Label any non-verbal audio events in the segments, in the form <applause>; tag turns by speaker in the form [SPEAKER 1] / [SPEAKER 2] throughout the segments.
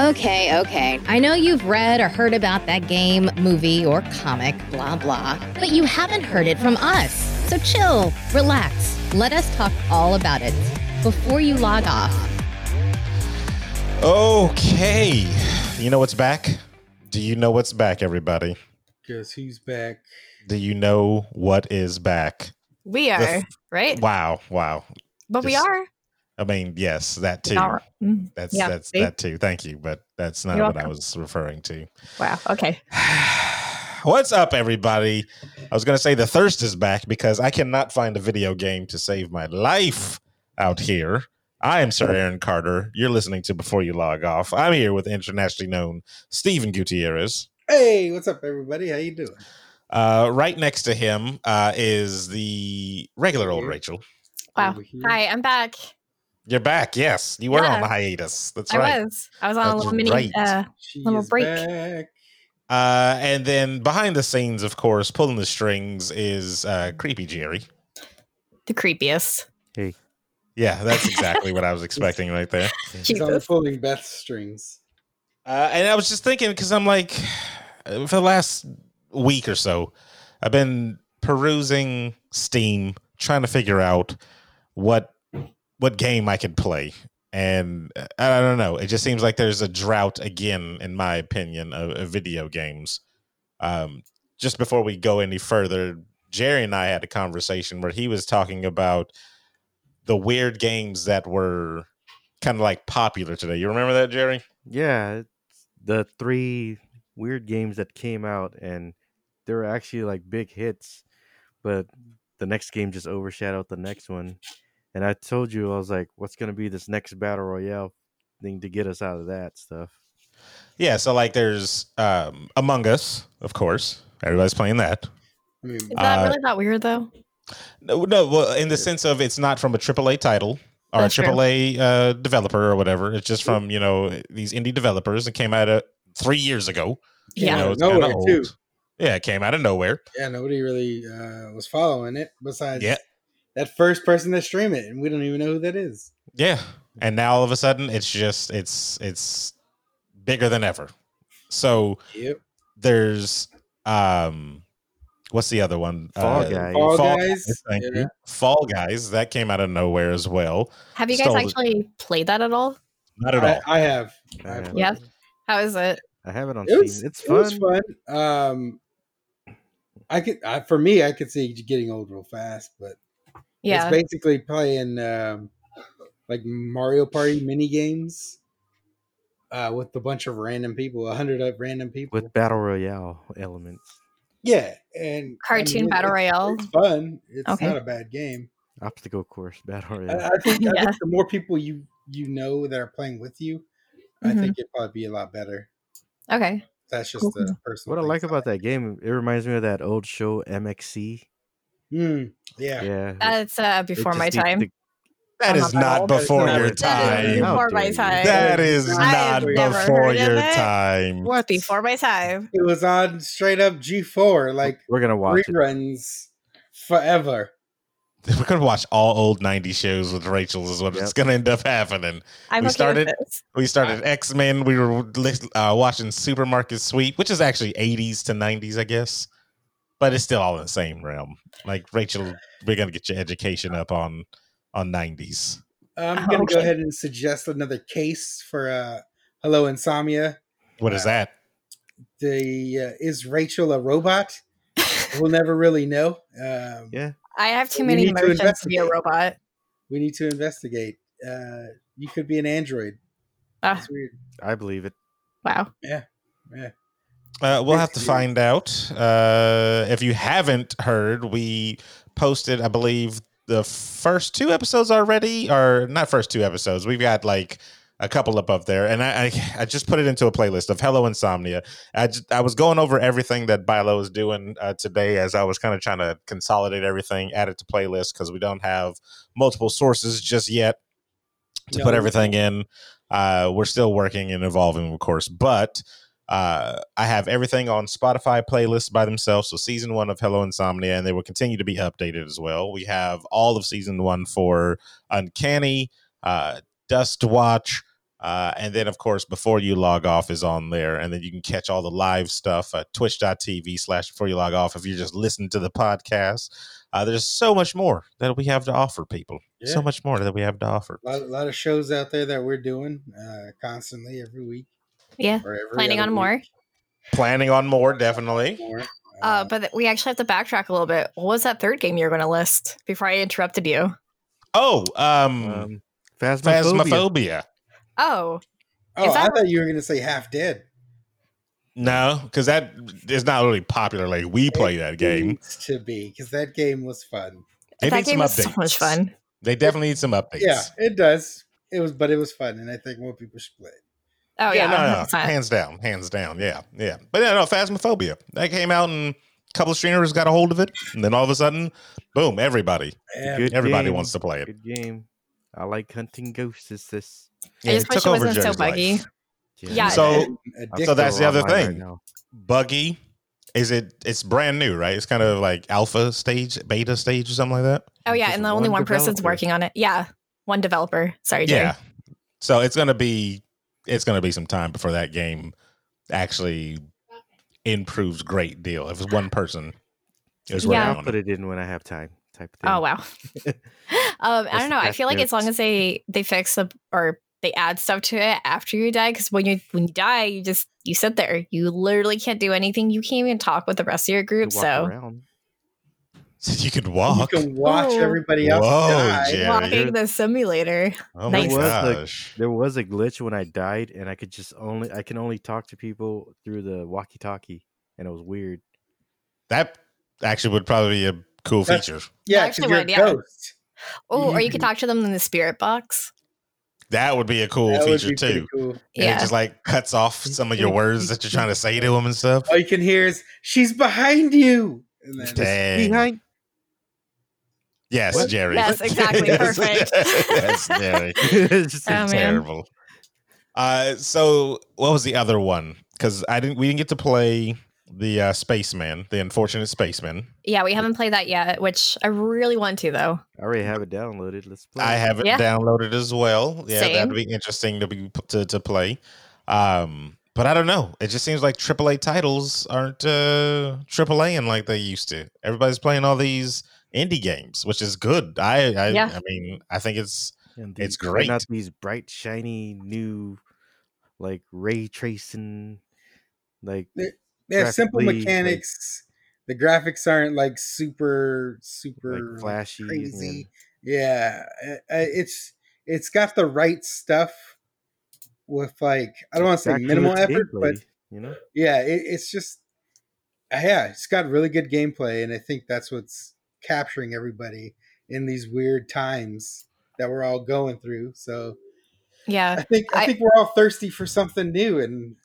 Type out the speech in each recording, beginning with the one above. [SPEAKER 1] Okay, okay. I know you've read or heard about that game, movie, or comic, blah, blah, but you haven't heard it from us. So chill, relax, let us talk all about it before you log off.
[SPEAKER 2] Okay. You know what's back? Do you know what's back, everybody?
[SPEAKER 3] Guess who's back?
[SPEAKER 2] Do you know what is back?
[SPEAKER 4] We are,
[SPEAKER 2] f-
[SPEAKER 4] right?
[SPEAKER 2] Wow, wow.
[SPEAKER 4] but we
[SPEAKER 2] just-
[SPEAKER 4] are.
[SPEAKER 2] I mean, yes, that too.
[SPEAKER 4] All right. Mm,
[SPEAKER 2] That's
[SPEAKER 4] Yeah,
[SPEAKER 2] that's
[SPEAKER 4] see?
[SPEAKER 2] that too. Thank you, but that's not
[SPEAKER 4] You're
[SPEAKER 2] what I
[SPEAKER 4] welcome.
[SPEAKER 2] was referring to. <sighs>
[SPEAKER 4] Wow. Okay.
[SPEAKER 2] What's up, everybody? I was going to say the thirst is back because I cannot find a video game to save my life out here. I am Sir Aaron Carter. You're listening to Before You Log Off. I'm here with internationally known Steven Gutierrez.
[SPEAKER 3] Hey, what's up, everybody? How you doing?
[SPEAKER 2] Uh, right next to him uh, is the regular old
[SPEAKER 4] Mm-hmm.
[SPEAKER 3] Here.
[SPEAKER 2] Rachel.
[SPEAKER 4] Wow.
[SPEAKER 3] Over here.
[SPEAKER 4] Hi, I'm back.
[SPEAKER 2] You're back. Yes, you were on
[SPEAKER 4] Yeah.
[SPEAKER 2] the hiatus. That's
[SPEAKER 4] I
[SPEAKER 2] right.
[SPEAKER 4] was. I was on
[SPEAKER 2] That's
[SPEAKER 4] a little mini.
[SPEAKER 2] right.
[SPEAKER 4] Uh,
[SPEAKER 3] She
[SPEAKER 4] Little
[SPEAKER 3] is
[SPEAKER 4] break.
[SPEAKER 3] back.
[SPEAKER 2] Uh, and then behind the scenes, of course, pulling the strings is
[SPEAKER 4] Mm-hmm.
[SPEAKER 2] uh, Creepy Jerry.
[SPEAKER 4] the creepiest.
[SPEAKER 2] Yeah, that's exactly what I
[SPEAKER 4] <laughs>
[SPEAKER 2] was expecting right there.
[SPEAKER 3] She's on
[SPEAKER 4] Jesus.
[SPEAKER 3] pulling Beth's strings.
[SPEAKER 2] Uh, and I was just thinking because I'm like, uh, for the last week or so, I've been perusing Steam, trying to figure out what what game I could play. And uh, I don't know. It just seems like there's a drought again, in my opinion, of, of video games. Um, just before we go any further, Jerry and I had a conversation where he was talking about the weird games that were kind of like popular today. You remember that, Jerry?
[SPEAKER 5] Yeah, it's the three weird games that came out, and they were actually like big hits, but the next game just overshadowed the next one. And I told you, I was like, what's going to be this next battle royale thing to get us out of that stuff?
[SPEAKER 2] Yeah, so like there's um Among Us, of course. Everybody's playing that.
[SPEAKER 3] I mean,
[SPEAKER 4] Is that
[SPEAKER 2] Uh,
[SPEAKER 4] really that weird though?
[SPEAKER 2] No, no, well, in the sense of it's not from a AAA title or
[SPEAKER 4] That's
[SPEAKER 2] a
[SPEAKER 4] true.
[SPEAKER 2] AAA uh, developer or whatever. It's just from, you know, these indie developers that came out of three years ago.
[SPEAKER 4] Yeah.
[SPEAKER 2] You know,
[SPEAKER 3] Out of
[SPEAKER 2] it's kinda
[SPEAKER 3] nowhere,
[SPEAKER 2] old.
[SPEAKER 3] too.
[SPEAKER 2] Yeah, it came out of nowhere.
[SPEAKER 3] yeah, nobody really uh, was following it besides
[SPEAKER 2] Yeah.
[SPEAKER 3] that first person that streamed it, and we don't even know who that is.
[SPEAKER 2] Yeah. And now all of a sudden it's just it's it's bigger than ever. So
[SPEAKER 3] Yep.
[SPEAKER 2] there's um what's the other one?
[SPEAKER 5] Fall
[SPEAKER 2] Uh,
[SPEAKER 5] Guys.
[SPEAKER 3] Fall,
[SPEAKER 2] Fall
[SPEAKER 3] Guys.
[SPEAKER 2] Thank
[SPEAKER 3] yeah.
[SPEAKER 2] you. Fall Guys, that came out of nowhere as well.
[SPEAKER 4] Have you guys
[SPEAKER 2] stole it.
[SPEAKER 4] actually played that at all?
[SPEAKER 2] Not at all.
[SPEAKER 3] I, I have. I
[SPEAKER 5] Yeah.
[SPEAKER 3] played
[SPEAKER 4] Yeah.
[SPEAKER 3] it.
[SPEAKER 4] How is it?
[SPEAKER 5] I have it on
[SPEAKER 3] It was,
[SPEAKER 5] Steam. It's
[SPEAKER 3] It was
[SPEAKER 5] fun.
[SPEAKER 3] fun. Um, I could, I, for me, I could see it getting old real fast, but
[SPEAKER 4] Yeah.
[SPEAKER 3] It's basically playing um, like Mario Party mini games uh, with a bunch of random people, a hundred of random people.
[SPEAKER 5] with battle royale elements.
[SPEAKER 3] yeah, and
[SPEAKER 4] Cartoon
[SPEAKER 3] it-
[SPEAKER 4] battle royale.
[SPEAKER 3] It's fun. It's
[SPEAKER 4] Okay.
[SPEAKER 3] not a bad game.
[SPEAKER 5] Obstacle course <laughs> battle
[SPEAKER 3] I,
[SPEAKER 5] royale.
[SPEAKER 3] I
[SPEAKER 4] <laughs>
[SPEAKER 3] think, I
[SPEAKER 4] Yeah.
[SPEAKER 3] think the more people you you know that are playing with you, I
[SPEAKER 4] Mm-hmm.
[SPEAKER 3] think it'd probably be a lot better.
[SPEAKER 4] Okay.
[SPEAKER 3] That's just the personal.
[SPEAKER 5] What I
[SPEAKER 3] thing.
[SPEAKER 5] like about that game, it reminds me of that old show MXC.
[SPEAKER 3] Mm, yeah.
[SPEAKER 5] Yeah.
[SPEAKER 4] That's uh,
[SPEAKER 5] it
[SPEAKER 4] before
[SPEAKER 5] just
[SPEAKER 4] my
[SPEAKER 5] needs
[SPEAKER 4] time.
[SPEAKER 5] to-
[SPEAKER 2] That
[SPEAKER 4] I'm
[SPEAKER 2] is
[SPEAKER 4] not
[SPEAKER 2] not
[SPEAKER 4] old.
[SPEAKER 2] before
[SPEAKER 3] That is
[SPEAKER 2] your
[SPEAKER 3] not
[SPEAKER 4] That is
[SPEAKER 5] time.
[SPEAKER 2] time. Oh,
[SPEAKER 4] before my
[SPEAKER 5] How dare you.
[SPEAKER 4] time.
[SPEAKER 2] That is
[SPEAKER 3] I
[SPEAKER 2] not
[SPEAKER 3] have never
[SPEAKER 2] before
[SPEAKER 4] heard of
[SPEAKER 2] your
[SPEAKER 4] it.
[SPEAKER 2] time. <laughs>
[SPEAKER 4] what before my time.
[SPEAKER 3] It was on straight up G four like
[SPEAKER 5] We're gonna watch it.
[SPEAKER 3] reruns forever.
[SPEAKER 2] We're gonna watch all old '90s shows with Rachel's. Is what
[SPEAKER 5] Yep.
[SPEAKER 2] it's gonna end up happening.
[SPEAKER 4] I'm
[SPEAKER 2] We
[SPEAKER 4] okay
[SPEAKER 2] started-
[SPEAKER 4] with this.
[SPEAKER 2] We started X Men. We were lis- uh, watching Supermarket Sweep, which is actually '80s to '90s, I guess, but it's still all in the same realm. Like Rachel, we're gonna get your education up on on '90s.
[SPEAKER 3] I'm
[SPEAKER 4] <laughs>
[SPEAKER 3] gonna go
[SPEAKER 4] Okay.
[SPEAKER 3] ahead and suggest another case for uh, Hello Insomnia.
[SPEAKER 2] What is that?
[SPEAKER 3] The uh, is Rachel a robot? we'll never really know. Um,
[SPEAKER 5] Yeah.
[SPEAKER 4] I have too
[SPEAKER 3] We
[SPEAKER 4] many
[SPEAKER 3] need to
[SPEAKER 4] emotions to be a
[SPEAKER 3] investigate.
[SPEAKER 4] robot.
[SPEAKER 3] We need to investigate. Uh, you could be an android.
[SPEAKER 4] Ah,
[SPEAKER 3] It's weird.
[SPEAKER 5] I believe it.
[SPEAKER 4] wow.
[SPEAKER 2] Uh, we'll have to
[SPEAKER 3] Next year.
[SPEAKER 2] find out. Uh, if you haven't heard, we posted, I believe, the first two episodes already, or not first two episodes. We've got like a couple up up there, and I I, I just put it into a playlist of Hello Insomnia. I just, I was going over everything that Bilo is doing uh, today as I was kind of trying to consolidate everything, add it to playlist because we don't have multiple sources just yet to
[SPEAKER 3] No.
[SPEAKER 2] put everything in. Uh, we're still working and evolving, of course, but uh, I have everything on Spotify playlists by themselves. So season one of Hello Insomnia, and they will continue to be updated as well. We have all of season one for Uncanny, uh, Dust Watch, Uh, and then, of course, before you log off is on there, and then you can catch all the live stuff at twitch.tv slash before you log off if you're just listening to the podcast. Uh, there's so much more that we have to offer people. So
[SPEAKER 3] Yeah.
[SPEAKER 2] much more that we have to offer.
[SPEAKER 3] A lot, lot of shows out there that we're doing uh, constantly every week.
[SPEAKER 4] Yeah.
[SPEAKER 3] Or every
[SPEAKER 4] Planning
[SPEAKER 3] other
[SPEAKER 4] on
[SPEAKER 3] week.
[SPEAKER 4] more.
[SPEAKER 2] Planning on more, definitely.
[SPEAKER 3] More. Um,
[SPEAKER 4] Uh, but th- we actually have to backtrack a little bit. What was that third game you were going to list before I interrupted you?
[SPEAKER 2] Oh, um,
[SPEAKER 5] Um, Phasmophobia.
[SPEAKER 2] Phasmophobia.
[SPEAKER 4] Oh,
[SPEAKER 3] oh,
[SPEAKER 4] if
[SPEAKER 3] I
[SPEAKER 4] I-
[SPEAKER 3] thought you were going to say Half Dead.
[SPEAKER 2] No, because that is not really popular. Like we play that game.
[SPEAKER 3] Needs to be because that game was fun.
[SPEAKER 2] They
[SPEAKER 4] that
[SPEAKER 2] need some
[SPEAKER 4] game was so much
[SPEAKER 2] updates.
[SPEAKER 4] fun.
[SPEAKER 2] They definitely need some updates.
[SPEAKER 3] Yeah, it does. It was, but it was fun, and I think more people should play. it.
[SPEAKER 4] Oh, yeah.
[SPEAKER 2] no, no, no.
[SPEAKER 4] 100%.
[SPEAKER 2] hands down, hands down. Yeah, yeah. But yeah, no, Phasmophobia. That came out and a couple of streamers got a hold of it, and then all of a sudden, boom! Everybody,
[SPEAKER 3] Yeah,
[SPEAKER 5] Good
[SPEAKER 2] everybody
[SPEAKER 5] game.
[SPEAKER 2] wants to play it.
[SPEAKER 5] Good game. I like hunting ghosts. Is this?
[SPEAKER 4] I just
[SPEAKER 2] it
[SPEAKER 4] wish it wasn't so
[SPEAKER 2] Jerry's life.
[SPEAKER 4] buggy. Yeah.
[SPEAKER 2] So-
[SPEAKER 3] and
[SPEAKER 5] I'm
[SPEAKER 3] addictive.
[SPEAKER 2] so that's the other
[SPEAKER 5] online
[SPEAKER 2] thing.
[SPEAKER 5] now.
[SPEAKER 2] Buggy. Is it? It's brand new, right? It's kind of like alpha stage, beta stage, or something like that.
[SPEAKER 4] Oh, yeah.
[SPEAKER 5] Just
[SPEAKER 4] And the only one person's
[SPEAKER 5] developer.
[SPEAKER 4] working on it. Yeah. One developer. Sorry, Jerry.
[SPEAKER 2] Yeah. So it's gonna be it's gonna be some time before that game actually improves great deal. If it's one person is
[SPEAKER 4] Yeah.
[SPEAKER 2] yeah.
[SPEAKER 5] I'll put it in when I have time. Type of thing.
[SPEAKER 4] Oh wow. um, I
[SPEAKER 5] That's
[SPEAKER 4] don't know. I
[SPEAKER 5] that's
[SPEAKER 4] feel like
[SPEAKER 5] good.
[SPEAKER 4] as long as they they fix the or they add stuff to it after you die, because when you when you die, you just you sit there. You literally can't do anything. You can't even talk with the rest of your
[SPEAKER 5] You
[SPEAKER 4] group.
[SPEAKER 5] walk
[SPEAKER 4] So
[SPEAKER 5] around.
[SPEAKER 2] <laughs> you could
[SPEAKER 3] you
[SPEAKER 2] walk.
[SPEAKER 3] can watch
[SPEAKER 4] Oh.
[SPEAKER 3] everybody else
[SPEAKER 2] Whoa,
[SPEAKER 3] die.
[SPEAKER 2] Jerry.
[SPEAKER 4] walking the simulator.
[SPEAKER 2] oh my
[SPEAKER 4] Nice.
[SPEAKER 2] gosh.
[SPEAKER 5] There was a glitch when I died, and I could just only I can only talk to people through the walkie-talkie, and it was weird.
[SPEAKER 2] That actually would probably be a cool
[SPEAKER 3] That's-
[SPEAKER 2] feature.
[SPEAKER 3] Yeah,
[SPEAKER 4] actually
[SPEAKER 3] because you're a
[SPEAKER 4] would, yeah.
[SPEAKER 3] ghost.
[SPEAKER 4] Oh, or you
[SPEAKER 3] Mhm.
[SPEAKER 5] Mm-hmm.
[SPEAKER 4] could talk to them in the spirit box.
[SPEAKER 2] That would be a cool
[SPEAKER 3] That would
[SPEAKER 2] feature
[SPEAKER 3] be pretty
[SPEAKER 2] too.
[SPEAKER 3] cool.
[SPEAKER 2] And
[SPEAKER 4] Yeah.
[SPEAKER 2] it just like cuts off some of your words that you're trying to say to him and
[SPEAKER 3] <laughs>
[SPEAKER 2] stuff.
[SPEAKER 3] All you can hear is "She's behind you." And then
[SPEAKER 2] Dang.
[SPEAKER 5] Behind
[SPEAKER 2] Yes,
[SPEAKER 5] What?
[SPEAKER 2] Jerry.
[SPEAKER 4] Yes, exactly.
[SPEAKER 2] <laughs>
[SPEAKER 4] Perfect.
[SPEAKER 2] yes, Jerry.
[SPEAKER 5] <laughs> It's just
[SPEAKER 4] Oh,
[SPEAKER 5] a-
[SPEAKER 4] man.
[SPEAKER 2] terrible. Uh, so what was the other one? Because I didn't, we didn't get to play the uh, spaceman, the unfortunate spaceman.
[SPEAKER 4] Yeah, we haven't played that yet, which I really want to though.
[SPEAKER 5] I already have it downloaded. Let's play.
[SPEAKER 2] I
[SPEAKER 5] it.
[SPEAKER 2] have it
[SPEAKER 4] Yeah.
[SPEAKER 2] downloaded as well. Yeah,
[SPEAKER 4] Same.
[SPEAKER 2] that'd be interesting to be to, to play. Um, but I don't know. It just seems like AAA titles aren't uh, AAA in like they used to. Everybody's playing all these indie games, which is good. I I,
[SPEAKER 4] Yeah.
[SPEAKER 2] I mean, I think it's
[SPEAKER 5] And
[SPEAKER 2] It's
[SPEAKER 5] these- they're Not
[SPEAKER 2] great.
[SPEAKER 5] these bright, shiny, new, like ray tracing, like
[SPEAKER 3] They have simple
[SPEAKER 5] Graphically, like-
[SPEAKER 3] mechanics. the graphics aren't like super
[SPEAKER 5] like
[SPEAKER 3] super
[SPEAKER 5] flashy. and-
[SPEAKER 3] crazy. Yeah, uh, uh, it's it's got the right stuff with like I don't want to say
[SPEAKER 5] Back to
[SPEAKER 3] minimal
[SPEAKER 5] its
[SPEAKER 3] effort, but
[SPEAKER 5] gameplay, you know,
[SPEAKER 3] yeah, it, it's just uh, yeah, it's got really good gameplay, and I think that's what's capturing everybody in these weird times that we're all going through. So
[SPEAKER 4] Yeah.
[SPEAKER 3] I think I,
[SPEAKER 4] Uh, I-
[SPEAKER 3] think we're all thirsty for something new, and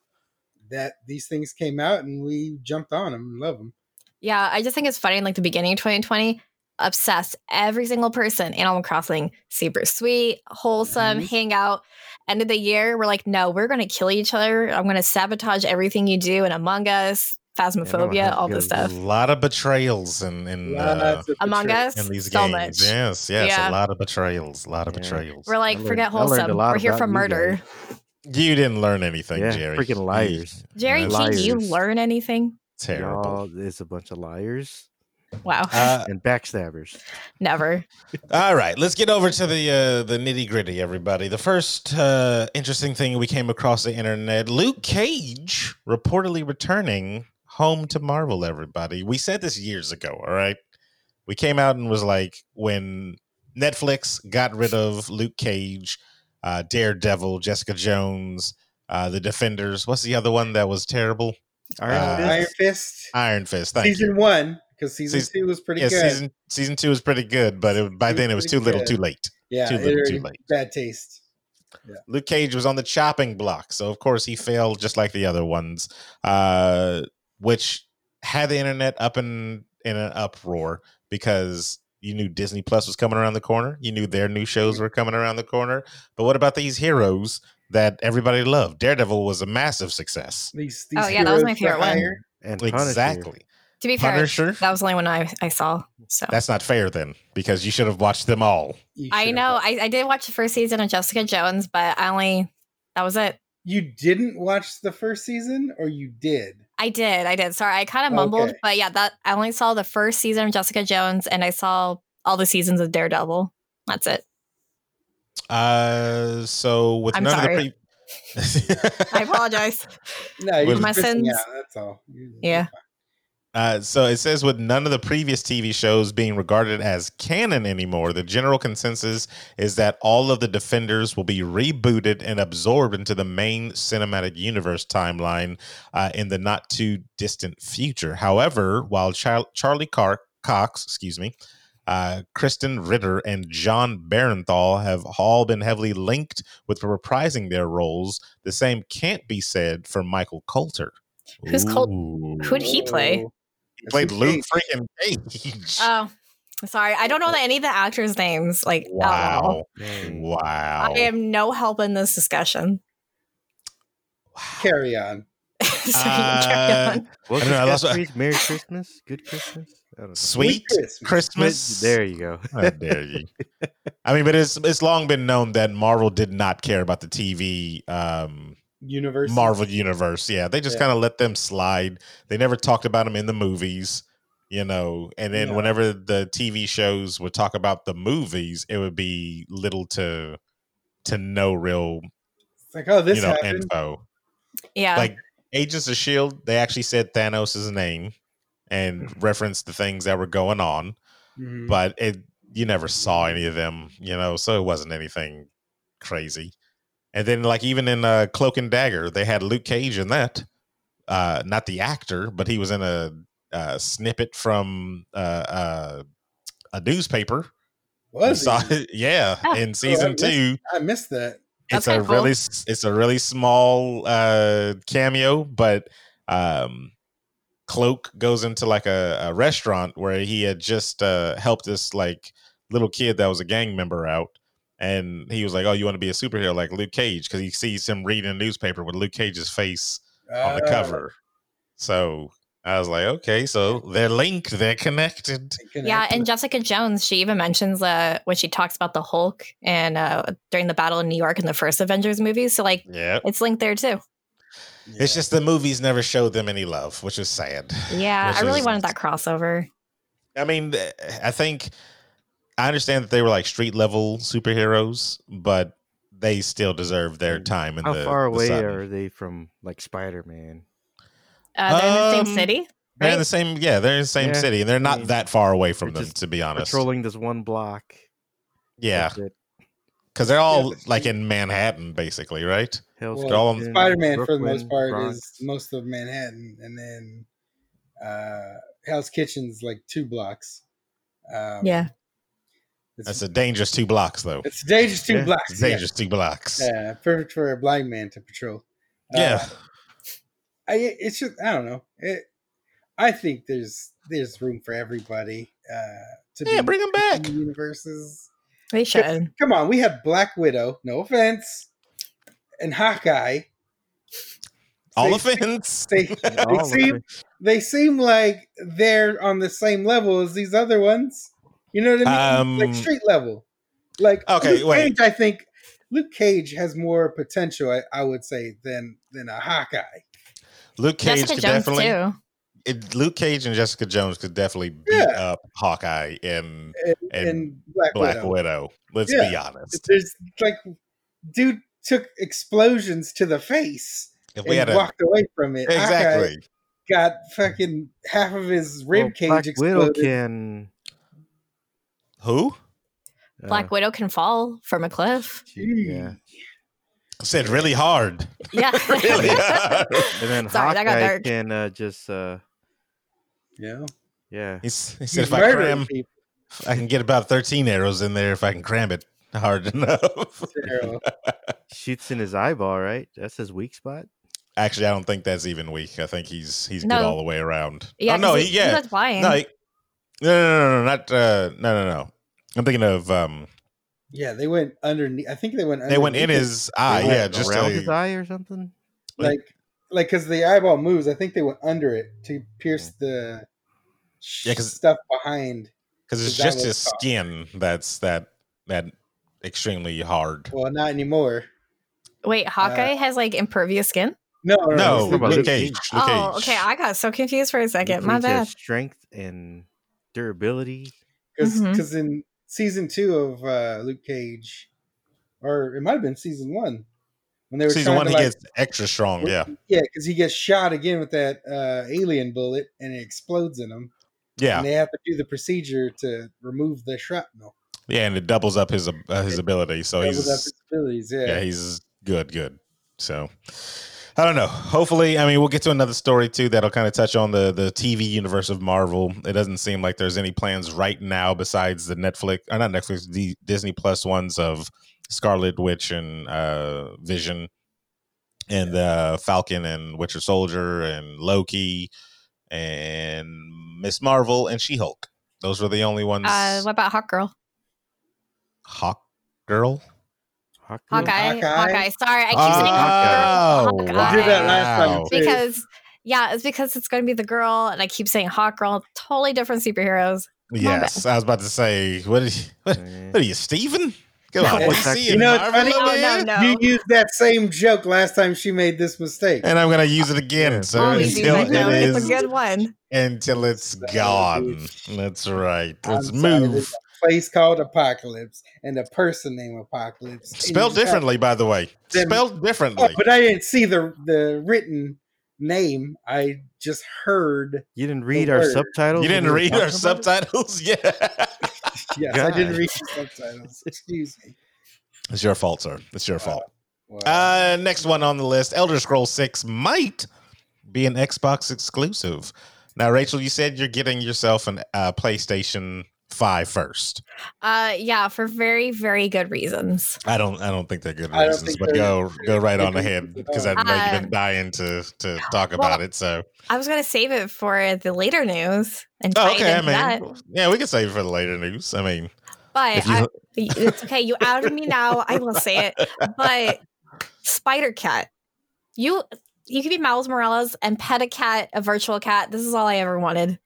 [SPEAKER 3] that these things came out, and we jumped on them and love them.
[SPEAKER 4] Yeah, I just think it's funny. Like the beginning of 2020, obsessed every single person. Animal Crossing, super sweet, wholesome,
[SPEAKER 5] Mm-hmm.
[SPEAKER 3] Mhm.
[SPEAKER 4] hangout. End of the year, we're like, no, we're gonna kill each other. I'm gonna sabotage everything you do in Among Us,
[SPEAKER 5] I'm a
[SPEAKER 4] Phasmophobia, all this
[SPEAKER 5] hunter.
[SPEAKER 2] a
[SPEAKER 4] stuff.
[SPEAKER 2] lot of betrayals and and uh,
[SPEAKER 3] Lots of
[SPEAKER 4] Among
[SPEAKER 3] betrayal.
[SPEAKER 4] Us,
[SPEAKER 2] in these
[SPEAKER 4] so
[SPEAKER 2] games.
[SPEAKER 4] much.
[SPEAKER 2] Yes, yes, a
[SPEAKER 4] Yeah.
[SPEAKER 2] lot of betrayals, a lot of
[SPEAKER 5] Yeah.
[SPEAKER 2] betrayals.
[SPEAKER 4] We're like,
[SPEAKER 5] learned-
[SPEAKER 4] forget
[SPEAKER 5] I learned a
[SPEAKER 4] wholesome.
[SPEAKER 5] lot
[SPEAKER 4] We're here
[SPEAKER 5] about
[SPEAKER 4] for
[SPEAKER 5] you
[SPEAKER 4] murder.
[SPEAKER 2] you didn't learn anything,
[SPEAKER 5] Yeah,
[SPEAKER 2] Jerry.
[SPEAKER 5] freaking
[SPEAKER 2] You-
[SPEAKER 5] liars.
[SPEAKER 4] Jerry
[SPEAKER 2] That's
[SPEAKER 4] T, do you
[SPEAKER 5] Liars.
[SPEAKER 4] learn anything?
[SPEAKER 2] Terrible.
[SPEAKER 5] Y'all is a bunch of liars
[SPEAKER 4] Wow,
[SPEAKER 2] Uh,
[SPEAKER 5] and backstabbers.
[SPEAKER 4] <laughs> never.
[SPEAKER 2] all right, let's get over to the uh, the nitty gritty, everybody. The first uh, interesting thing we came across the internet: Luke Cage reportedly returning home to Marvel. Everybody, we said this years ago. All right, we came out and was like, when Netflix got rid of Luke Cage, uh, Daredevil, Jessica Jones, uh, the Defenders. What's the other one that was terrible?
[SPEAKER 5] Iron
[SPEAKER 2] Uh,
[SPEAKER 5] Fist?
[SPEAKER 3] Iron Fist
[SPEAKER 2] Iron Fist. Thank you.
[SPEAKER 3] season one because season,
[SPEAKER 2] Season-
[SPEAKER 3] two was pretty
[SPEAKER 2] yeah,
[SPEAKER 3] good.
[SPEAKER 2] season season two was pretty good, but it, by
[SPEAKER 3] It was
[SPEAKER 2] then it was
[SPEAKER 3] pretty
[SPEAKER 2] too little,
[SPEAKER 3] good.
[SPEAKER 2] too late.
[SPEAKER 3] yeah,
[SPEAKER 2] too
[SPEAKER 3] it
[SPEAKER 2] little, too
[SPEAKER 3] already-
[SPEAKER 2] late.
[SPEAKER 3] Bad taste.
[SPEAKER 2] Luke Cage was on the chopping block, so of course he failed just like the other ones, uh, which had the internet up in in an uproar because you knew Disney Plus was coming around the corner, you knew their new shows were coming around the corner, but what about these heroes that everybody loved? Daredevil was a massive success.
[SPEAKER 3] These, these
[SPEAKER 4] Oh, yeah, that was my
[SPEAKER 3] heroes for
[SPEAKER 4] favorite one.
[SPEAKER 3] hire.
[SPEAKER 5] and Punisher.
[SPEAKER 2] Exactly.
[SPEAKER 4] To be fair,
[SPEAKER 2] Punisher.
[SPEAKER 4] that was the only one I, I saw. So
[SPEAKER 2] That's not fair then, because you should have watched them all.
[SPEAKER 3] You
[SPEAKER 4] I
[SPEAKER 3] should've
[SPEAKER 4] know.
[SPEAKER 3] watched.
[SPEAKER 4] I, I did watch the first season of Jessica Jones, but I only That was it.
[SPEAKER 3] You didn't watch the first season, or you did?
[SPEAKER 4] I did. I did. Sorry, I kind of mumbled,
[SPEAKER 3] Okay.
[SPEAKER 4] but yeah, that I only saw the first season of Jessica Jones, and I saw all the seasons of Daredevil. That's it.
[SPEAKER 2] Uh, so with
[SPEAKER 4] I'm
[SPEAKER 2] none
[SPEAKER 4] sorry.
[SPEAKER 2] <laughs> of the
[SPEAKER 4] I
[SPEAKER 2] pre- <laughs>
[SPEAKER 4] apologize.
[SPEAKER 3] No, you're
[SPEAKER 2] With
[SPEAKER 3] just
[SPEAKER 4] my
[SPEAKER 3] missing
[SPEAKER 4] sins.
[SPEAKER 3] out, That's all. You're-
[SPEAKER 4] Yeah.
[SPEAKER 2] Uh, so it says with none of the previous TV shows being regarded as canon anymore, the general consensus is that all of the Defenders will be rebooted and absorbed into the main cinematic universe timeline uh, in the not too distant future. However, while Char- Charlie Car- Cox, excuse me, uh, Kristen Ritter and John Barenthal have all been heavily linked with reprising their roles. The same can't be said for Michael Coulter.
[SPEAKER 4] Who's Col-
[SPEAKER 2] Ooh.
[SPEAKER 4] Who'd he play?
[SPEAKER 3] Oh,
[SPEAKER 2] He played
[SPEAKER 3] Luke
[SPEAKER 2] Luke freaking Cage.
[SPEAKER 4] Oh, sorry. I don't know that any of the actors' names. Like, at all.
[SPEAKER 2] wow.
[SPEAKER 5] Dang.
[SPEAKER 2] Wow.
[SPEAKER 4] <laughs> I am no help in this discussion. <laughs>
[SPEAKER 3] Carry on.
[SPEAKER 4] so you
[SPEAKER 2] <laughs>
[SPEAKER 4] carry
[SPEAKER 2] Uh,
[SPEAKER 4] on. <laughs>
[SPEAKER 5] Well,
[SPEAKER 2] I don't know,
[SPEAKER 5] Chris
[SPEAKER 2] that's what-
[SPEAKER 5] Godfrey's Merry Christmas, Good Christmas. I don't know.
[SPEAKER 2] Sweet
[SPEAKER 3] Sweet Christmas.
[SPEAKER 2] Christmas.
[SPEAKER 5] There you go.
[SPEAKER 2] How dare you? <laughs> I mean, but it's it's long been known that Marvel did not care about the TV um,
[SPEAKER 3] Universe.
[SPEAKER 2] Marvel universe. Yeah, they just
[SPEAKER 3] Yeah.
[SPEAKER 2] kind of let them slide. They never talked about them in the movies, you know. And then
[SPEAKER 3] No.
[SPEAKER 2] whenever the TV shows would talk about the movies, it would be little to to no real
[SPEAKER 3] It's like, oh, this
[SPEAKER 2] you know uh,
[SPEAKER 3] happened.
[SPEAKER 2] info.
[SPEAKER 4] yeah.
[SPEAKER 2] like Agents of Shield, E they actually said Thanos' name and
[SPEAKER 3] Hmm.
[SPEAKER 2] referenced the things that were going on,
[SPEAKER 3] Mhm.
[SPEAKER 2] but it you never saw any of them, you know, so it wasn't anything crazy. And then like even in uh, Cloak and Dagger, they had Luke Cage in that. Uh not the actor, but he was in a uh snippet from uh uh a newspaper. We
[SPEAKER 3] was
[SPEAKER 2] saw
[SPEAKER 3] it?
[SPEAKER 2] it- <laughs>
[SPEAKER 3] <laughs>
[SPEAKER 2] yeah,
[SPEAKER 4] Oh.
[SPEAKER 2] in season
[SPEAKER 3] missed-
[SPEAKER 2] two
[SPEAKER 3] I missed that.
[SPEAKER 2] it's
[SPEAKER 4] That's
[SPEAKER 2] a
[SPEAKER 4] kinda cool.
[SPEAKER 2] really s- it's a really small uh cameo but um cloak goes into like a, a restaurant where he had just uh helped this like little kid that was a gang member out and he was like oh you want to be a superhero like luke cage because he sees him reading a newspaper with luke cage's face on the
[SPEAKER 3] Ah,
[SPEAKER 2] cover so i was like okay so they're linked they're connected
[SPEAKER 3] I can
[SPEAKER 4] yeah,
[SPEAKER 3] actually-
[SPEAKER 4] and Jessica Jones, she even mentions uh, when she talks about the Hulk and uh, during the battle in New York in the first Avengers movie. So, like,
[SPEAKER 2] yeah
[SPEAKER 4] it's linked there too.
[SPEAKER 2] it's just the movies never showed them any love which is <laughs> sad
[SPEAKER 4] Yeah,
[SPEAKER 2] Which
[SPEAKER 4] I really
[SPEAKER 2] is-
[SPEAKER 4] wanted that crossover.
[SPEAKER 2] I mean, th- I think I understand that they were like street level superheroes, but they still deserve their
[SPEAKER 5] Mm.
[SPEAKER 2] time. In
[SPEAKER 5] How
[SPEAKER 2] the,
[SPEAKER 5] far
[SPEAKER 2] the
[SPEAKER 5] away
[SPEAKER 2] sun.
[SPEAKER 5] are they from like Spider Man?
[SPEAKER 4] Uh, they're in the
[SPEAKER 2] Um,
[SPEAKER 4] same city.
[SPEAKER 2] They're in
[SPEAKER 4] right?
[SPEAKER 2] the same. Yeah, they're in the same
[SPEAKER 5] Yeah.
[SPEAKER 2] city, and they're not
[SPEAKER 5] mean,
[SPEAKER 2] that far away from
[SPEAKER 5] we're
[SPEAKER 2] them,
[SPEAKER 5] just
[SPEAKER 2] to be honest.
[SPEAKER 5] Patrolling this one block.
[SPEAKER 2] Yeah,
[SPEAKER 5] That's it.
[SPEAKER 2] because they're all
[SPEAKER 3] but-
[SPEAKER 2] like in Manhattan, basically, right?
[SPEAKER 5] Hell's
[SPEAKER 3] Well,
[SPEAKER 2] Gollum-
[SPEAKER 5] Kitchen,
[SPEAKER 3] Spider-Man for the
[SPEAKER 5] Brooklyn,
[SPEAKER 3] most part
[SPEAKER 5] Bronx.
[SPEAKER 3] is most of Manhattan, and then uh, Hell's Kitchen's like two blocks. Um,
[SPEAKER 4] Yeah.
[SPEAKER 2] That's
[SPEAKER 3] it's,
[SPEAKER 2] a dangerous two blocks, though.
[SPEAKER 3] it's dangerous two
[SPEAKER 5] Yeah,
[SPEAKER 3] blocks.
[SPEAKER 2] It's
[SPEAKER 3] yeah.
[SPEAKER 2] dangerous two blocks.
[SPEAKER 3] Yeah. uh, perfect for a blind man to patrol. Uh, <laughs>
[SPEAKER 2] Yeah.
[SPEAKER 3] I it's just I don't know. It, I think there's there's room for everybody uh, to
[SPEAKER 2] Yeah,
[SPEAKER 3] be
[SPEAKER 2] bring 'em back.
[SPEAKER 3] in universes.
[SPEAKER 4] They
[SPEAKER 3] Because,
[SPEAKER 4] should.
[SPEAKER 3] Come on, we had Black Widow. No offense, and Hawkeye.
[SPEAKER 2] All
[SPEAKER 3] They- <laughs>
[SPEAKER 2] offense. <laughs>
[SPEAKER 3] They, they
[SPEAKER 5] All of
[SPEAKER 3] seem
[SPEAKER 5] it.
[SPEAKER 3] they seem like they're on the same level as these other ones. You know what I mean?
[SPEAKER 2] Um,
[SPEAKER 3] like street level. Like
[SPEAKER 2] Okay,
[SPEAKER 3] Luke
[SPEAKER 2] wait.
[SPEAKER 3] Cage, I think Luke Cage has more potential. I, I would say than than a Hawkeye.
[SPEAKER 2] Luke Cage
[SPEAKER 4] Jessica
[SPEAKER 2] could
[SPEAKER 4] Jones
[SPEAKER 2] definitely.
[SPEAKER 4] too.
[SPEAKER 2] It, Luke Cage and Jessica Jones could definitely beat
[SPEAKER 3] Yeah.
[SPEAKER 2] up Hawkeye in
[SPEAKER 3] And,
[SPEAKER 2] And
[SPEAKER 3] and Black,
[SPEAKER 2] Black
[SPEAKER 3] Widow.
[SPEAKER 2] Widow. Let's
[SPEAKER 3] Yeah.
[SPEAKER 2] be honest.
[SPEAKER 3] There's like dude took explosions to the face
[SPEAKER 2] If we had
[SPEAKER 3] and
[SPEAKER 2] a
[SPEAKER 3] walked away from it. Hawkeye
[SPEAKER 2] exactly.
[SPEAKER 3] got fucking half of his
[SPEAKER 5] Well,
[SPEAKER 3] rib cage
[SPEAKER 5] Black Widow
[SPEAKER 3] exploded.
[SPEAKER 5] can.
[SPEAKER 2] Who
[SPEAKER 5] uh,
[SPEAKER 4] Black Widow can fall from a cliff.
[SPEAKER 2] <laughs>
[SPEAKER 5] she- yeah.
[SPEAKER 2] said really hard?
[SPEAKER 4] Yeah.
[SPEAKER 2] <laughs> Really?
[SPEAKER 5] And then
[SPEAKER 4] Sorry, that got
[SPEAKER 5] Hawkeye
[SPEAKER 4] dark.
[SPEAKER 5] can uh, just uh,
[SPEAKER 3] Yeah,
[SPEAKER 5] yeah.
[SPEAKER 2] He, s- he
[SPEAKER 3] He's
[SPEAKER 2] said if I
[SPEAKER 3] murdering
[SPEAKER 2] cram,
[SPEAKER 3] people,
[SPEAKER 2] I can get about thirteen arrows in there if I can cram it hard <laughs> enough.
[SPEAKER 3] Daryl.
[SPEAKER 5] Shoots in his eyeball, right? That's his weak spot.
[SPEAKER 2] Actually, I don't think that's even weak. I think he's he's
[SPEAKER 4] No.
[SPEAKER 2] good all the way around.
[SPEAKER 4] <laughs> yeah.
[SPEAKER 2] oh, no,
[SPEAKER 4] 'cause
[SPEAKER 2] he, yeah,
[SPEAKER 4] was lying.
[SPEAKER 2] no, he- no, no, no, no, not uh, no, no, no. I'm thinking of um,
[SPEAKER 3] Yeah, they went underneath. I think they went.
[SPEAKER 2] they went in
[SPEAKER 3] underneath
[SPEAKER 2] his eye.
[SPEAKER 5] They went
[SPEAKER 2] Ah, Yeah, just
[SPEAKER 5] around
[SPEAKER 2] to-
[SPEAKER 5] his eye or something.
[SPEAKER 3] it, like like because the eyeball moves. I think they went under it to pierce the
[SPEAKER 2] Mm. Yeah, 'cause-
[SPEAKER 3] stuff behind.
[SPEAKER 2] because it's
[SPEAKER 3] Is that
[SPEAKER 2] just
[SPEAKER 3] what
[SPEAKER 2] his
[SPEAKER 3] it's called?
[SPEAKER 2] skin that's that that extremely hard.
[SPEAKER 3] Well, not anymore.
[SPEAKER 2] uh,
[SPEAKER 4] Wait, Hawkeye has like impervious skin?
[SPEAKER 3] No,
[SPEAKER 2] No,
[SPEAKER 3] it's the-
[SPEAKER 5] about
[SPEAKER 2] Luke
[SPEAKER 5] Luke
[SPEAKER 2] Cage. Luke
[SPEAKER 4] Oh,
[SPEAKER 2] Cage.
[SPEAKER 4] okay. I got so confused for a second. My
[SPEAKER 5] Increase your
[SPEAKER 4] bad.
[SPEAKER 5] Strength and durability.
[SPEAKER 3] because
[SPEAKER 4] Mhm.
[SPEAKER 3] in season two of uh, Luke Cage, or it might have been season one when they were
[SPEAKER 2] Season
[SPEAKER 3] trying
[SPEAKER 2] one,
[SPEAKER 3] to,
[SPEAKER 2] he
[SPEAKER 3] like-
[SPEAKER 2] gets extra strong. Yeah,
[SPEAKER 3] yeah, because he gets shot again with that uh, alien bullet and it explodes in him,
[SPEAKER 2] yeah,
[SPEAKER 3] and they have to do the procedure to remove the shrapnel.
[SPEAKER 2] yeah, and it doubles up his uh, his ability. So
[SPEAKER 3] Doubles up
[SPEAKER 2] he's
[SPEAKER 3] his abilities, yeah.
[SPEAKER 2] yeah, he's good, good. So I don't know. Hopefully, I mean, we'll get to another story too that'll kind of touch on the the TV universe of Marvel. It doesn't seem like there's any plans right now besides the Netflix or not Netflix, the Disney Plus ones of Scarlet Witch and uh, Vision, and uh, Falcon and Witcher Soldier and Loki and Miss Marvel and She Hulk. Those were the only ones.
[SPEAKER 4] Uh, what about Hawk Girl?
[SPEAKER 2] Hawk Girl.
[SPEAKER 5] Hawkeye.
[SPEAKER 4] Hawkeye.
[SPEAKER 3] Hawkeye.
[SPEAKER 4] Hawkeye. Sorry, I keep
[SPEAKER 2] Oh,
[SPEAKER 4] saying Hawk Girl.
[SPEAKER 2] wow.
[SPEAKER 4] Hawkeye.
[SPEAKER 3] We did that last time
[SPEAKER 2] Wow.
[SPEAKER 3] too.
[SPEAKER 4] Because yeah, it's because it's going to be the girl, and I keep saying Hawk Girl. Totally different superheroes. Marvel.
[SPEAKER 2] Yes, I was about to say, what are you, <laughs> what,
[SPEAKER 5] Eh.
[SPEAKER 2] what are you Steven? Come
[SPEAKER 5] No,
[SPEAKER 2] on,
[SPEAKER 5] it's
[SPEAKER 2] DC
[SPEAKER 5] actually-
[SPEAKER 2] and
[SPEAKER 3] You know, it's
[SPEAKER 2] Marvel
[SPEAKER 3] funny-
[SPEAKER 2] over
[SPEAKER 4] No, no,
[SPEAKER 2] here?
[SPEAKER 4] no.
[SPEAKER 3] You used that same joke last time she made this mistake.
[SPEAKER 2] And I'm gonna use it again,
[SPEAKER 5] Yeah.
[SPEAKER 2] so
[SPEAKER 4] Always use
[SPEAKER 2] until
[SPEAKER 4] that
[SPEAKER 2] it
[SPEAKER 4] joke.
[SPEAKER 2] is
[SPEAKER 4] It's a good one.
[SPEAKER 2] until it's
[SPEAKER 3] Sorry,
[SPEAKER 2] gone.
[SPEAKER 3] dude.
[SPEAKER 2] That's right.
[SPEAKER 3] I'm
[SPEAKER 2] Let's
[SPEAKER 3] sorry,
[SPEAKER 2] move.
[SPEAKER 3] there's a place called Apocalypse and a person named Apocalypse. And
[SPEAKER 2] Spelled
[SPEAKER 3] you just have-
[SPEAKER 2] differently, by the way.
[SPEAKER 3] Then-
[SPEAKER 2] Spelled
[SPEAKER 3] Oh,
[SPEAKER 2] differently.
[SPEAKER 3] <laughs> but I didn't see the the written name. I just heard.
[SPEAKER 5] You didn't read our
[SPEAKER 3] word.
[SPEAKER 5] subtitles.
[SPEAKER 2] You
[SPEAKER 5] when
[SPEAKER 2] didn't
[SPEAKER 5] we were
[SPEAKER 2] read our
[SPEAKER 5] talking about it?
[SPEAKER 2] subtitles? <laughs> Yeah.
[SPEAKER 3] Yes, I didn't
[SPEAKER 5] God.
[SPEAKER 3] read the
[SPEAKER 2] <laughs>
[SPEAKER 3] subtitles. Excuse me.
[SPEAKER 2] It's your fault, sir. It's your fault.
[SPEAKER 3] Wow.
[SPEAKER 2] Uh, next one on the list, Elder Scrolls Six might be an Xbox exclusive. Now, Rachel, you said you're getting yourself an uh, PlayStation Five first.
[SPEAKER 4] Uh, yeah, for very, very good reasons.
[SPEAKER 2] I don't, I don't think they're good
[SPEAKER 3] I don't
[SPEAKER 2] reasons,
[SPEAKER 3] think
[SPEAKER 2] but
[SPEAKER 3] they're-
[SPEAKER 2] go, go right on
[SPEAKER 3] they're good
[SPEAKER 2] ahead
[SPEAKER 3] reasons at
[SPEAKER 2] because I
[SPEAKER 3] all.
[SPEAKER 2] know you've
[SPEAKER 4] Uh,
[SPEAKER 2] been dying to to talk
[SPEAKER 4] well,
[SPEAKER 2] about it. So,
[SPEAKER 4] I was going to save it for the later news and tie
[SPEAKER 2] oh,
[SPEAKER 4] it
[SPEAKER 2] okay, I
[SPEAKER 4] into
[SPEAKER 2] mean,
[SPEAKER 4] that,
[SPEAKER 2] yeah, we can save it for the later news. I mean,
[SPEAKER 4] but
[SPEAKER 2] if you,
[SPEAKER 4] I- it's okay. You outed me now. I will say it. But Spider Cat, you you could be Miles Morales and pet a cat, a virtual cat. This is all I ever wanted.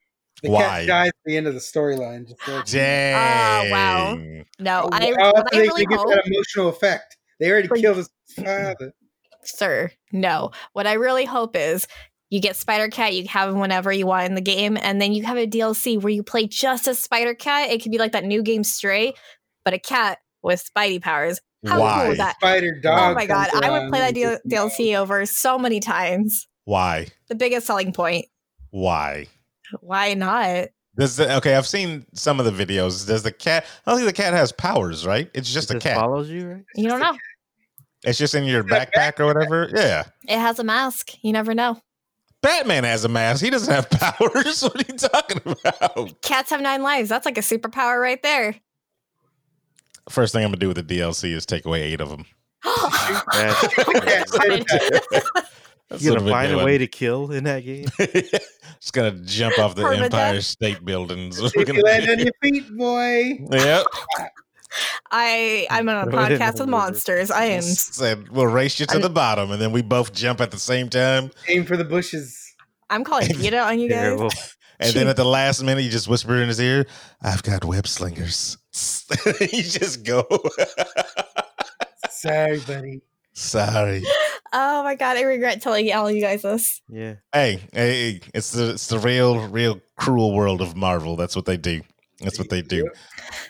[SPEAKER 3] the
[SPEAKER 2] why?
[SPEAKER 3] cat dies at the end of the storyline. Just like, oh,
[SPEAKER 2] dang,
[SPEAKER 4] oh, wow. No, I,
[SPEAKER 3] How
[SPEAKER 4] what
[SPEAKER 3] do
[SPEAKER 4] I
[SPEAKER 3] they,
[SPEAKER 4] really
[SPEAKER 3] they get
[SPEAKER 4] hope,
[SPEAKER 3] that emotional effect? They already
[SPEAKER 4] Like-
[SPEAKER 3] killed his father.
[SPEAKER 4] sir, no. What I really hope is you get Spider Cat, you have him whenever you want in the game, and then you have a DLC where you play just as Spider Cat. It could be like that new game Stray, but a cat with Spidey powers. How cool
[SPEAKER 2] why,
[SPEAKER 4] would that-
[SPEAKER 3] Spider
[SPEAKER 4] Oh
[SPEAKER 3] dog.
[SPEAKER 4] my god,
[SPEAKER 3] comes
[SPEAKER 4] I would
[SPEAKER 3] around
[SPEAKER 4] play that
[SPEAKER 3] and just-
[SPEAKER 4] D- DLC over so many times.
[SPEAKER 2] why,
[SPEAKER 4] The biggest selling point.
[SPEAKER 2] why?
[SPEAKER 4] Why not?
[SPEAKER 2] Does the, okay? I've seen some of the videos. Does the cat? I don't think the cat has powers, right? It's just
[SPEAKER 5] It
[SPEAKER 2] a cat.
[SPEAKER 5] follows you,
[SPEAKER 2] <laughs>
[SPEAKER 5] right?
[SPEAKER 4] You don't know.
[SPEAKER 2] It's just in your
[SPEAKER 3] Yeah,
[SPEAKER 2] backpack or whatever. Yeah.
[SPEAKER 4] It has a mask. You never know.
[SPEAKER 2] Batman has a mask. He doesn't have <laughs> powers. what are you talking about?
[SPEAKER 4] Cats have nine lives. That's like a superpower right there.
[SPEAKER 2] First thing I'm gonna do with the DLC is take away eight of them.
[SPEAKER 5] <laughs>
[SPEAKER 4] <gasps>
[SPEAKER 5] That's-
[SPEAKER 3] Yeah, Spider Cat.
[SPEAKER 2] That's
[SPEAKER 5] you
[SPEAKER 2] what
[SPEAKER 5] gonna
[SPEAKER 2] I've
[SPEAKER 5] find
[SPEAKER 2] been
[SPEAKER 5] a way to kill in that game.
[SPEAKER 2] doing. <laughs> Just gonna jump off the
[SPEAKER 4] Permadeath.
[SPEAKER 2] Empire State Building.
[SPEAKER 5] <laughs>
[SPEAKER 2] is what we're
[SPEAKER 3] If you land
[SPEAKER 2] gonna
[SPEAKER 3] on
[SPEAKER 2] do.
[SPEAKER 3] your feet, boy.
[SPEAKER 2] <laughs> Yep.
[SPEAKER 4] I I'm on a
[SPEAKER 5] Throw it
[SPEAKER 4] podcast
[SPEAKER 5] in the
[SPEAKER 4] with
[SPEAKER 5] river.
[SPEAKER 4] monsters. I am
[SPEAKER 2] Said we'll race you to
[SPEAKER 4] I'm-
[SPEAKER 2] the bottom, and then we both jump at the same time.
[SPEAKER 3] Aim for the bushes.
[SPEAKER 4] I'm calling Vita on <laughs> you
[SPEAKER 5] Yeah,
[SPEAKER 4] guys.
[SPEAKER 5] well,
[SPEAKER 2] And then at the last minute, you just whisper in his ear, "I've got web slingers." <laughs> you just go. <laughs>
[SPEAKER 3] Sorry, buddy.
[SPEAKER 2] Sorry.
[SPEAKER 4] Oh my god, I regret telling all you guys this.
[SPEAKER 5] yeah.
[SPEAKER 2] Hey, hey, hey, it's the it's the real, real cruel world of Marvel. That's what they do. That's what they do.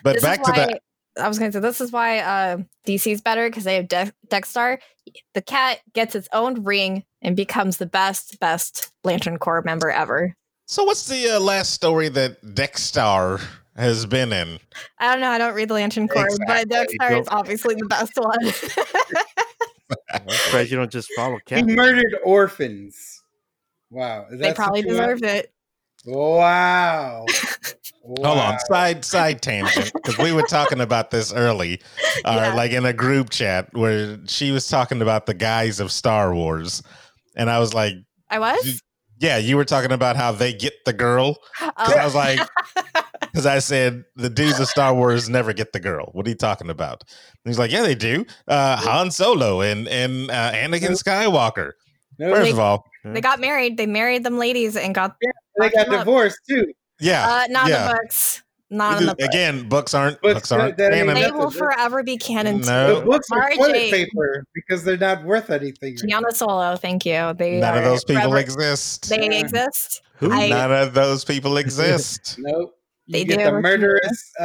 [SPEAKER 2] But
[SPEAKER 4] This is
[SPEAKER 2] back to
[SPEAKER 4] why-
[SPEAKER 2] that.
[SPEAKER 4] I was gonna say this is why uh, DC's better because they have De- Dexstar. The cat gets its own ring and becomes the best, best Lantern Corps member ever.
[SPEAKER 2] So, what's the uh, last story that Dexstar has been in?
[SPEAKER 4] I don't know. I don't read the Lantern Corps, but
[SPEAKER 3] Exactly.
[SPEAKER 4] Dexstar is obviously the best
[SPEAKER 2] <laughs>
[SPEAKER 4] one.
[SPEAKER 5] I'm surprised you don't just follow
[SPEAKER 3] He
[SPEAKER 5] cat.
[SPEAKER 3] murdered orphans. Wow. is that
[SPEAKER 4] they
[SPEAKER 3] the
[SPEAKER 4] probably
[SPEAKER 3] plot?
[SPEAKER 4] deserved it.
[SPEAKER 3] Wow.
[SPEAKER 2] <laughs> Hold
[SPEAKER 3] Wow.
[SPEAKER 2] on, side side tangent because we were talking about this
[SPEAKER 4] <laughs>
[SPEAKER 2] early, or
[SPEAKER 4] Yeah.
[SPEAKER 2] like in a group chat where she was talking about the guys of Star Wars, and I was like,
[SPEAKER 4] I was.
[SPEAKER 2] "Yeah, you were talking about how they get the girl." 'Cause I
[SPEAKER 4] Oh,
[SPEAKER 2] was like, because I said the dudes of Star Wars never get the girl. What are you talking about? And he's like, yeah, they do. Uh, Han Solo and and uh, Anakin Skywalker.
[SPEAKER 3] No,
[SPEAKER 2] First
[SPEAKER 3] they,
[SPEAKER 2] of all,
[SPEAKER 4] they got married. They married them ladies and got
[SPEAKER 3] they got
[SPEAKER 4] them up.
[SPEAKER 3] divorced too.
[SPEAKER 2] yeah,
[SPEAKER 4] uh, not in
[SPEAKER 2] yeah,
[SPEAKER 4] the books. Not on the book.
[SPEAKER 2] Again, books aren't
[SPEAKER 3] Books
[SPEAKER 2] books aren't
[SPEAKER 3] that ain't
[SPEAKER 2] canon.
[SPEAKER 4] They
[SPEAKER 3] nothing.
[SPEAKER 4] will forever be canon.
[SPEAKER 2] No.
[SPEAKER 4] to
[SPEAKER 3] The books are
[SPEAKER 4] Margie.
[SPEAKER 3] toilet paper because they're not worth anything. right now.
[SPEAKER 4] Gianna Solo, thank you. They
[SPEAKER 2] None of
[SPEAKER 4] are
[SPEAKER 2] those people
[SPEAKER 4] forever-
[SPEAKER 2] exist.
[SPEAKER 4] They
[SPEAKER 3] Yeah.
[SPEAKER 4] exist.
[SPEAKER 5] Who?
[SPEAKER 4] I-
[SPEAKER 2] None of those
[SPEAKER 4] <laughs>
[SPEAKER 2] people exist.
[SPEAKER 3] Nope. You
[SPEAKER 4] They
[SPEAKER 3] get
[SPEAKER 4] do.
[SPEAKER 3] the murderous uh,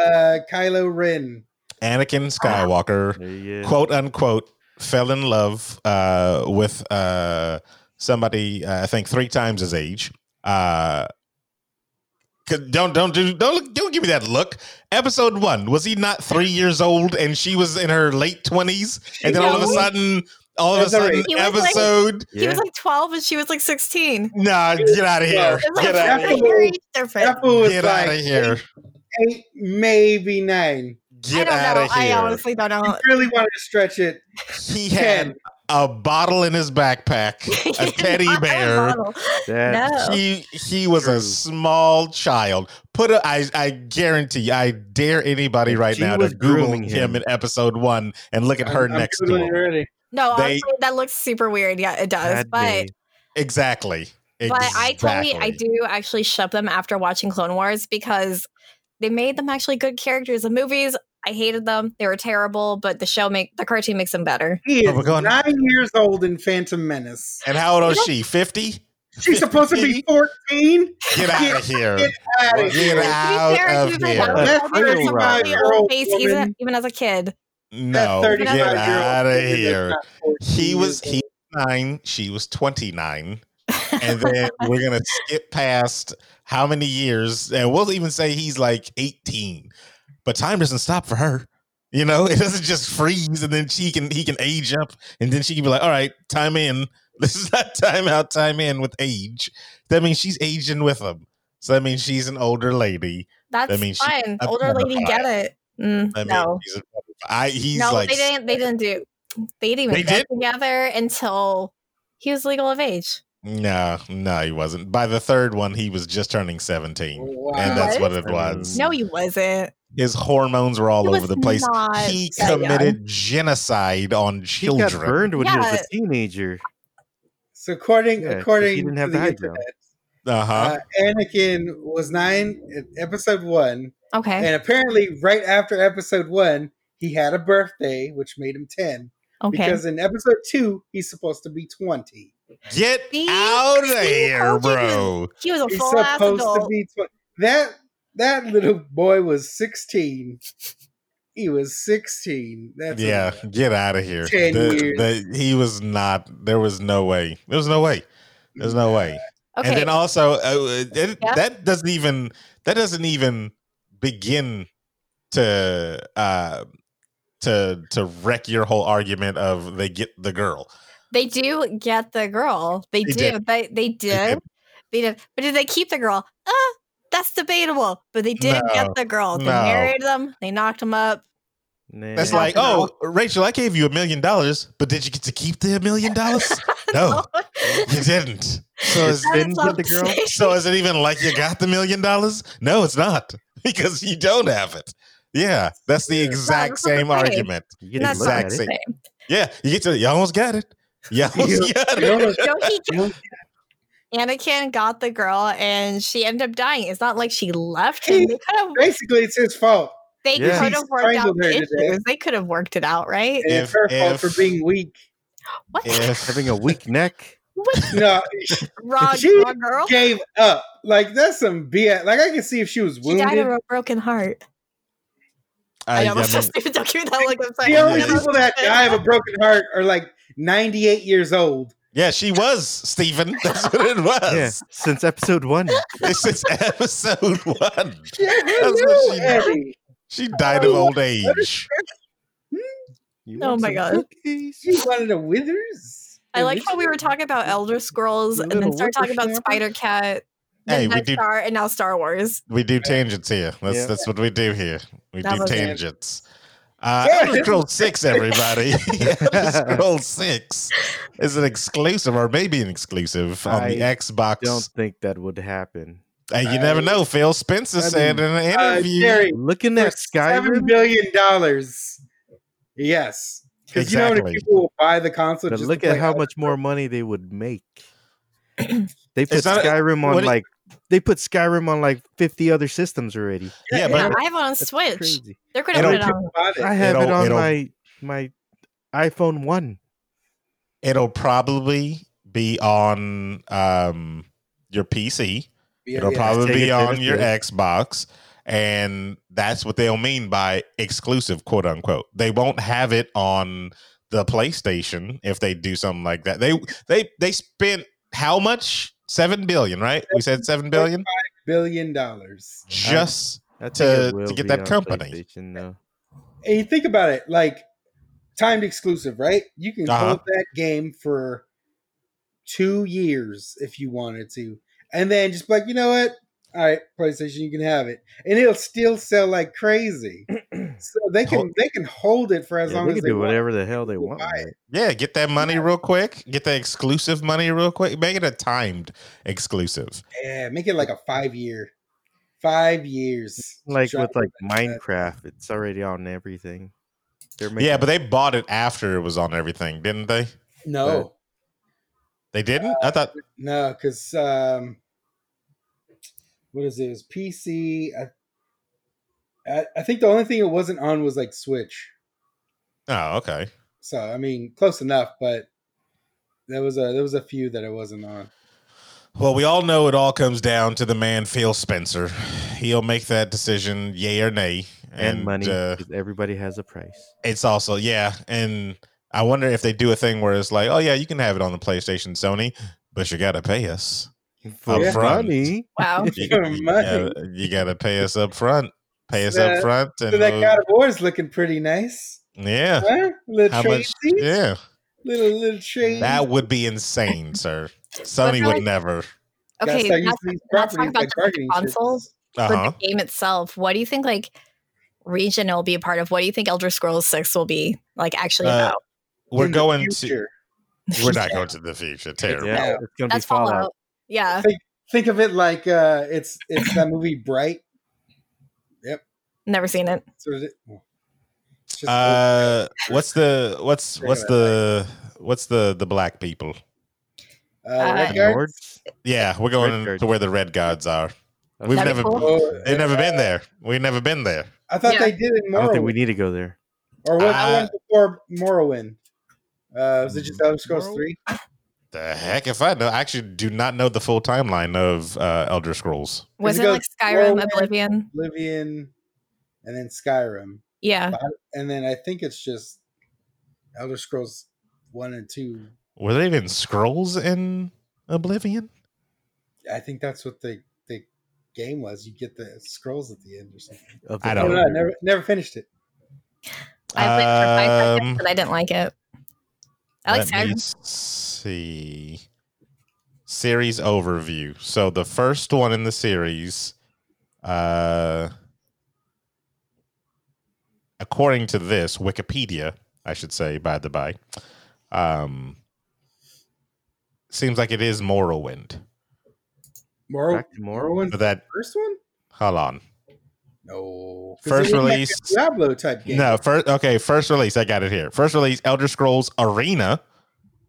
[SPEAKER 3] Kylo Ren.
[SPEAKER 2] Anakin Skywalker,
[SPEAKER 5] There you go.
[SPEAKER 2] quote unquote, fell in love uh, with uh, somebody uh, I think three times his age. Uh, could- don't don't do don't look- don't give me that look. Episode one was he not three years old and she was in her late twenties, and then all of a
[SPEAKER 4] No.
[SPEAKER 2] sudden, all of a
[SPEAKER 3] That's all right.
[SPEAKER 2] sudden,
[SPEAKER 4] He was like-
[SPEAKER 2] episode.
[SPEAKER 4] He
[SPEAKER 5] Yeah.
[SPEAKER 4] was like 12 and she was
[SPEAKER 2] <laughs>
[SPEAKER 4] like 16.
[SPEAKER 2] Nah, get out of here.
[SPEAKER 4] It's like
[SPEAKER 2] Get out of here.
[SPEAKER 4] half a year age difference.
[SPEAKER 3] That fool was
[SPEAKER 2] Get
[SPEAKER 3] like
[SPEAKER 2] out of here.
[SPEAKER 3] eight, maybe nine.
[SPEAKER 2] Get
[SPEAKER 4] I don't know.
[SPEAKER 2] out of here.
[SPEAKER 4] I honestly don't know.
[SPEAKER 3] Really wanted to stretch it.
[SPEAKER 2] he
[SPEAKER 3] <laughs> Ten.
[SPEAKER 2] had a bottle in his backpack, a teddy
[SPEAKER 4] Not a
[SPEAKER 2] bear.
[SPEAKER 4] model.
[SPEAKER 5] That-
[SPEAKER 4] No.
[SPEAKER 2] He he was
[SPEAKER 5] True.
[SPEAKER 2] a small child. Put a, I I guarantee you, I dare anybody
[SPEAKER 5] If
[SPEAKER 2] right
[SPEAKER 5] she
[SPEAKER 2] now to
[SPEAKER 5] was
[SPEAKER 2] Google him.
[SPEAKER 5] grooming him.
[SPEAKER 2] in episode one and look at her
[SPEAKER 3] I'm- I'm
[SPEAKER 2] next to
[SPEAKER 3] Googling
[SPEAKER 2] him.
[SPEAKER 3] it already.
[SPEAKER 4] No,
[SPEAKER 2] They-
[SPEAKER 4] honestly, that looks super weird. Yeah, it does.
[SPEAKER 5] Padme.
[SPEAKER 4] but
[SPEAKER 2] Exactly.
[SPEAKER 4] but I
[SPEAKER 2] exactly.
[SPEAKER 4] totally I do actually shove them after watching Clone Wars because they made them actually good characters. The movies, I hated them. They were terrible, but the show make the cartoon makes them better.
[SPEAKER 3] He
[SPEAKER 2] Oh, we're
[SPEAKER 3] is
[SPEAKER 2] going-
[SPEAKER 3] nine years old in Phantom Menace.
[SPEAKER 2] And how old is she? Fifty?
[SPEAKER 3] She's supposed to be 14?
[SPEAKER 2] Get out of here.
[SPEAKER 3] Out of
[SPEAKER 2] Get
[SPEAKER 3] here.
[SPEAKER 2] out
[SPEAKER 4] to
[SPEAKER 2] of
[SPEAKER 4] be fair,
[SPEAKER 2] here.
[SPEAKER 3] That's
[SPEAKER 4] he was a
[SPEAKER 5] right.
[SPEAKER 4] really old face
[SPEAKER 3] Woman.
[SPEAKER 4] even, even as a kid.
[SPEAKER 2] No,
[SPEAKER 3] That
[SPEAKER 2] get
[SPEAKER 3] 35 year old
[SPEAKER 2] out of
[SPEAKER 3] kid is
[SPEAKER 2] here.
[SPEAKER 3] not 14
[SPEAKER 2] he
[SPEAKER 3] years
[SPEAKER 2] was he
[SPEAKER 3] old.
[SPEAKER 2] was nine she was 29
[SPEAKER 4] <laughs>
[SPEAKER 2] and then we're gonna skip past how many years and we'll even say he's like 18 but time doesn't stop for her you know it doesn't just freeze and then she can he can age up and then she can be like all right time in <laughs> this is not time out time in with age that means she's aging with him so that means she's an older lady
[SPEAKER 4] That's
[SPEAKER 2] I mean, she-
[SPEAKER 4] fun.
[SPEAKER 2] that's
[SPEAKER 4] Older lady
[SPEAKER 2] horrifying.
[SPEAKER 4] get it. Mm,
[SPEAKER 2] that
[SPEAKER 4] no.
[SPEAKER 2] means he's, a- I, he's
[SPEAKER 4] no,
[SPEAKER 2] like
[SPEAKER 4] they didn't they didn't do they didn't even
[SPEAKER 2] They
[SPEAKER 4] get together until he was legal of age.
[SPEAKER 2] no no he wasn't by the third one he was just turning 17
[SPEAKER 3] Wow.
[SPEAKER 2] and that's
[SPEAKER 4] What?
[SPEAKER 2] what it was.
[SPEAKER 4] No, he wasn't.
[SPEAKER 2] His hormones were all
[SPEAKER 4] He
[SPEAKER 2] over
[SPEAKER 4] was
[SPEAKER 2] the place.
[SPEAKER 4] not
[SPEAKER 2] He
[SPEAKER 4] that young.
[SPEAKER 2] committed genocide on
[SPEAKER 5] He got
[SPEAKER 2] children.
[SPEAKER 5] burned when he was
[SPEAKER 4] Yeah.
[SPEAKER 5] a teenager.
[SPEAKER 3] So according
[SPEAKER 5] Yeah, 'cause he
[SPEAKER 3] according
[SPEAKER 5] didn't have
[SPEAKER 3] to
[SPEAKER 5] the
[SPEAKER 3] the
[SPEAKER 5] high ground.
[SPEAKER 3] internet,
[SPEAKER 2] Uh huh.
[SPEAKER 3] uh, Anakin was nine in episode one,
[SPEAKER 2] Eh.
[SPEAKER 4] Okay.
[SPEAKER 3] and apparently right after episode one, he had a birthday, which made him ten.
[SPEAKER 4] Okay.
[SPEAKER 3] Because in episode two, he's supposed to be twenty.
[SPEAKER 2] Get
[SPEAKER 4] See?
[SPEAKER 2] out of
[SPEAKER 4] See?
[SPEAKER 2] here,
[SPEAKER 4] Told you
[SPEAKER 2] bro.
[SPEAKER 4] he was a
[SPEAKER 3] He's
[SPEAKER 4] full ass
[SPEAKER 3] supposed to
[SPEAKER 4] adult.
[SPEAKER 3] be twenty. That that little boy was sixteen. He was sixteen. That's a- <laughs>
[SPEAKER 2] Yeah, get out of here.
[SPEAKER 3] Ten
[SPEAKER 2] The- the- he was not. There was no way. There was no way. There's no way.
[SPEAKER 4] okay.
[SPEAKER 2] And then also, uh, it,
[SPEAKER 4] Yep.
[SPEAKER 2] that doesn't even that doesn't even begin to uh to to wreck your whole argument of they get the girl.
[SPEAKER 4] They do get the girl. They,
[SPEAKER 2] They
[SPEAKER 4] do.
[SPEAKER 2] did.
[SPEAKER 4] They they did. They did. But did they keep the girl? Uh, that's debatable. But they did
[SPEAKER 2] No.
[SPEAKER 4] get the girl. They
[SPEAKER 2] No.
[SPEAKER 4] married them. They knocked him up.
[SPEAKER 5] Nah.
[SPEAKER 2] That's
[SPEAKER 4] Yeah.
[SPEAKER 2] like, oh, Rachel, I gave you a million dollars, but did you get to keep the million dollars? No,
[SPEAKER 4] <laughs>
[SPEAKER 2] you Oh. didn't. So, is,
[SPEAKER 5] That- didn't get the girl?
[SPEAKER 2] so is it even like you got the million dollars? No, it's not <laughs> because you don't have it. Yeah, that's the exact
[SPEAKER 4] that's what I'm
[SPEAKER 2] same
[SPEAKER 4] saying.
[SPEAKER 2] argument.
[SPEAKER 5] You didn't
[SPEAKER 4] That's
[SPEAKER 5] look
[SPEAKER 4] not
[SPEAKER 5] at
[SPEAKER 2] Exact
[SPEAKER 5] it.
[SPEAKER 2] same. Yeah, you get to, you almost got it. You almost got
[SPEAKER 3] <laughs> You
[SPEAKER 2] it.
[SPEAKER 3] almost-
[SPEAKER 4] No, he
[SPEAKER 3] you
[SPEAKER 4] Anakin got the girl, and she ended up dying. It's not like she left him. They could have.
[SPEAKER 3] Basically, it's his fault.
[SPEAKER 4] They
[SPEAKER 5] Yeah.
[SPEAKER 4] could
[SPEAKER 3] She
[SPEAKER 4] have worked out
[SPEAKER 3] strangled her
[SPEAKER 4] the
[SPEAKER 3] to
[SPEAKER 4] issues.
[SPEAKER 3] death.
[SPEAKER 4] They could have worked it out, right?
[SPEAKER 3] And it's
[SPEAKER 2] If-
[SPEAKER 3] her fault
[SPEAKER 2] if-
[SPEAKER 3] for being weak.
[SPEAKER 4] What?
[SPEAKER 2] If-
[SPEAKER 5] Having a weak neck.
[SPEAKER 3] <laughs>
[SPEAKER 4] What?
[SPEAKER 3] No,
[SPEAKER 4] Wrong,
[SPEAKER 3] She
[SPEAKER 4] wrong girl.
[SPEAKER 3] gave up. Like that's some BS. Like I can see if she was
[SPEAKER 4] She died
[SPEAKER 3] wounded.
[SPEAKER 4] of a broken heart. I,
[SPEAKER 2] I, I
[SPEAKER 4] know, that's so <laughs>
[SPEAKER 2] mean,
[SPEAKER 4] stupid. Don't give me that look. I'm sorry.
[SPEAKER 3] The only
[SPEAKER 2] Yeah.
[SPEAKER 3] people that die of a broken heart are like 98 years old.
[SPEAKER 2] yeah, she was Stephen. <laughs> That's what it was.
[SPEAKER 5] Yeah, since episode one.
[SPEAKER 2] This is <laughs> episode one.
[SPEAKER 3] Yeah,
[SPEAKER 2] <laughs> That's what she- She died of old age.
[SPEAKER 5] You
[SPEAKER 4] Oh
[SPEAKER 5] want
[SPEAKER 4] my
[SPEAKER 5] some
[SPEAKER 4] God.
[SPEAKER 5] cookies?
[SPEAKER 3] She wanted a withers.
[SPEAKER 4] I like how we were talking about Elder Scrolls
[SPEAKER 5] You
[SPEAKER 4] and then
[SPEAKER 5] little
[SPEAKER 4] started talking about
[SPEAKER 5] whippersnapper.
[SPEAKER 4] Spider Cat, then
[SPEAKER 2] Hey, we
[SPEAKER 4] Red
[SPEAKER 2] do
[SPEAKER 4] Star, and now Star Wars.
[SPEAKER 2] We do tangents here. That's
[SPEAKER 5] Yeah.
[SPEAKER 2] that's what we do here. We
[SPEAKER 4] That
[SPEAKER 2] do
[SPEAKER 4] was it.
[SPEAKER 2] tangents. Uh,
[SPEAKER 3] Yeah.
[SPEAKER 2] Elder Scrolls Six, everybody. Elder Scrolls Six is an exclusive, or maybe an exclusive on the
[SPEAKER 5] I Don't
[SPEAKER 2] Xbox.
[SPEAKER 5] think that would happen.
[SPEAKER 2] And you never
[SPEAKER 3] I-
[SPEAKER 2] know. Phil Spencer
[SPEAKER 5] I
[SPEAKER 2] said in
[SPEAKER 5] mean,
[SPEAKER 2] an
[SPEAKER 3] Uh,
[SPEAKER 2] interview.
[SPEAKER 3] Jerry,
[SPEAKER 5] Looking
[SPEAKER 3] for
[SPEAKER 5] at
[SPEAKER 3] seven
[SPEAKER 5] Skyrim,
[SPEAKER 3] billion dollars. Yes, because you know how many
[SPEAKER 2] Exactly.
[SPEAKER 3] people will buy the console.
[SPEAKER 5] but
[SPEAKER 3] just to
[SPEAKER 2] <laughs>
[SPEAKER 5] look at
[SPEAKER 3] play
[SPEAKER 5] how
[SPEAKER 2] <clears throat>
[SPEAKER 3] Elder
[SPEAKER 5] much more money they would make. They put
[SPEAKER 2] not-
[SPEAKER 5] Skyrim on
[SPEAKER 2] what it-
[SPEAKER 5] like they put Skyrim on like 50 other systems already.
[SPEAKER 2] Yeah,
[SPEAKER 4] I
[SPEAKER 2] but
[SPEAKER 4] have it on
[SPEAKER 5] That's
[SPEAKER 4] Switch.
[SPEAKER 5] crazy.
[SPEAKER 4] They're
[SPEAKER 2] They
[SPEAKER 4] gonna put
[SPEAKER 2] don't
[SPEAKER 4] it
[SPEAKER 2] <laughs>
[SPEAKER 4] on.
[SPEAKER 3] Bought
[SPEAKER 5] I
[SPEAKER 3] it.
[SPEAKER 5] have it
[SPEAKER 2] It'll-
[SPEAKER 5] on
[SPEAKER 2] it'll-
[SPEAKER 5] my my iPhone 1.
[SPEAKER 2] it'll probably be on um your PC.
[SPEAKER 3] Yeah,
[SPEAKER 2] it'll
[SPEAKER 3] yeah.
[SPEAKER 2] probably
[SPEAKER 5] Take
[SPEAKER 2] be
[SPEAKER 5] it to
[SPEAKER 2] on
[SPEAKER 5] the
[SPEAKER 2] your
[SPEAKER 5] field.
[SPEAKER 2] Xbox. And that's what they'll mean by exclusive, quote unquote. They won't have it on the PlayStation if they do something like that. They they they spent how much? Seven billion, right? We said seven billion
[SPEAKER 3] billion dollars.
[SPEAKER 2] just
[SPEAKER 5] I think
[SPEAKER 2] To-
[SPEAKER 5] it
[SPEAKER 2] to
[SPEAKER 5] will
[SPEAKER 2] get
[SPEAKER 5] be
[SPEAKER 2] that
[SPEAKER 5] on
[SPEAKER 2] company.
[SPEAKER 5] PlayStation, though.
[SPEAKER 3] And you think about it, like timed exclusive, right? You can
[SPEAKER 2] Uh-huh.
[SPEAKER 3] hold that game for two years if you wanted to, and then just be like, you know what? All right, PlayStation, you can have it, and it'll still sell like
[SPEAKER 5] <clears throat>
[SPEAKER 3] crazy. so they can they can hold it for as
[SPEAKER 5] Yeah,
[SPEAKER 3] long
[SPEAKER 5] they
[SPEAKER 3] as
[SPEAKER 5] can
[SPEAKER 3] they
[SPEAKER 5] do
[SPEAKER 3] want.
[SPEAKER 5] whatever the hell they
[SPEAKER 3] People
[SPEAKER 5] want.
[SPEAKER 3] buy
[SPEAKER 5] with
[SPEAKER 3] it.
[SPEAKER 5] it.
[SPEAKER 2] yeah, get that money real quick. Get the exclusive money real quick. Make it a timed exclusive.
[SPEAKER 3] Yeah, make it like a five year, five years.
[SPEAKER 5] Like
[SPEAKER 3] Try
[SPEAKER 5] with like
[SPEAKER 3] that.
[SPEAKER 5] Minecraft, it's already on everything. They're making
[SPEAKER 2] Yeah, but they bought it after it was on everything, didn't they?
[SPEAKER 3] No,
[SPEAKER 2] They didn't. I thought
[SPEAKER 3] No, because um, what is it? It was PC. I, I, I think the only thing it wasn't on was like Switch.
[SPEAKER 2] Oh, okay.
[SPEAKER 3] So I mean, close enough, but there was a there was a few that it wasn't on.
[SPEAKER 2] Well, we all know it all comes down to the man Phil Spencer. He'll make that decision, yay or nay,
[SPEAKER 5] and, money
[SPEAKER 2] uh,
[SPEAKER 5] 'cause everybody has a price.
[SPEAKER 2] it's also yeah, and I wonder if they do a thing where it's like, oh yeah, you can have it on the PlayStation, Sony, but you gotta pay
[SPEAKER 3] <laughs>
[SPEAKER 2] us.
[SPEAKER 5] For
[SPEAKER 3] yeah.
[SPEAKER 5] money,
[SPEAKER 4] Wow.
[SPEAKER 2] You,
[SPEAKER 3] For
[SPEAKER 2] you
[SPEAKER 3] money.
[SPEAKER 2] gotta, you gotta pay us up front. Pay us
[SPEAKER 3] Uh,
[SPEAKER 2] up front, and
[SPEAKER 3] So that
[SPEAKER 2] we'll-
[SPEAKER 3] God of War is looking pretty nice.
[SPEAKER 2] yeah,
[SPEAKER 3] Huh? Little
[SPEAKER 2] how
[SPEAKER 3] trade
[SPEAKER 2] much?
[SPEAKER 3] seats,
[SPEAKER 2] Yeah,
[SPEAKER 3] little little trade.
[SPEAKER 2] that would be insane, sir. Sony
[SPEAKER 4] how-
[SPEAKER 2] would never.
[SPEAKER 3] That's
[SPEAKER 4] Okay.
[SPEAKER 3] how you
[SPEAKER 4] that's-
[SPEAKER 3] see these
[SPEAKER 4] let's
[SPEAKER 3] properties
[SPEAKER 4] talk about
[SPEAKER 3] like
[SPEAKER 4] just the
[SPEAKER 3] bargaining chips.
[SPEAKER 4] consoles.
[SPEAKER 2] Uh
[SPEAKER 4] for
[SPEAKER 2] huh.
[SPEAKER 4] the game itself, what do you think like region it'll be a part of? What do you think Elder Scrolls Six will be like actually
[SPEAKER 2] Uh,
[SPEAKER 4] about?
[SPEAKER 2] We're
[SPEAKER 3] In the
[SPEAKER 2] going to.
[SPEAKER 3] future.
[SPEAKER 2] We're not going to the future. Terrible.
[SPEAKER 3] <laughs>
[SPEAKER 5] yeah,
[SPEAKER 3] Yeah.
[SPEAKER 5] it's gonna
[SPEAKER 4] <laughs> That's
[SPEAKER 5] be Fallout.
[SPEAKER 4] Fallout. Yeah.
[SPEAKER 3] Think of it like uh, it's it's that movie Bright.
[SPEAKER 4] Never seen it.
[SPEAKER 3] Sort of, oh, it's just
[SPEAKER 2] Uh, what's the what's
[SPEAKER 3] Anyway,
[SPEAKER 2] what's the what's the the black people?
[SPEAKER 3] uh,
[SPEAKER 4] uh,
[SPEAKER 3] Red Guard?
[SPEAKER 5] Lords?
[SPEAKER 2] Yeah, we're
[SPEAKER 5] Red
[SPEAKER 2] going
[SPEAKER 5] guards.
[SPEAKER 2] to where the red gods are. We've
[SPEAKER 4] That'd be
[SPEAKER 2] never
[SPEAKER 4] cool.
[SPEAKER 3] Oh,
[SPEAKER 2] they've never been there. We've never been there.
[SPEAKER 3] I thought
[SPEAKER 4] Yeah.
[SPEAKER 3] they did in
[SPEAKER 5] I don't think
[SPEAKER 3] Morrowind.
[SPEAKER 5] we need to go there.
[SPEAKER 3] or was
[SPEAKER 2] Uh,
[SPEAKER 3] the one before Morrowind? Uh, was it just Elder Scrolls
[SPEAKER 5] Mm, Morrowind?
[SPEAKER 3] Three?
[SPEAKER 2] The heck if I know. I actually do not know the full timeline of uh, Elder Scrolls.
[SPEAKER 4] Was
[SPEAKER 3] it
[SPEAKER 4] it like
[SPEAKER 3] goes
[SPEAKER 4] Skyrim,
[SPEAKER 3] Morrowind.
[SPEAKER 4] Oblivion?
[SPEAKER 3] Oblivion, and then Skyrim,
[SPEAKER 4] Yeah.
[SPEAKER 3] and then I think it's just Elder Scrolls One and Two.
[SPEAKER 2] Were there even scrolls in Oblivion?
[SPEAKER 3] I think that's what the the game was. You get the scrolls at the end or something.
[SPEAKER 5] Of the
[SPEAKER 2] I
[SPEAKER 3] I don't
[SPEAKER 2] don't
[SPEAKER 3] know.
[SPEAKER 5] Elder
[SPEAKER 3] I never never finished it.
[SPEAKER 4] I played it for five seconds
[SPEAKER 2] Um,
[SPEAKER 4] and I didn't like it. I like
[SPEAKER 2] Let me
[SPEAKER 4] Skyrim.
[SPEAKER 2] see. Series overview. So the first one in the series, uh, according to this Wikipedia, I should say, by the by, um, seems like it is Morrowind.
[SPEAKER 3] Morrow,
[SPEAKER 5] Back to Morrowind?
[SPEAKER 3] Morrowind,
[SPEAKER 2] But
[SPEAKER 3] the
[SPEAKER 2] that
[SPEAKER 3] first one?
[SPEAKER 2] hold on.
[SPEAKER 3] No. 'Cause it
[SPEAKER 2] First
[SPEAKER 3] looked like a
[SPEAKER 2] release-
[SPEAKER 3] Diablo type game.
[SPEAKER 2] No, first okay, first release. I got it here. First release, Elder Scrolls Arena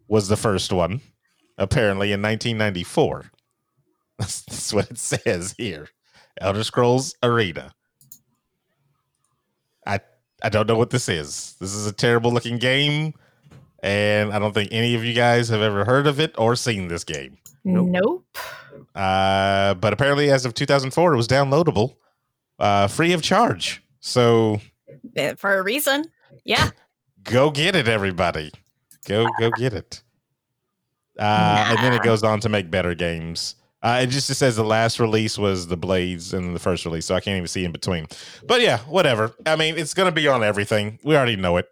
[SPEAKER 2] was the first one, apparently in 1994. That's, <laughs> that's what it says here. Elder Scrolls Arena. I I don't know what this is. This is a terrible looking game, and I don't think any of you guys have ever heard of it or seen this game.
[SPEAKER 5] Nope.
[SPEAKER 4] Nope.
[SPEAKER 2] Uh, but apparently, as of 2004, it was downloadable, uh, free of charge. So
[SPEAKER 4] Eh, For a reason. Yeah.
[SPEAKER 2] go get it, everybody. Go go get it. Uh, And then it goes on to make better games. Uh, it just it says the last release was the Blades and the first release, so I can't even see in between. But yeah, whatever. I mean, it's gonna be on everything. We already know it.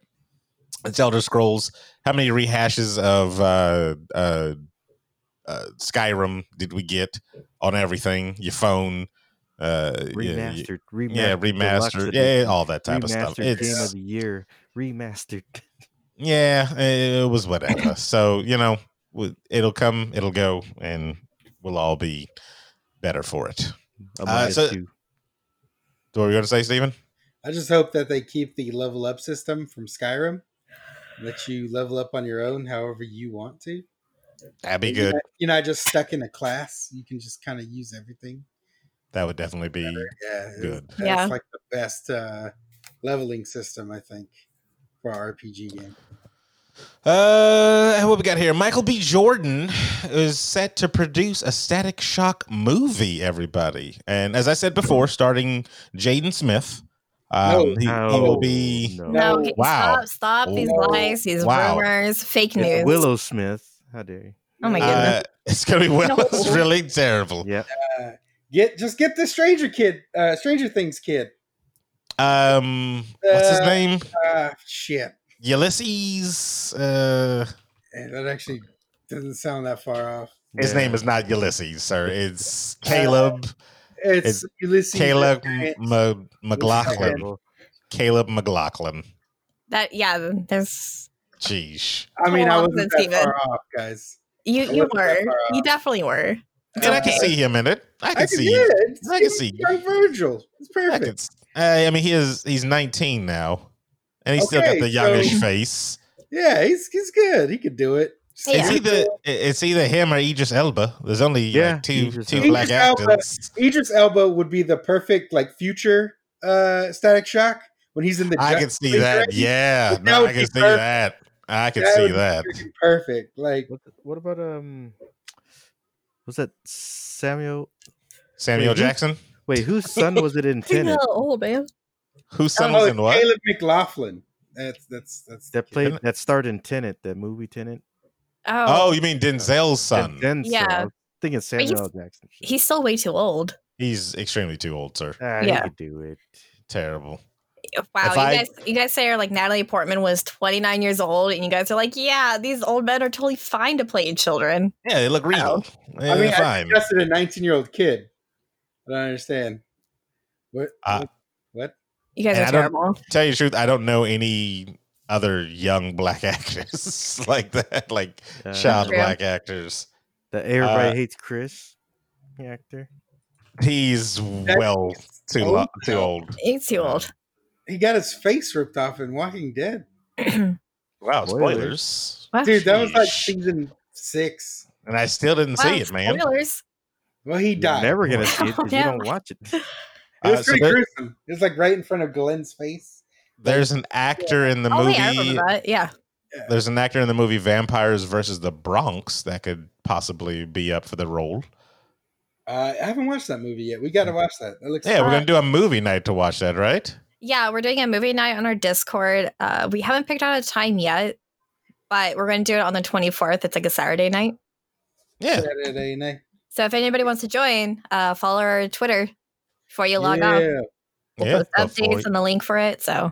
[SPEAKER 2] It's Elder Scrolls. How many rehashes of uh, uh, uh, Skyrim did we get on everything? Your phone, uh, yeah,
[SPEAKER 5] Remastered, remastered,
[SPEAKER 2] yeah,
[SPEAKER 5] Deluxe
[SPEAKER 2] remastered,
[SPEAKER 5] Edition,
[SPEAKER 2] yeah, all that type of stuff.
[SPEAKER 5] remastered game of the year, remastered. <laughs>
[SPEAKER 2] Yeah, it was whatever. so you know, w- it'll come, it'll go, and we'll all be better for it.
[SPEAKER 5] Among Us
[SPEAKER 2] Uh, so-
[SPEAKER 5] 2.
[SPEAKER 2] What were you going to say, Stephen?
[SPEAKER 3] I just hope that they keep the level up system from Skyrim. Let you level up on your own however you want to.
[SPEAKER 2] That'd be good.
[SPEAKER 3] You're not just stuck in a class. You can just kind of use everything.
[SPEAKER 2] That would definitely be
[SPEAKER 3] Yeah, it-
[SPEAKER 2] good.
[SPEAKER 3] That's
[SPEAKER 4] Yeah.
[SPEAKER 3] like the best uh, leveling system I think for a RPG game.
[SPEAKER 2] Uh, what we got here? Michael B. Jordan is set to produce a Static Shock movie. Everybody, and as I said before, starting Jaden Smith, um,
[SPEAKER 3] No.
[SPEAKER 2] he,
[SPEAKER 5] Oh,
[SPEAKER 2] he will be.
[SPEAKER 5] no.
[SPEAKER 4] No,
[SPEAKER 3] No.
[SPEAKER 4] okay,
[SPEAKER 2] Wow.
[SPEAKER 4] stop, stop these
[SPEAKER 2] Wow.
[SPEAKER 4] lies, these
[SPEAKER 2] Wow.
[SPEAKER 4] rumors, fake news.
[SPEAKER 5] It's Willow Smith. How dare you?
[SPEAKER 4] Oh my goodness.
[SPEAKER 2] Uh, <laughs> it's gonna be well.
[SPEAKER 4] No.
[SPEAKER 2] It's really terrible.
[SPEAKER 5] Yep.
[SPEAKER 3] Uh, get just get the Stranger Kid, uh, Stranger Things kid.
[SPEAKER 2] Um, what's his
[SPEAKER 3] Uh,
[SPEAKER 2] name?
[SPEAKER 3] Ah, shit.
[SPEAKER 2] Ulysses. Uh,
[SPEAKER 3] Eh, That actually doesn't sound that far off.
[SPEAKER 2] his
[SPEAKER 5] Yeah.
[SPEAKER 2] name is not Ulysses, sir. It's
[SPEAKER 3] Uh,
[SPEAKER 2] Caleb.
[SPEAKER 3] It's,
[SPEAKER 2] It's
[SPEAKER 3] Ulysses.
[SPEAKER 2] Caleb
[SPEAKER 3] Grant.
[SPEAKER 2] M- McLaughlin.
[SPEAKER 5] Terrible.
[SPEAKER 2] Caleb McLaughlin.
[SPEAKER 4] that yeah, there's
[SPEAKER 2] Jeez.
[SPEAKER 3] I mean, I
[SPEAKER 4] Hold on,
[SPEAKER 3] wasn't that
[SPEAKER 4] let's see
[SPEAKER 3] far off, guys.
[SPEAKER 4] you
[SPEAKER 3] I
[SPEAKER 4] you
[SPEAKER 3] wasn't that
[SPEAKER 4] were.
[SPEAKER 3] far
[SPEAKER 4] You definitely were.
[SPEAKER 2] And I can
[SPEAKER 4] Okay.
[SPEAKER 2] see him in it. I can see.
[SPEAKER 3] yeah, it's-
[SPEAKER 2] I can
[SPEAKER 3] it's
[SPEAKER 2] see.
[SPEAKER 3] Young Virgil. It's
[SPEAKER 2] I,
[SPEAKER 3] perfect.
[SPEAKER 2] can, s- I I mean, he is. He's 19 now, and he's still got
[SPEAKER 3] Okay,
[SPEAKER 2] the youngish
[SPEAKER 3] so-
[SPEAKER 2] face.
[SPEAKER 3] Yeah, he's he's good. He could do it.
[SPEAKER 4] Yeah.
[SPEAKER 2] It's either it's either him or Idris Elba. There's only
[SPEAKER 5] Yeah,
[SPEAKER 2] like two
[SPEAKER 5] Idris
[SPEAKER 2] two
[SPEAKER 5] Elba.
[SPEAKER 2] black
[SPEAKER 3] Idris Elba.
[SPEAKER 2] actors.
[SPEAKER 3] Idris Elba would be the perfect like future uh Static Shock when he's in the.
[SPEAKER 2] I
[SPEAKER 3] ju-
[SPEAKER 2] can see
[SPEAKER 3] Wait,
[SPEAKER 2] that.
[SPEAKER 3] that-
[SPEAKER 2] Yeah,
[SPEAKER 3] that
[SPEAKER 2] no,
[SPEAKER 3] would
[SPEAKER 2] I
[SPEAKER 3] be
[SPEAKER 2] can see
[SPEAKER 3] perfect.
[SPEAKER 2] that. I can
[SPEAKER 3] that would
[SPEAKER 2] see
[SPEAKER 3] be
[SPEAKER 2] that.
[SPEAKER 3] freaking perfect. Like
[SPEAKER 5] What, what about um? Was that Samuel?
[SPEAKER 2] Samuel
[SPEAKER 5] Wait, who-
[SPEAKER 2] Jackson.
[SPEAKER 4] <laughs>
[SPEAKER 5] Wait, whose son was it in
[SPEAKER 4] He's a
[SPEAKER 5] Tenet
[SPEAKER 4] little old man.
[SPEAKER 2] Whose son
[SPEAKER 3] oh,
[SPEAKER 2] was
[SPEAKER 3] it's
[SPEAKER 2] in what?
[SPEAKER 3] Caleb McLaughlin. That's that's that's
[SPEAKER 5] that played that starred in Tenet, that movie Tenet?
[SPEAKER 4] Oh,
[SPEAKER 2] Oh, you mean Denzel's
[SPEAKER 5] And
[SPEAKER 2] son?
[SPEAKER 5] then
[SPEAKER 4] Yeah.
[SPEAKER 5] I was thinking
[SPEAKER 4] he's-
[SPEAKER 5] Samuel L. Jackson.
[SPEAKER 4] he's still way too old.
[SPEAKER 2] He's extremely too old, sir.
[SPEAKER 5] Ah, he
[SPEAKER 4] Yeah.
[SPEAKER 5] could do it.
[SPEAKER 2] Terrible.
[SPEAKER 4] Oh, Wow,
[SPEAKER 2] If
[SPEAKER 4] you
[SPEAKER 2] I-
[SPEAKER 4] guys you guys say are like Natalie Portman was 29 years old, and you guys are like, yeah, these old men are totally fine to play children.
[SPEAKER 2] Yeah, they look regal. Yeah,
[SPEAKER 3] I mean,
[SPEAKER 2] they're
[SPEAKER 3] I
[SPEAKER 2] fine.
[SPEAKER 3] suggested a 19 year old kid. I don't understand. What?
[SPEAKER 2] Uh,
[SPEAKER 3] what?
[SPEAKER 4] You guys
[SPEAKER 2] And
[SPEAKER 4] are
[SPEAKER 2] I don't-
[SPEAKER 4] terrible.
[SPEAKER 2] Tell you the truth, I don't know any other young black <laughs> actors like that, like
[SPEAKER 5] Uh,
[SPEAKER 2] child
[SPEAKER 4] True.
[SPEAKER 2] black actors.
[SPEAKER 5] The everybody
[SPEAKER 2] Uh,
[SPEAKER 5] hates Chris, the actor.
[SPEAKER 2] He's well too
[SPEAKER 3] old,
[SPEAKER 2] lo- too
[SPEAKER 3] though.
[SPEAKER 2] old.
[SPEAKER 4] He's too old. <clears throat>
[SPEAKER 3] He got his face ripped off in Walking Dead.
[SPEAKER 2] Wow,
[SPEAKER 5] Spoilers.
[SPEAKER 2] spoilers.
[SPEAKER 4] What?
[SPEAKER 3] Dude, that was like
[SPEAKER 2] Sheesh.
[SPEAKER 3] season six.
[SPEAKER 2] And I still didn't
[SPEAKER 4] Wow,
[SPEAKER 2] see it, man.
[SPEAKER 4] Spoilers.
[SPEAKER 3] Well, he
[SPEAKER 5] You're
[SPEAKER 3] died.
[SPEAKER 4] <laughs>
[SPEAKER 5] never gonna see it because you
[SPEAKER 4] Yeah.
[SPEAKER 5] don't watch it.
[SPEAKER 3] It was
[SPEAKER 2] Uh, so
[SPEAKER 3] pretty
[SPEAKER 2] there-
[SPEAKER 3] gruesome. It was like right in front of Glenn's face.
[SPEAKER 2] There's an actor in the
[SPEAKER 4] Oh wait, I remember
[SPEAKER 2] movie.
[SPEAKER 4] that. Yeah.
[SPEAKER 2] There's an actor in the movie Vampires versus the Bronx that could possibly be up for the role.
[SPEAKER 3] Uh, I haven't watched that movie yet. We got to watch that. That looks
[SPEAKER 2] Mm. Yeah, we're
[SPEAKER 4] Uh,
[SPEAKER 2] gonna do a movie night to watch that, right?
[SPEAKER 4] Yeah, we're doing a movie night on our Discord. Uh, we haven't picked out a time yet, but we're going to do it on the 24th. It's like a Saturday night.
[SPEAKER 2] Yeah,
[SPEAKER 3] Saturday night.
[SPEAKER 4] So if anybody wants to join, uh, follow our Twitter before you log on.
[SPEAKER 3] Yeah.
[SPEAKER 4] We'll
[SPEAKER 2] yeah.
[SPEAKER 4] post updates
[SPEAKER 2] before-
[SPEAKER 4] and the link for it. So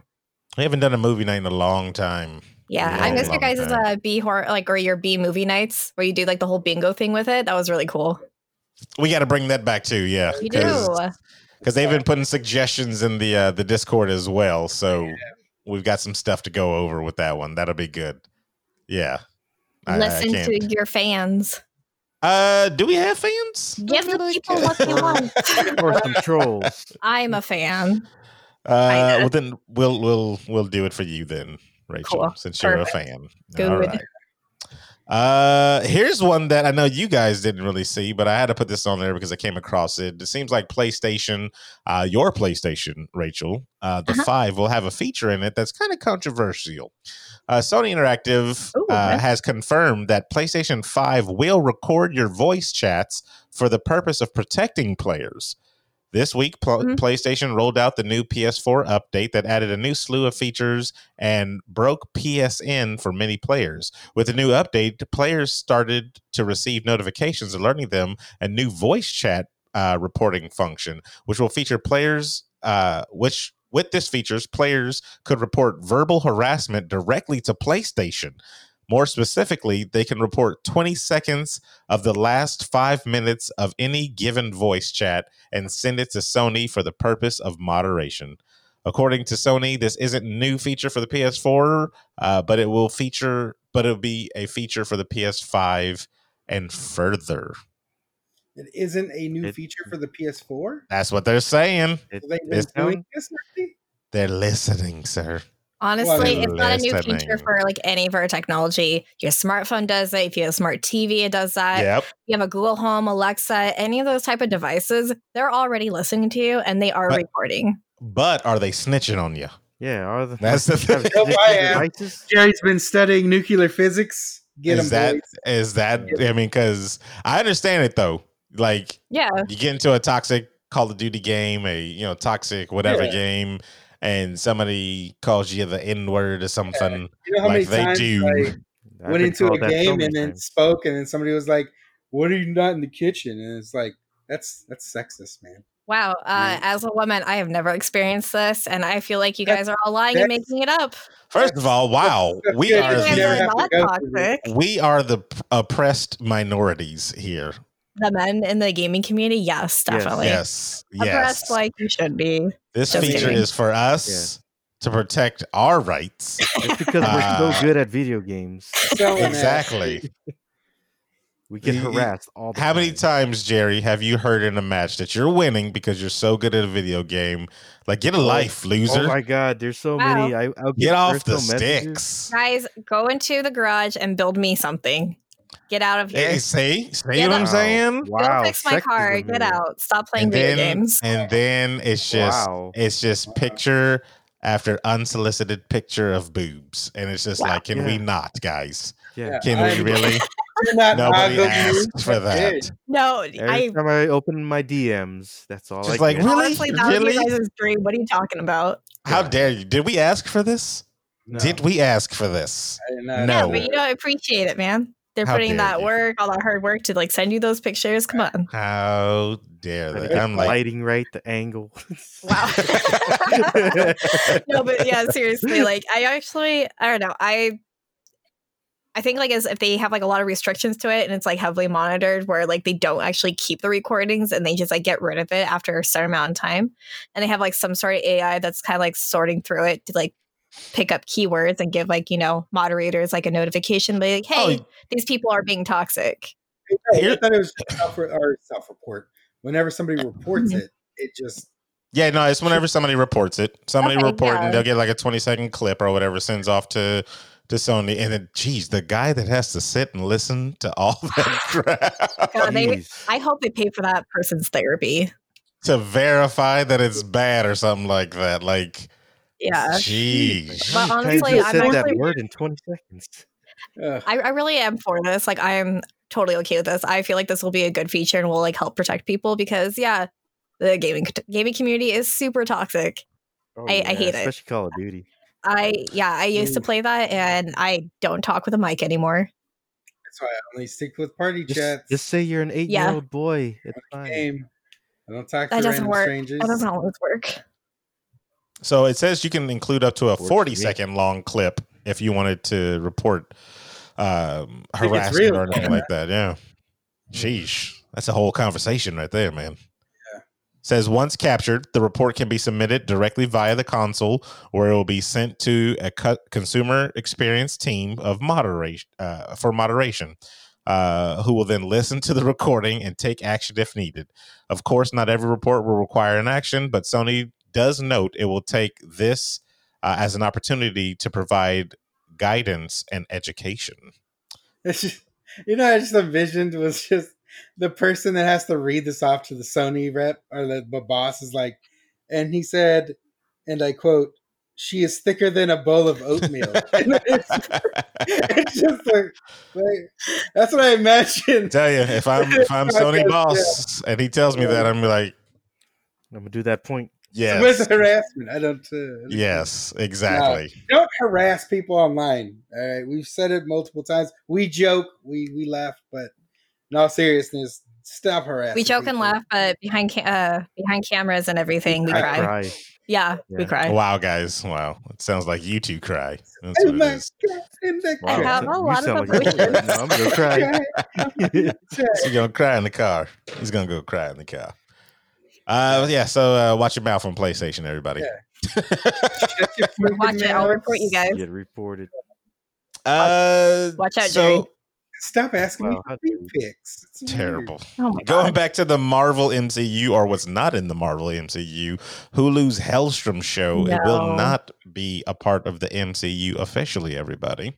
[SPEAKER 2] We haven't done a movie night in a long time.
[SPEAKER 4] yeah,
[SPEAKER 2] Yeah,
[SPEAKER 4] I miss your
[SPEAKER 2] long
[SPEAKER 4] guys'
[SPEAKER 2] time.
[SPEAKER 4] uh, B horror like or your B movie nights where you do like the whole bingo thing with it. That was really cool.
[SPEAKER 2] We got to bring that back too. Yeah,
[SPEAKER 4] You do.
[SPEAKER 2] because they've been putting suggestions in the uh, the Discord as well. So we've got some stuff to go over with that one. That'll be good. Yeah. I- I
[SPEAKER 4] Listen
[SPEAKER 2] can't-
[SPEAKER 4] to your fans.
[SPEAKER 2] Uh, do we have fans? I
[SPEAKER 4] Give
[SPEAKER 2] feel
[SPEAKER 4] the
[SPEAKER 2] like-
[SPEAKER 4] people what they want. <laughs>
[SPEAKER 5] or
[SPEAKER 2] <laughs>
[SPEAKER 5] some trolls.
[SPEAKER 4] I'm a fan.
[SPEAKER 2] Uh, well then we'll we'll we'll do it for you then, Rachel,
[SPEAKER 4] Cool.
[SPEAKER 2] since you're
[SPEAKER 4] Perfect.
[SPEAKER 2] a fan.
[SPEAKER 4] Good.
[SPEAKER 2] All right. Uh, here's one that I know you guys didn't really see, but I had to put this on there because I came across it. It seems like PlayStation, uh, your PlayStation, Rachel, uh, the
[SPEAKER 4] Uh-huh.
[SPEAKER 2] Five will have a feature in it that's kind of controversial. Uh, Sony Interactive
[SPEAKER 4] Ooh,
[SPEAKER 2] uh,
[SPEAKER 4] okay.
[SPEAKER 2] has confirmed that PlayStation 5 will record your voice chats for the purpose of protecting players. This week, pl-
[SPEAKER 4] Mhm.
[SPEAKER 2] PlayStation rolled out the new PS4 update that added a new slew of features and broke PSN for many players. With the new update, players started to receive notifications alerting them a new voice chat uh, reporting function, which will feature players, uh, which with this features, players could report verbal harassment directly to PlayStation. More specifically, they can report 20 seconds of the last five minutes of any given voice chat and send it to Sony for the purpose of moderation. According to Sony, this isn't a new feature for the PS4, uh, but it will feature, but it'll be a feature for the PS5 and further.
[SPEAKER 3] It isn't a new
[SPEAKER 5] It-
[SPEAKER 3] feature for the PS4.
[SPEAKER 2] That's what they're saying.
[SPEAKER 5] It,
[SPEAKER 3] They've been
[SPEAKER 5] it's
[SPEAKER 3] doing this already?
[SPEAKER 2] They're listening, sir.
[SPEAKER 4] Honestly,
[SPEAKER 2] Well,
[SPEAKER 4] it's not a new
[SPEAKER 2] last time I-
[SPEAKER 4] feature for like any of our technology. Your smartphone does it. If you have a smart TV, it does that.
[SPEAKER 2] Yep.
[SPEAKER 4] You have a Google Home, Alexa, any of those type of devices, they're already listening to you and they are
[SPEAKER 2] But-
[SPEAKER 4] recording.
[SPEAKER 2] But are they snitching on you?
[SPEAKER 5] Yeah, are the
[SPEAKER 2] That's the
[SPEAKER 5] <laughs> have
[SPEAKER 2] thing.
[SPEAKER 3] Nope, I am. <laughs>
[SPEAKER 5] devices?
[SPEAKER 3] Jerry's been studying nuclear physics. Get
[SPEAKER 2] is
[SPEAKER 3] him,
[SPEAKER 2] that
[SPEAKER 3] boys.
[SPEAKER 2] is that I mean, because I understand it though. Like
[SPEAKER 4] Yeah.
[SPEAKER 2] you get into a toxic Call of Duty game, a you know toxic whatever
[SPEAKER 3] Yeah.
[SPEAKER 2] game, and somebody calls you the N word or something.
[SPEAKER 3] You know how
[SPEAKER 2] like
[SPEAKER 3] many
[SPEAKER 2] they
[SPEAKER 3] times
[SPEAKER 2] do.
[SPEAKER 3] I
[SPEAKER 5] I've
[SPEAKER 3] went
[SPEAKER 5] been
[SPEAKER 3] into a
[SPEAKER 5] called that so
[SPEAKER 3] game
[SPEAKER 5] many
[SPEAKER 3] and then
[SPEAKER 5] times.
[SPEAKER 3] spoke, and then somebody was like, "What are you not in the kitchen?" And it's like, "That's that's sexist,
[SPEAKER 4] <laughs>
[SPEAKER 3] man."
[SPEAKER 4] Wow. Uh,
[SPEAKER 3] Yeah.
[SPEAKER 4] as a woman, I have never experienced this. And I feel like you guys are all lying and
[SPEAKER 3] That's-
[SPEAKER 4] making it up.
[SPEAKER 2] First of all,
[SPEAKER 4] <laughs>
[SPEAKER 2] wow, we
[SPEAKER 4] You
[SPEAKER 3] Yeah,
[SPEAKER 2] are
[SPEAKER 4] guys
[SPEAKER 3] you never
[SPEAKER 4] are
[SPEAKER 2] the
[SPEAKER 3] have to
[SPEAKER 4] not
[SPEAKER 3] go through
[SPEAKER 4] toxic.
[SPEAKER 2] we are the p- oppressed minorities here.
[SPEAKER 4] The men in the gaming community, yes, definitely.
[SPEAKER 2] Yes,
[SPEAKER 4] Oppressed
[SPEAKER 2] yes.
[SPEAKER 4] like you should be.
[SPEAKER 2] this
[SPEAKER 4] Just
[SPEAKER 2] feature
[SPEAKER 4] kidding.
[SPEAKER 2] is for us to protect our rights.
[SPEAKER 5] It's because we're
[SPEAKER 2] Ah.
[SPEAKER 5] so good at video games.
[SPEAKER 4] Oh,
[SPEAKER 3] Selling that.
[SPEAKER 2] exactly.
[SPEAKER 5] We get
[SPEAKER 2] You- you-
[SPEAKER 5] harassed all the
[SPEAKER 2] How
[SPEAKER 5] time.
[SPEAKER 2] many times, Jerry, have you heard in a match that you're winning because you're so good at a video game? Like, get a life,
[SPEAKER 5] Oh
[SPEAKER 2] loser.
[SPEAKER 5] my god, there's so
[SPEAKER 4] Wow.
[SPEAKER 5] many. I, I'll
[SPEAKER 2] get off the
[SPEAKER 5] personal messages.
[SPEAKER 2] sticks.
[SPEAKER 4] Guys, go into the garage and build me something. Get out of here.
[SPEAKER 2] Hey, see, see
[SPEAKER 4] Yeah,
[SPEAKER 2] what I'm
[SPEAKER 4] that's-
[SPEAKER 2] saying?
[SPEAKER 5] Wow,
[SPEAKER 4] Go fix my
[SPEAKER 5] sexism
[SPEAKER 4] car. Get
[SPEAKER 5] here.
[SPEAKER 4] out. Stop playing
[SPEAKER 2] And
[SPEAKER 4] video
[SPEAKER 2] then, <laughs>
[SPEAKER 4] games.
[SPEAKER 2] and then it's just,
[SPEAKER 5] wow.
[SPEAKER 2] it's just picture after unsolicited picture of boobs, and it's just like, can we
[SPEAKER 5] Yeah.
[SPEAKER 2] not, guys?
[SPEAKER 5] Yeah.
[SPEAKER 2] Can we
[SPEAKER 3] I'm-
[SPEAKER 4] <laughs>
[SPEAKER 2] really?
[SPEAKER 3] You're not
[SPEAKER 2] Nobody
[SPEAKER 3] bothered.
[SPEAKER 2] asked for that.
[SPEAKER 3] Good.
[SPEAKER 4] No,
[SPEAKER 5] Every
[SPEAKER 4] I
[SPEAKER 5] time I open my DMs, that's all.
[SPEAKER 2] Just
[SPEAKER 5] I
[SPEAKER 2] like,
[SPEAKER 5] get.
[SPEAKER 2] really?
[SPEAKER 4] honestly that was
[SPEAKER 2] Really?
[SPEAKER 4] you guys' dream. What are you talking about?
[SPEAKER 2] How
[SPEAKER 5] Yeah.
[SPEAKER 2] dare you? Did we ask for this?
[SPEAKER 3] No,
[SPEAKER 2] Did we ask for this?
[SPEAKER 3] I did not.
[SPEAKER 4] Yeah,
[SPEAKER 2] No.
[SPEAKER 4] but you don't appreciate it, man. They're
[SPEAKER 2] How
[SPEAKER 4] putting
[SPEAKER 2] dare
[SPEAKER 4] that
[SPEAKER 2] you.
[SPEAKER 4] work, all that hard work to like send you those pictures. Come on.
[SPEAKER 2] How dare
[SPEAKER 5] Gotta
[SPEAKER 2] they?
[SPEAKER 5] get
[SPEAKER 2] I'm
[SPEAKER 5] the
[SPEAKER 2] like,
[SPEAKER 5] lighting right,
[SPEAKER 4] <laughs>
[SPEAKER 5] the angle. <laughs>
[SPEAKER 4] Wow. <laughs>
[SPEAKER 2] <laughs>
[SPEAKER 4] no, but yeah, seriously, like I actually I don't know. I I think like as if they have like a lot of restrictions to it and it's like heavily monitored where like they don't actually keep the recordings and they just like get rid of it after a certain amount of time. And they have like some sort of AI that's kind of like sorting through it to like pick up keywords and give like, you know, moderators like a notification be like, hey,
[SPEAKER 2] oh,
[SPEAKER 4] these people are being toxic.
[SPEAKER 3] I
[SPEAKER 2] Here-
[SPEAKER 3] thought it
[SPEAKER 4] <laughs>
[SPEAKER 3] was self or self-report. Whenever somebody
[SPEAKER 4] Mm-hmm.
[SPEAKER 3] reports it, it just
[SPEAKER 2] yeah, no, it's whenever somebody reports it. Somebody
[SPEAKER 4] Okay,
[SPEAKER 2] report
[SPEAKER 4] yeah.
[SPEAKER 2] and they'll get like a 20 second clip or whatever, sends off to to Sony. And then, geez, the guy that has to sit and listen to all <laughs> that
[SPEAKER 4] God,
[SPEAKER 2] crap
[SPEAKER 4] they-
[SPEAKER 5] Jeez.
[SPEAKER 4] I hope they pay for that person's therapy.
[SPEAKER 2] to verify that it's bad or something like that. Like,
[SPEAKER 4] Yeah.
[SPEAKER 2] geez.
[SPEAKER 4] But
[SPEAKER 5] How many times
[SPEAKER 4] honestly,
[SPEAKER 5] you
[SPEAKER 4] I'm
[SPEAKER 5] said that
[SPEAKER 4] actually-
[SPEAKER 5] word in 20 seconds.
[SPEAKER 3] ugh.
[SPEAKER 4] I, I really am for this. Like I am totally okay with this. I feel like this will be a good feature and will like help protect people because yeah, the gaming gaming community is super toxic.
[SPEAKER 5] Oh,
[SPEAKER 4] I- I hate it.
[SPEAKER 5] Especially Call of Duty.
[SPEAKER 4] I yeah, I used to play that and I don't talk with a mic anymore.
[SPEAKER 3] that's why I only stick with party
[SPEAKER 5] Just,
[SPEAKER 3] chats.
[SPEAKER 5] just say you're an eight year old boy. It's fine.
[SPEAKER 3] game. I don't talk
[SPEAKER 4] That
[SPEAKER 3] to
[SPEAKER 4] doesn't
[SPEAKER 3] random
[SPEAKER 4] work.
[SPEAKER 3] strangers.
[SPEAKER 4] That doesn't always work.
[SPEAKER 2] So it says you can include up to a
[SPEAKER 5] Works for
[SPEAKER 2] 40
[SPEAKER 5] me.
[SPEAKER 2] second long clip if you wanted to report um,
[SPEAKER 3] Think it's
[SPEAKER 2] harassment
[SPEAKER 3] real.
[SPEAKER 2] or anything like that. Yeah. Sheesh. That's a whole conversation right there, man.
[SPEAKER 3] Yeah.
[SPEAKER 2] Says once captured, the report can be submitted directly via the console, where it will be sent to a cu- consumer experience team of moderation uh, for moderation, uh, who will then listen to the <laughs> recording and take action if needed. Of course, not every report will require an action, but Sony does note it will take this uh, as an opportunity to provide guidance and education.
[SPEAKER 3] <laughs> It's just, you know, I just envisioned was just the person that has to read this off to the Sony rep or the, the boss is like, and he said, and I quote, "She is thicker than a bowl of
[SPEAKER 4] <laughs>
[SPEAKER 3] oatmeal." <laughs> And it's, it's just like, like, that's what I imagined.
[SPEAKER 2] tell you if I'm if
[SPEAKER 3] <laughs>
[SPEAKER 2] I'm Sony
[SPEAKER 3] Yeah.
[SPEAKER 2] boss and he tells me that I'm like
[SPEAKER 5] I'm going to do that point.
[SPEAKER 2] yes
[SPEAKER 3] <laughs> With harassment, I don't. Uh,
[SPEAKER 2] yes exactly
[SPEAKER 3] Don't harass people online. All right, we've said it multiple times. We joke, we we laugh, but in all seriousness, stop harassing.
[SPEAKER 4] We joke and
[SPEAKER 3] people.
[SPEAKER 4] laugh, but behind ca- uh, behind cameras and everything, we
[SPEAKER 5] I
[SPEAKER 4] cry. <laughs>
[SPEAKER 5] cry.
[SPEAKER 4] Yeah, we
[SPEAKER 5] Yeah.
[SPEAKER 4] cry.
[SPEAKER 2] wow guys wow it sounds like you two cry That's
[SPEAKER 3] Oh
[SPEAKER 2] what it
[SPEAKER 3] my
[SPEAKER 2] is.
[SPEAKER 3] god! In the
[SPEAKER 4] I
[SPEAKER 5] Wow,
[SPEAKER 4] have
[SPEAKER 5] so
[SPEAKER 4] a
[SPEAKER 5] you
[SPEAKER 4] lot of
[SPEAKER 5] sound like a boy right now. I'm going
[SPEAKER 4] <laughs>
[SPEAKER 5] to cry.
[SPEAKER 2] So you're gonna cry in the car he's gonna go cry in the car uh yeah so uh, watch your mouth on PlayStation everybody
[SPEAKER 4] Watch it. I'll report you guys.
[SPEAKER 5] Get reported.
[SPEAKER 2] uh
[SPEAKER 4] Watch out,
[SPEAKER 2] so
[SPEAKER 3] Stop asking
[SPEAKER 5] Wow, how
[SPEAKER 3] me for
[SPEAKER 5] dare
[SPEAKER 3] picks. It's weird.
[SPEAKER 2] Terrible.
[SPEAKER 4] Oh my
[SPEAKER 2] Going
[SPEAKER 4] god.
[SPEAKER 2] back to the Marvel MCU or what's not in the Marvel MCU, Hulu's Hellstrom show it will
[SPEAKER 4] No.
[SPEAKER 2] not be a part of the MCU officially, everybody.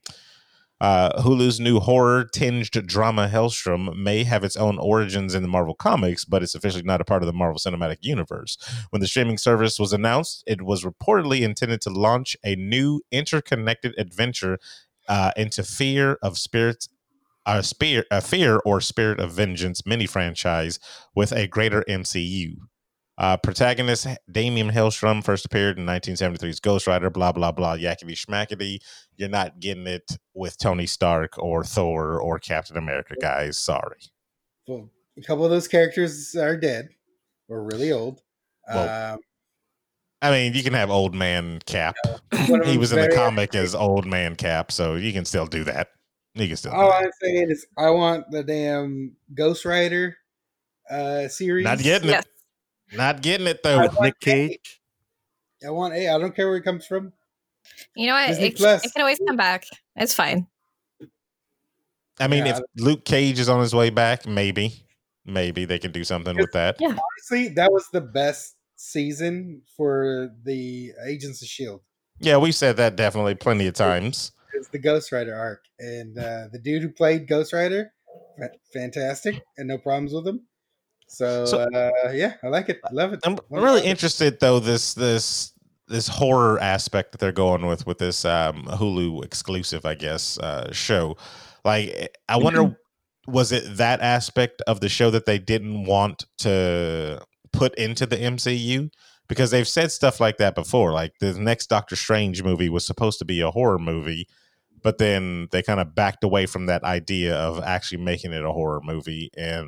[SPEAKER 2] Uh, Hulu's new horror tinged drama Hellstrom may have its own origins in the Marvel comics, but it's officially not a part of the Marvel Cinematic Universe. When the streaming service was announced, it was reportedly intended to launch a new interconnected adventure uh, into Fear of Spirits, uh, Spear, uh, Fear or Spirit of Vengeance mini franchise with a greater MCU. Uh, protagonist Damien Hellstrom first appeared in 1973's Ghost Rider, blah, blah, blah, yakety schmackety. You're not getting it with Tony Stark or Thor or Captain America, guys. Sorry.
[SPEAKER 3] Well, a couple of those characters are dead or really old.
[SPEAKER 2] Well,
[SPEAKER 3] um,
[SPEAKER 2] I mean, you can have Old Man Cap.
[SPEAKER 3] Um,
[SPEAKER 2] <clears throat>
[SPEAKER 3] one of
[SPEAKER 2] he
[SPEAKER 3] them's
[SPEAKER 2] was in the
[SPEAKER 3] very-
[SPEAKER 2] comic as Old Man Cap, so you can still do that. You can still do
[SPEAKER 3] All
[SPEAKER 2] that.
[SPEAKER 3] I'm saying is, Oh, I want the damn Ghost Rider uh, series.
[SPEAKER 2] Not getting
[SPEAKER 4] Yes.
[SPEAKER 2] it. Not getting it, though.
[SPEAKER 5] With Nick Cage.
[SPEAKER 3] I want a. I don't care where it comes from.
[SPEAKER 4] You know what?
[SPEAKER 3] Disney
[SPEAKER 4] It,
[SPEAKER 3] Plus.
[SPEAKER 4] it can always come back. It's fine.
[SPEAKER 2] I mean,
[SPEAKER 3] Yeah.
[SPEAKER 2] if Luke Cage is on his way back, maybe, maybe they can do something with that.
[SPEAKER 4] Yeah.
[SPEAKER 3] Honestly, that was the best season for the Agents of Shield.
[SPEAKER 2] Yeah, we've said that definitely plenty of times.
[SPEAKER 3] It's the Ghost Rider arc, and uh, the dude who played Ghost Rider, fa- fantastic, and no problems with him. So,
[SPEAKER 2] So-
[SPEAKER 3] uh, yeah, I like it, love it.
[SPEAKER 2] I'm
[SPEAKER 3] Love
[SPEAKER 2] really
[SPEAKER 3] it.
[SPEAKER 2] interested though this this this horror aspect that they're going with with this um, Hulu exclusive, I guess, uh, show. Like, I wonder, was it that aspect of the show that they didn't want to put into the MCU? Because they've said stuff like that before. Like the next Doctor Strange movie was supposed to be a horror movie, but then they kind of backed away from that idea of actually making it a horror movie and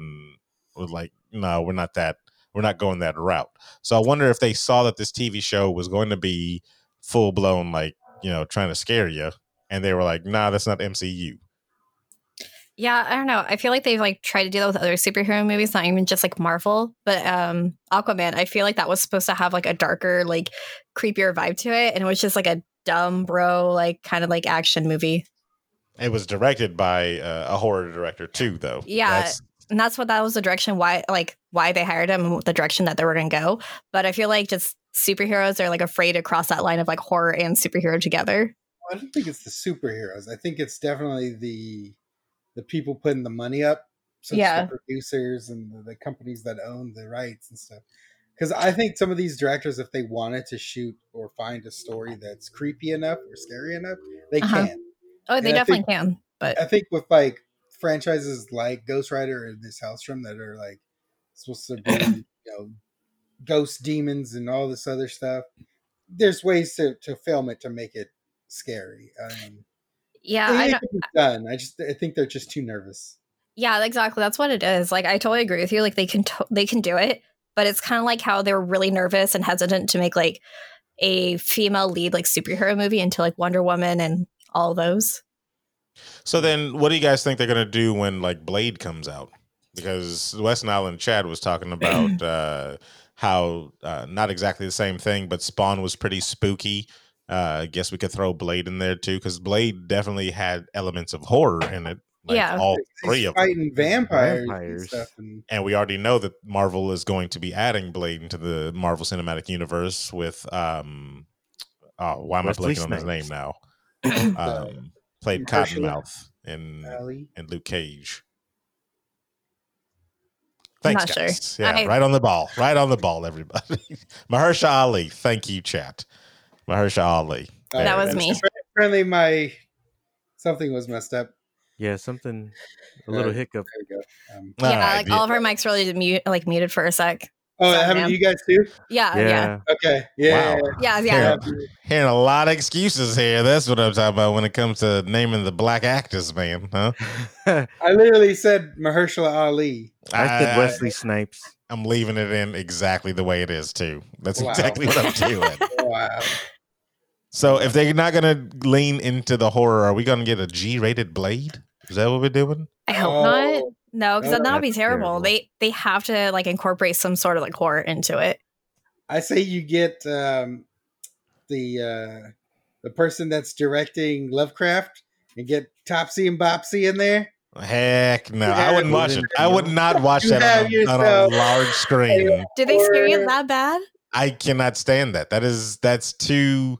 [SPEAKER 2] was like, no, we're not that. We're not going that route. So I wonder if they saw that this TV show was going to be full blown, like, you know, trying to scare you. And they were like, nah, that's not MCU.
[SPEAKER 4] Yeah, I don't know. I feel like they've like tried to do that with other superhero movies, not even just like Marvel, but um Aquaman. I feel like that was supposed to have like a darker, like creepier vibe to it, and it was just like a dumb bro, like kind of like action movie.
[SPEAKER 2] It was directed by uh, a horror director, too, though.
[SPEAKER 4] Yeah.
[SPEAKER 2] That's-
[SPEAKER 4] and that's what that was the direction why like why they hired him and the direction that they were going to go but i feel like just superheroes are like afraid to cross that line of like horror and superhero together
[SPEAKER 3] I don't think it's the superheroes. I think it's definitely the the people putting the money up, so it's
[SPEAKER 4] Yeah.
[SPEAKER 3] the producers and the, the companies that own the rights and stuff. Because I think some of these directors, if they wanted to shoot or find a story that's creepy enough or scary enough, they
[SPEAKER 4] Uh-huh.
[SPEAKER 3] can.
[SPEAKER 4] oh
[SPEAKER 3] And
[SPEAKER 4] they
[SPEAKER 3] I
[SPEAKER 4] definitely
[SPEAKER 3] think-
[SPEAKER 4] can but
[SPEAKER 3] I think with like franchises like Ghost Rider and this Hellstrom that are like supposed to
[SPEAKER 4] <coughs>
[SPEAKER 3] be, you know, ghost demons and all this other stuff. There's ways to, to film it to make it scary. Um,
[SPEAKER 4] yeah
[SPEAKER 3] I
[SPEAKER 4] i
[SPEAKER 3] think
[SPEAKER 4] don't
[SPEAKER 3] it could be done. I just I think they're just too nervous.
[SPEAKER 4] yeah exactly that's what it is like i totally agree with you like they can to- they can do it but it's kind of like how they were really nervous and hesitant to make like a female lead like superhero movie into like wonder woman and all those
[SPEAKER 2] so then, what do you guys think they're going to do when, like, Blade comes out? Because West Island Chad was talking about uh, how uh, not exactly the same thing, but Spawn was pretty spooky. Uh, I guess we could throw Blade in there, too, because Blade definitely had elements of horror in it.
[SPEAKER 4] Yeah.
[SPEAKER 2] All
[SPEAKER 3] He's
[SPEAKER 2] three of them.
[SPEAKER 3] fighting vampires, and
[SPEAKER 5] Vampires.
[SPEAKER 3] stuff. And
[SPEAKER 2] and we already know that Marvel is going to be adding Blade into the Marvel Cinematic Universe with um oh why am I
[SPEAKER 5] Wesley
[SPEAKER 2] blanking on his name
[SPEAKER 5] Snipes.
[SPEAKER 2] now?
[SPEAKER 3] uh,
[SPEAKER 2] Um, played
[SPEAKER 3] Mahershala
[SPEAKER 2] Cottonmouth in
[SPEAKER 3] Alley.
[SPEAKER 2] in Luke Cage.
[SPEAKER 4] I'm
[SPEAKER 2] Thanks,
[SPEAKER 4] not sure.
[SPEAKER 2] guys. Yeah,
[SPEAKER 4] I-
[SPEAKER 2] right on the ball. Right on the ball, everybody. <laughs> Mahershala Ali. Thank you, chat. Mahershala Ali.
[SPEAKER 3] Uh,
[SPEAKER 2] There
[SPEAKER 4] that
[SPEAKER 2] it
[SPEAKER 4] was
[SPEAKER 2] is.
[SPEAKER 4] me
[SPEAKER 3] Apparently, my something was messed up.
[SPEAKER 5] Yeah, something a little
[SPEAKER 3] Uh,
[SPEAKER 5] hiccup.
[SPEAKER 3] There we go. Um,
[SPEAKER 2] All
[SPEAKER 4] yeah
[SPEAKER 2] right,
[SPEAKER 4] like all of our mics really mute, like muted for a sec
[SPEAKER 3] oh,
[SPEAKER 4] Sorry,
[SPEAKER 3] that happened
[SPEAKER 4] ma'am.
[SPEAKER 3] to you guys too?
[SPEAKER 4] yeah Uh,
[SPEAKER 5] yeah.
[SPEAKER 4] yeah
[SPEAKER 3] Okay, yeah. Um,
[SPEAKER 2] Wow.
[SPEAKER 4] yeah yeah,
[SPEAKER 2] Yeah.
[SPEAKER 3] Happened.
[SPEAKER 2] Hearing a lot of excuses here. That's what I'm talking about when it comes to naming the black actors, man. Huh?
[SPEAKER 3] I literally said Mahershala Ali.
[SPEAKER 5] I said
[SPEAKER 2] I-
[SPEAKER 5] Wesley Snipes.
[SPEAKER 2] I'm leaving it in exactly the way it is too. That's
[SPEAKER 3] Wow.
[SPEAKER 2] exactly what I'm
[SPEAKER 4] <laughs>
[SPEAKER 2] doing.
[SPEAKER 3] Wow.
[SPEAKER 2] so if they're not gonna lean into the horror, are we gonna get a G-rated Blade? Is that what we're doing?
[SPEAKER 4] i hope not
[SPEAKER 3] Oh,
[SPEAKER 4] No,
[SPEAKER 3] No,
[SPEAKER 4] because then that'll be
[SPEAKER 5] that's
[SPEAKER 4] terrible.
[SPEAKER 5] terrible.
[SPEAKER 4] They they have to like incorporate some sort of like horror into it.
[SPEAKER 3] I say you get um, the uh, the person that's directing Lovecraft and get Topsy and Bopsy in there.
[SPEAKER 2] Heck no,
[SPEAKER 3] You
[SPEAKER 2] I wouldn't
[SPEAKER 3] have-
[SPEAKER 2] watch it. I would
[SPEAKER 3] <laughs>
[SPEAKER 2] not watch
[SPEAKER 3] You
[SPEAKER 2] that on a,
[SPEAKER 3] have
[SPEAKER 2] on a
[SPEAKER 3] yourself
[SPEAKER 2] large
[SPEAKER 3] <laughs>
[SPEAKER 2] screen.
[SPEAKER 4] Did they scare you
[SPEAKER 3] Or-
[SPEAKER 4] that bad?
[SPEAKER 2] I cannot stand that. That is that's too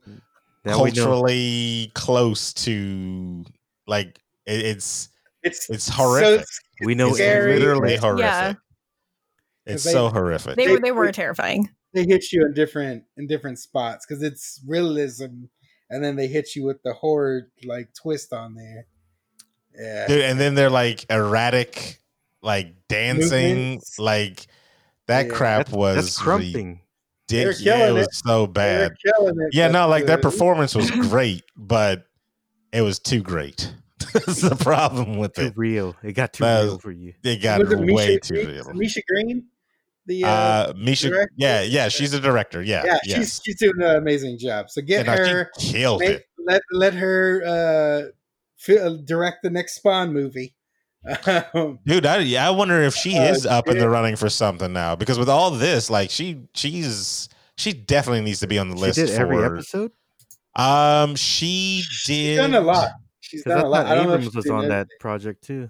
[SPEAKER 5] Now we know
[SPEAKER 2] culturally close to like it, it's
[SPEAKER 3] It's
[SPEAKER 2] it's
[SPEAKER 3] horrific.
[SPEAKER 2] horrific.
[SPEAKER 5] we know
[SPEAKER 2] it's
[SPEAKER 3] scary.
[SPEAKER 5] every-
[SPEAKER 2] literally horrific.
[SPEAKER 4] Yeah.
[SPEAKER 2] It's
[SPEAKER 3] They-
[SPEAKER 2] so horrific.
[SPEAKER 4] They
[SPEAKER 3] They-
[SPEAKER 4] were they were terrifying.
[SPEAKER 3] they hit you in different in different spots because it's realism, and then they hit you with the horror like twist on there. Yeah,
[SPEAKER 2] Dude, and then they're like erratic, like dancing,
[SPEAKER 3] Movements.
[SPEAKER 2] like that
[SPEAKER 3] Yeah.
[SPEAKER 2] crap
[SPEAKER 5] that's,
[SPEAKER 2] was
[SPEAKER 5] that's crumping.
[SPEAKER 3] They're
[SPEAKER 2] ridic- yeah, it
[SPEAKER 3] killing
[SPEAKER 2] was
[SPEAKER 3] it.
[SPEAKER 2] so bad.
[SPEAKER 3] They're killing it,
[SPEAKER 2] Yeah,
[SPEAKER 3] but,
[SPEAKER 2] no, like that
[SPEAKER 3] uh,
[SPEAKER 2] performance
[SPEAKER 3] <laughs>
[SPEAKER 2] was great, but it was too great. <laughs> That's the problem with
[SPEAKER 5] Too
[SPEAKER 2] it.
[SPEAKER 5] real. It got too
[SPEAKER 2] That
[SPEAKER 5] real
[SPEAKER 2] was-
[SPEAKER 5] for you.
[SPEAKER 2] It got
[SPEAKER 3] was it Misha
[SPEAKER 2] way too
[SPEAKER 3] Green-
[SPEAKER 2] real.
[SPEAKER 3] Misha Green, the uh,
[SPEAKER 2] Uh, Misha,
[SPEAKER 3] director?
[SPEAKER 2] yeah, yeah, she's a director. Yeah,
[SPEAKER 3] yeah,
[SPEAKER 2] yes.
[SPEAKER 3] she's she's doing an amazing job. So get
[SPEAKER 2] Yeah, no, she
[SPEAKER 3] her,
[SPEAKER 2] killed
[SPEAKER 3] make-
[SPEAKER 2] it.
[SPEAKER 3] let let her uh, fi- direct the next Spawn movie. <laughs> Um,
[SPEAKER 2] Dude, I, I wonder if she
[SPEAKER 3] Oh,
[SPEAKER 2] is up in
[SPEAKER 3] dude.
[SPEAKER 2] the running for something now because with all this, like she she's she definitely needs to be on the
[SPEAKER 5] She
[SPEAKER 2] list
[SPEAKER 5] did
[SPEAKER 2] for
[SPEAKER 5] every episode.
[SPEAKER 2] um she
[SPEAKER 3] she's
[SPEAKER 2] did
[SPEAKER 3] done a lot. She's
[SPEAKER 5] Because
[SPEAKER 3] done
[SPEAKER 5] I
[SPEAKER 3] a lot.
[SPEAKER 5] thought
[SPEAKER 3] I don't know if
[SPEAKER 5] Abrams
[SPEAKER 3] she's
[SPEAKER 5] was
[SPEAKER 3] done
[SPEAKER 5] on that
[SPEAKER 3] everything.
[SPEAKER 5] project too.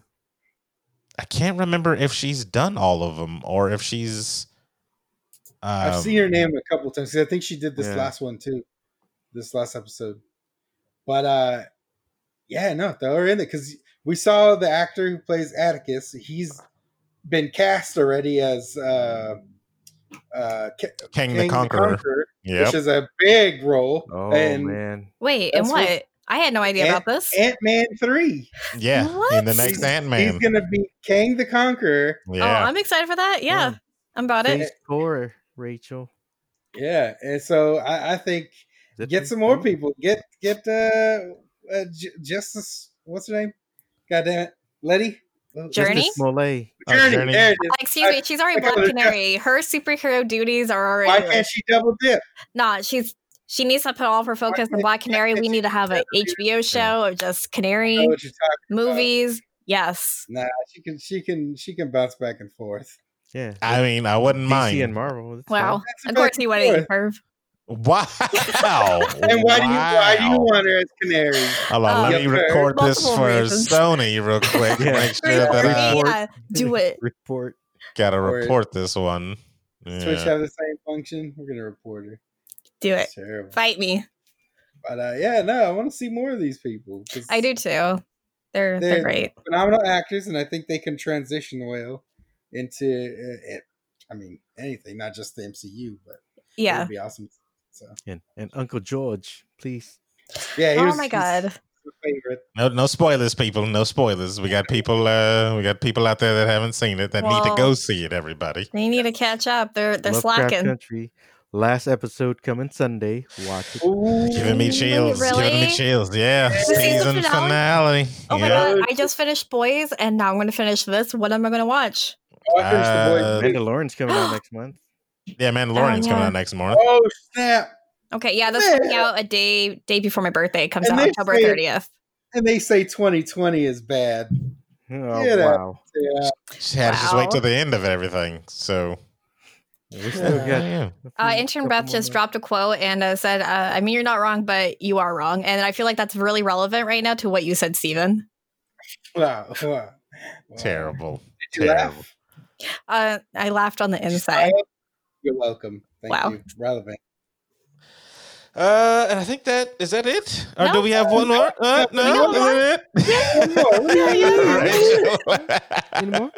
[SPEAKER 2] I can't remember if she's done all of them or if she's um,
[SPEAKER 3] I've seen her name a couple times 'cause I think she did this
[SPEAKER 5] Yeah.
[SPEAKER 3] last one too, this last episode. But uh, yeah, no, throw her in there because we saw the actor who plays Atticus. He's been cast already as uh, uh, K-
[SPEAKER 2] King,
[SPEAKER 3] King
[SPEAKER 2] the Conqueror.
[SPEAKER 3] which
[SPEAKER 2] Yep.
[SPEAKER 3] is a big role.
[SPEAKER 5] Oh
[SPEAKER 3] and
[SPEAKER 5] man,
[SPEAKER 4] Wait,
[SPEAKER 3] That's
[SPEAKER 4] and
[SPEAKER 3] what- eh.
[SPEAKER 4] what? I had no idea
[SPEAKER 3] And-
[SPEAKER 4] about this.
[SPEAKER 3] Ant Man three,
[SPEAKER 2] yeah. In the
[SPEAKER 4] What?
[SPEAKER 2] next
[SPEAKER 3] He's-
[SPEAKER 2] Ant
[SPEAKER 3] he's
[SPEAKER 2] Man.
[SPEAKER 3] gonna be King the Conqueror.
[SPEAKER 4] oh,
[SPEAKER 2] Yeah.
[SPEAKER 4] I'm excited for that. Yeah,
[SPEAKER 5] Yeah.
[SPEAKER 4] I'm about
[SPEAKER 5] phase
[SPEAKER 4] it.
[SPEAKER 5] four, Rachel.
[SPEAKER 3] Yeah, and so I, I think
[SPEAKER 5] Is it
[SPEAKER 3] get
[SPEAKER 5] phase
[SPEAKER 3] some more
[SPEAKER 5] four?
[SPEAKER 3] people. Get get uh, uh J- Justice. What's her name? God damn it, Letty. What-
[SPEAKER 5] Justice
[SPEAKER 4] Journey?
[SPEAKER 5] Smollett.
[SPEAKER 2] Oh,
[SPEAKER 3] Journey.
[SPEAKER 2] Journey.
[SPEAKER 3] There it is.
[SPEAKER 4] Excuse me, she's already
[SPEAKER 3] I got
[SPEAKER 4] Black
[SPEAKER 3] it.
[SPEAKER 4] Canary. Her superhero duties are already.
[SPEAKER 3] Why can't she double dip?
[SPEAKER 4] Nah, she's she needs to put all of her focus on
[SPEAKER 3] can't-
[SPEAKER 4] Black Canary.
[SPEAKER 3] can't
[SPEAKER 4] We
[SPEAKER 3] she
[SPEAKER 4] need to have an
[SPEAKER 3] do
[SPEAKER 4] HBO show of just
[SPEAKER 3] I
[SPEAKER 4] Canary
[SPEAKER 3] know what you're talking.
[SPEAKER 4] movies. Yes.
[SPEAKER 3] Nah, she can. She can. She can bounce back and forth.
[SPEAKER 5] Yeah,
[SPEAKER 2] I mean, I wouldn't
[SPEAKER 5] DC
[SPEAKER 2] mind.
[SPEAKER 5] and Marvel. that's fine.
[SPEAKER 4] Wow.
[SPEAKER 3] That's
[SPEAKER 4] Of
[SPEAKER 3] about
[SPEAKER 4] course he went to
[SPEAKER 3] it.
[SPEAKER 4] Perv.
[SPEAKER 2] <laughs> Wow.
[SPEAKER 3] <laughs> And why do you? Why do you
[SPEAKER 2] Wow.
[SPEAKER 3] want her as Canary?
[SPEAKER 2] Hold on,
[SPEAKER 4] Uh,
[SPEAKER 2] let me
[SPEAKER 3] Yeah, for
[SPEAKER 2] record this
[SPEAKER 4] multiple
[SPEAKER 2] for
[SPEAKER 4] reasons.
[SPEAKER 2] Sony real quick.
[SPEAKER 5] Yeah.
[SPEAKER 2] Make sure that I
[SPEAKER 5] Report.
[SPEAKER 4] Yeah, do it.
[SPEAKER 5] <laughs> Report.
[SPEAKER 2] gotta
[SPEAKER 3] Report.
[SPEAKER 2] report this one. Yeah.
[SPEAKER 3] Switch have the same function. We're gonna report her.
[SPEAKER 4] Do it.
[SPEAKER 3] It's terrible.
[SPEAKER 4] Fight me.
[SPEAKER 3] But uh, yeah, no, I want to see more of these people. 'cause
[SPEAKER 4] I do too. They're they're,
[SPEAKER 3] They're-
[SPEAKER 4] great.
[SPEAKER 3] Phenomenal actors, and I think they can transition well into. Uh, it, I mean, anything, not just the MCU, but it
[SPEAKER 4] Yeah.
[SPEAKER 3] would be awesome. So
[SPEAKER 5] And, and Uncle George, please.
[SPEAKER 3] yeah. he
[SPEAKER 4] Oh
[SPEAKER 3] was-
[SPEAKER 4] my
[SPEAKER 3] he's
[SPEAKER 4] god.
[SPEAKER 3] my favorite.
[SPEAKER 2] No, no spoilers, people. No spoilers. We got people. Uh, we got people out there that haven't seen it that need to
[SPEAKER 4] Well-
[SPEAKER 2] go see it. Everybody.
[SPEAKER 4] They need to catch up. They're they're
[SPEAKER 5] Lovecraft
[SPEAKER 4] slacking.
[SPEAKER 5] Country. Last episode coming Sunday. Watch it.
[SPEAKER 2] Giving me
[SPEAKER 4] Wait,
[SPEAKER 2] chills. Giving me
[SPEAKER 4] really?
[SPEAKER 2] chills. Yeah.
[SPEAKER 3] The
[SPEAKER 4] season
[SPEAKER 2] Season
[SPEAKER 4] finale?
[SPEAKER 2] finale.
[SPEAKER 4] Oh my
[SPEAKER 2] yeah.
[SPEAKER 4] god, I just finished Boys and now I'm going to finish this. What am I going to watch?
[SPEAKER 3] Oh, I finished the boys.
[SPEAKER 2] Uh,
[SPEAKER 5] Mandalorian's
[SPEAKER 3] <gasps>
[SPEAKER 5] coming out next month.
[SPEAKER 2] Yeah, Mandalorian's coming
[SPEAKER 4] yeah.
[SPEAKER 2] out next month.
[SPEAKER 3] oh snap!
[SPEAKER 4] Okay, yeah, that's
[SPEAKER 3] Yeah.
[SPEAKER 4] coming out a day day before my birthday. It comes
[SPEAKER 3] And
[SPEAKER 4] out
[SPEAKER 3] they
[SPEAKER 4] October
[SPEAKER 3] say-
[SPEAKER 4] 30th.
[SPEAKER 3] And they say 2020 is bad.
[SPEAKER 5] Oh
[SPEAKER 3] Get out.
[SPEAKER 5] wow.
[SPEAKER 3] Yeah. <laughs>
[SPEAKER 2] She had to just wait
[SPEAKER 4] Wow.
[SPEAKER 2] till the end of everything. So
[SPEAKER 5] We still
[SPEAKER 3] Yeah.
[SPEAKER 5] got
[SPEAKER 2] yeah.
[SPEAKER 5] a
[SPEAKER 4] Uh,
[SPEAKER 5] few-
[SPEAKER 4] intern
[SPEAKER 5] couple
[SPEAKER 4] Beth
[SPEAKER 5] more
[SPEAKER 4] just
[SPEAKER 5] months.
[SPEAKER 4] dropped a quote and uh, said, uh, "I mean, you're not wrong, but you are wrong." And I feel like that's really relevant right now to what you said, Steven.
[SPEAKER 3] Wow. <laughs> wow. Wow.
[SPEAKER 2] terrible.
[SPEAKER 3] Did you laugh?
[SPEAKER 2] terrible.
[SPEAKER 4] Uh, I laughed on the
[SPEAKER 3] <laughs>
[SPEAKER 4] inside.
[SPEAKER 3] You're welcome. Thank
[SPEAKER 4] Wow.
[SPEAKER 3] you.
[SPEAKER 4] <laughs>
[SPEAKER 3] Relevant.
[SPEAKER 2] Uh, and I think that is that it. Or
[SPEAKER 4] No.
[SPEAKER 2] do we have one more? Uh,
[SPEAKER 3] No,
[SPEAKER 2] no,
[SPEAKER 4] no, no.
[SPEAKER 2] is
[SPEAKER 3] One more. What do you mean?
[SPEAKER 2] <laughs> that <laughs> it?
[SPEAKER 5] Any more?